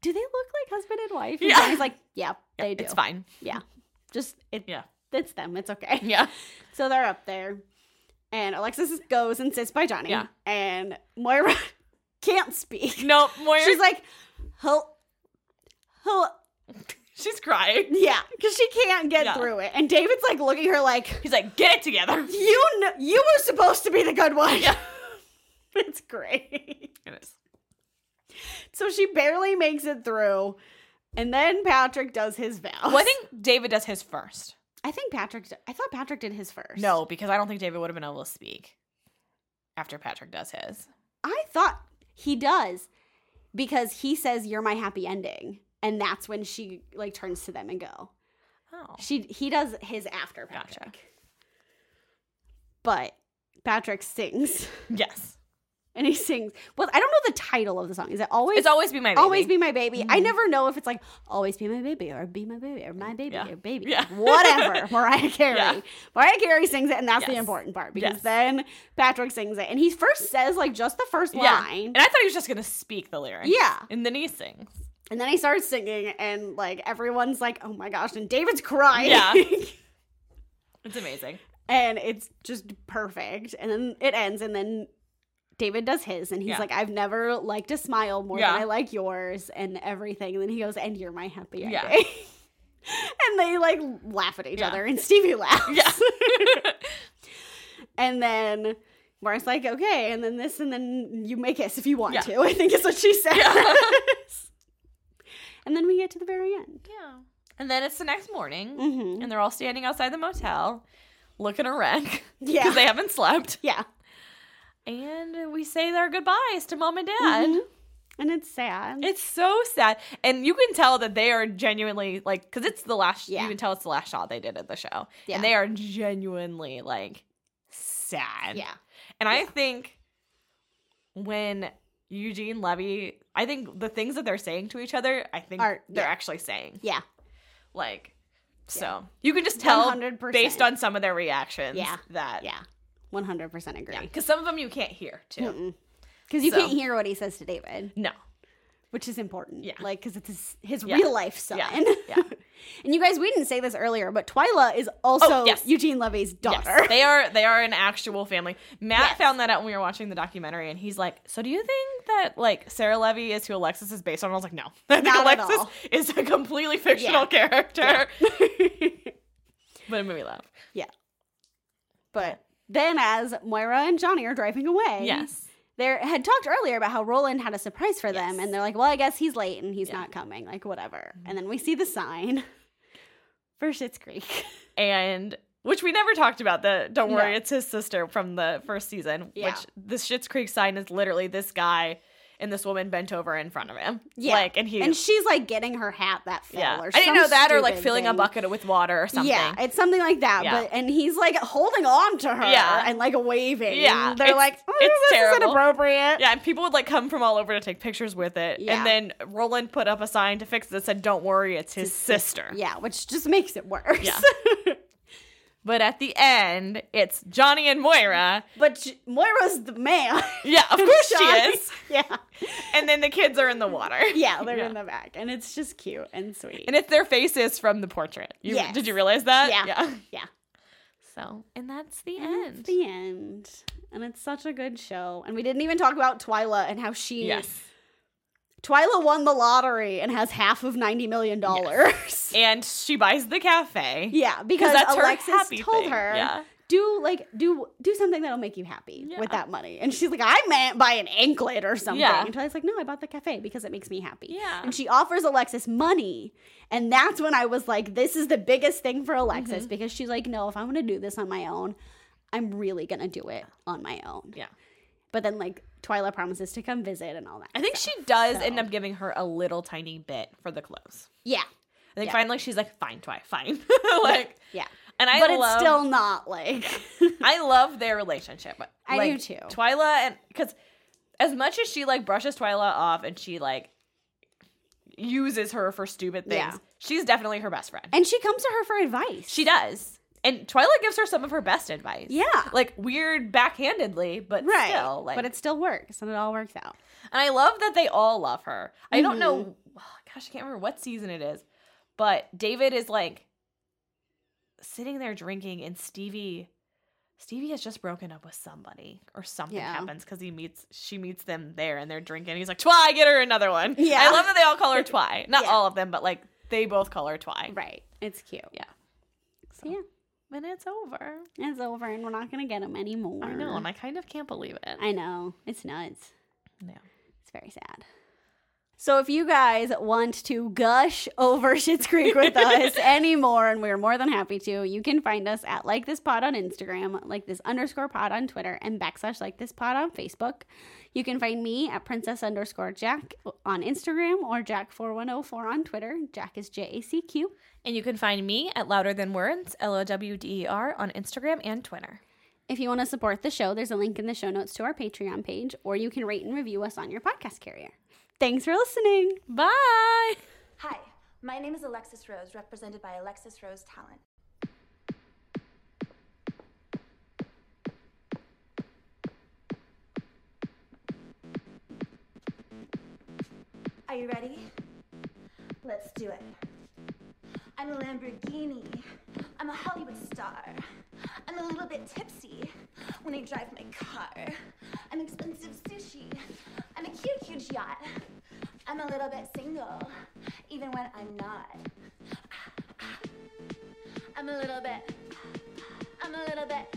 Speaker 1: "Do they look like husband and wife?" And
Speaker 2: Yeah.
Speaker 1: Johnny's like, "Yeah, they do.
Speaker 2: It's fine.
Speaker 1: Yeah, just it.
Speaker 2: Yeah. Mm-hmm.
Speaker 1: it's them. It's okay."
Speaker 2: Yeah,
Speaker 1: So they're up there, and Alexis goes and sits by Johnny.
Speaker 2: Yeah.
Speaker 1: And Moira can't speak.
Speaker 2: nope. Moira,
Speaker 1: She's like, "Help, help."
Speaker 2: she's crying.
Speaker 1: Yeah, because she can't get
Speaker 2: Yeah.
Speaker 1: through it. And David's like looking at her like,
Speaker 2: He's like, get it together.
Speaker 1: you kn- you were supposed to be the good one. it's great.
Speaker 2: It is.
Speaker 1: So she barely makes it through. And then Patrick does his vows.
Speaker 2: Well, I think David does his first.
Speaker 1: I think Patrick. d- I thought Patrick did his first.
Speaker 2: No, because I don't think David would have been able to speak after Patrick does his.
Speaker 1: I thought he does because he says, "You're my happy ending," and that's when she like turns to them and go.
Speaker 2: Oh,
Speaker 1: She he does his after
Speaker 2: Gotcha.
Speaker 1: Patrick. But Patrick sings.
Speaker 2: yes.
Speaker 1: and he sings. Well, I don't know the title of the song. Is it always?
Speaker 2: It's always be my baby. Mm-hmm.
Speaker 1: Always be my baby. I never know if it's like always be my baby or be my baby or my baby
Speaker 2: Mm, Yeah.
Speaker 1: or baby.
Speaker 2: Yeah.
Speaker 1: Whatever. Mariah Carey.
Speaker 2: Yeah.
Speaker 1: Mariah Carey sings it, and that's the
Speaker 2: Yes.
Speaker 1: important part because
Speaker 2: Yes.
Speaker 1: then Patrick sings it, and he first says like just the first
Speaker 2: yeah.
Speaker 1: line,
Speaker 2: And I thought he was just gonna speak the lyrics.
Speaker 1: Yeah.
Speaker 2: and then he sings.
Speaker 1: and then he starts singing, and like everyone's like, oh my gosh, and David's crying.
Speaker 2: Yeah. It's amazing.
Speaker 1: and it's just perfect. And then it ends, and then David does his, and he's
Speaker 2: Yeah.
Speaker 1: like, "I've never liked a smile more
Speaker 2: Yeah.
Speaker 1: than I like yours," and everything. And then he goes, "And you're my happy ending."
Speaker 2: Yeah.
Speaker 1: and they like laugh at each
Speaker 2: Yeah.
Speaker 1: other, and Stevie laughs.
Speaker 2: Yeah.
Speaker 1: and then Mark's like, "Okay," and then this, and then you may kiss if you want
Speaker 2: Yeah.
Speaker 1: to. I think is what she says.
Speaker 2: Yeah.
Speaker 1: and then we get to the very end.
Speaker 2: yeah. And then it's the next morning,
Speaker 1: Mhm.
Speaker 2: and they're all standing outside the motel, looking a wreck
Speaker 1: Yeah.
Speaker 2: because they haven't slept.
Speaker 1: Yeah.
Speaker 2: And we say our goodbyes to mom and dad.
Speaker 1: Mhm. And it's sad.
Speaker 2: It's so sad, and you can tell that they are genuinely like because it's the last.
Speaker 1: Yeah.
Speaker 2: You can tell it's the last shot they did at the show,
Speaker 1: Yeah.
Speaker 2: and they are genuinely like sad.
Speaker 1: yeah.
Speaker 2: And I think when Eugene Levy, I think the things that they're saying to each other, I think
Speaker 1: Are-
Speaker 2: they're
Speaker 1: yeah.
Speaker 2: actually saying.
Speaker 1: Yeah.
Speaker 2: Like, so you can just tell
Speaker 1: 100%.
Speaker 2: based on some of their reactions
Speaker 1: Yeah.
Speaker 2: that.
Speaker 1: Yeah. 100% agree.
Speaker 2: Because some of them you can't hear too.
Speaker 1: Because you
Speaker 2: So-
Speaker 1: can't hear what he says to David,
Speaker 2: No.
Speaker 1: which is important.
Speaker 2: Yeah.
Speaker 1: Like, because it's his, his
Speaker 2: Yeah.
Speaker 1: real life son.
Speaker 2: Yeah. Yeah.
Speaker 1: and you guys, we didn't say this earlier, but Twyla is also
Speaker 2: Oh, yes.
Speaker 1: Eugene Levy's
Speaker 2: Yes.
Speaker 1: daughter.
Speaker 2: They are they are an actual family. Matt
Speaker 1: Yes.
Speaker 2: found that out when we were watching the documentary and he's like, So do you think that like Sarah Levy is who Alexis is based on? I was like, No. I think
Speaker 1: Not at
Speaker 2: Alexis
Speaker 1: all.
Speaker 2: is a completely fictional character. but it made me laugh.
Speaker 1: But then, as Moira and Johnny are driving away,
Speaker 2: Yes.
Speaker 1: they had talked earlier about how Roland had a surprise for them,
Speaker 2: Yes.
Speaker 1: and they're like, well, I guess he's late and he's
Speaker 2: Yeah. Mm-hmm.
Speaker 1: not coming, like, whatever. And then we see the sign for Schitt's Creek.
Speaker 2: and which we never talked about the don't worry
Speaker 1: No.
Speaker 2: it's his sister from the first season
Speaker 1: Yeah.
Speaker 2: which the Schitt's Creek sign is literally this guy and this woman bent over in front of him
Speaker 1: Yeah.
Speaker 2: like and he
Speaker 1: and she's like getting her hat that fell
Speaker 2: yeah
Speaker 1: or
Speaker 2: I didn't know
Speaker 1: some
Speaker 2: that or like
Speaker 1: stupid
Speaker 2: filling a
Speaker 1: thing.
Speaker 2: bucket with water or something
Speaker 1: Yeah, it's something like that.
Speaker 2: Yeah.
Speaker 1: But and he's like holding on to her
Speaker 2: Yeah.
Speaker 1: and like waving.
Speaker 2: Yeah,
Speaker 1: And they're
Speaker 2: it's-
Speaker 1: like, "Oh,
Speaker 2: it's
Speaker 1: this is
Speaker 2: terrible."
Speaker 1: inappropriate.
Speaker 2: yeah and people would like come from all over to take pictures with it
Speaker 1: Yeah.
Speaker 2: and then Roland put up a sign to fix it that said don't worry it's his sister
Speaker 1: Yeah, which just makes it worse.
Speaker 2: Yeah. but at the end it's Johnny and Moira
Speaker 1: but she- Moira's the man.
Speaker 2: yeah of course she
Speaker 1: Johnny-
Speaker 2: is
Speaker 1: Yeah.
Speaker 2: and then the kids are in the water
Speaker 1: Yeah, they're in
Speaker 2: Yeah.
Speaker 1: the back. And it's just cute and sweet.
Speaker 2: and uh, it's their faces from the portrait you,
Speaker 1: Yes.
Speaker 2: did you realize that
Speaker 1: yeah. Yeah. yeah.
Speaker 2: So, and that's the
Speaker 1: And
Speaker 2: end.
Speaker 1: That's the end. And it's such a good show. And we didn't even talk about Twyla and how she
Speaker 2: yes.
Speaker 1: Twyla won the lottery and has half of ninety million dollars.
Speaker 2: And she buys the cafe.
Speaker 1: Yeah, because
Speaker 2: that's her
Speaker 1: Alexis
Speaker 2: happy
Speaker 1: told
Speaker 2: thing,
Speaker 1: her,
Speaker 2: yeah.
Speaker 1: do like do do something that'll make you happy
Speaker 2: Yeah.
Speaker 1: with that money. And she's like, I meant buy an anklet or something.
Speaker 2: Yeah.
Speaker 1: And Twyla's like, no, I bought the cafe because it makes me happy.
Speaker 2: Yeah.
Speaker 1: And she offers Alexis money. And that's when I was like, this is the biggest thing for Alexis
Speaker 2: Mm-hmm.
Speaker 1: because she's like, no, if I'm gonna do this on my own, I'm really gonna do it on my own.
Speaker 2: Yeah.
Speaker 1: But then like Twyla promises to come visit and all that.
Speaker 2: I think she does
Speaker 1: So-
Speaker 2: end up giving her a little tiny bit for the clothes.
Speaker 1: Yeah.
Speaker 2: I think
Speaker 1: Yeah.
Speaker 2: finally she's like, fine, Twi, fine. like,
Speaker 1: Yeah.
Speaker 2: and I
Speaker 1: but
Speaker 2: love,
Speaker 1: it's still not like
Speaker 2: I love their relationship.
Speaker 1: I
Speaker 2: like,
Speaker 1: do too.
Speaker 2: Twyla and because as much as she like brushes Twyla off and she like uses her for stupid things.
Speaker 1: Yeah.
Speaker 2: She's definitely her best friend.
Speaker 1: And she comes to her for advice.
Speaker 2: She does. And Twilight gives her some of her best advice.
Speaker 1: Yeah.
Speaker 2: Like weird backhandedly, but
Speaker 1: right.
Speaker 2: still. Like,
Speaker 1: but it still works and it all works out.
Speaker 2: and I love that they all love her. I don't know
Speaker 1: Mm-hmm.
Speaker 2: gosh, I can't remember what season it is. But David is like sitting there drinking and Stevie Stevie has just broken up with somebody or something
Speaker 1: Yeah.
Speaker 2: happens because he meets she meets them there and they're drinking. He's like, Twi, get her another one.
Speaker 1: Yeah.
Speaker 2: I love that they all call her Twi. Not
Speaker 1: Yeah.
Speaker 2: all of them, but like they both call her Twi.
Speaker 1: Right. It's cute.
Speaker 2: Yeah.
Speaker 1: So yeah,
Speaker 2: And it's over.
Speaker 1: it's over and we're not going to get them anymore.
Speaker 2: I know, and I kind of can't believe it.
Speaker 1: I know. It's nuts.
Speaker 2: Yeah.
Speaker 1: It's very sad. So if you guys want to gush over Shits Creek with us anymore, and we're more than happy to, you can find us at like this pod on Instagram, like this underscore pod on Twitter, and backslash like this pod on Facebook. You can find me at princess underscore Jack on Instagram or Jack4104 on Twitter. Jack is J A C Q.
Speaker 2: And you can find me at Louder Than Words, L O W D E R, on Instagram and Twitter.
Speaker 1: If you want to support the show, there's a link in the show notes to our Patreon page, or you can rate and review us on your podcast carrier. Thanks for listening.
Speaker 2: Bye!
Speaker 7: Hi, my name is Alexis Rose, represented by Alexis Rose Talent. Are you ready? Let's do it. I'm a Lamborghini. I'm a Hollywood star. I'm a little bit tipsy when I drive my car. I'm expensive sushi. I'm a cute, huge yacht. I'm a little bit single, even when I'm not. I'm a little bit. I'm a little bit.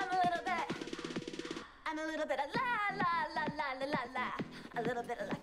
Speaker 7: I'm a little bit. I'm a little bit of la la la la la la la. A little bit of la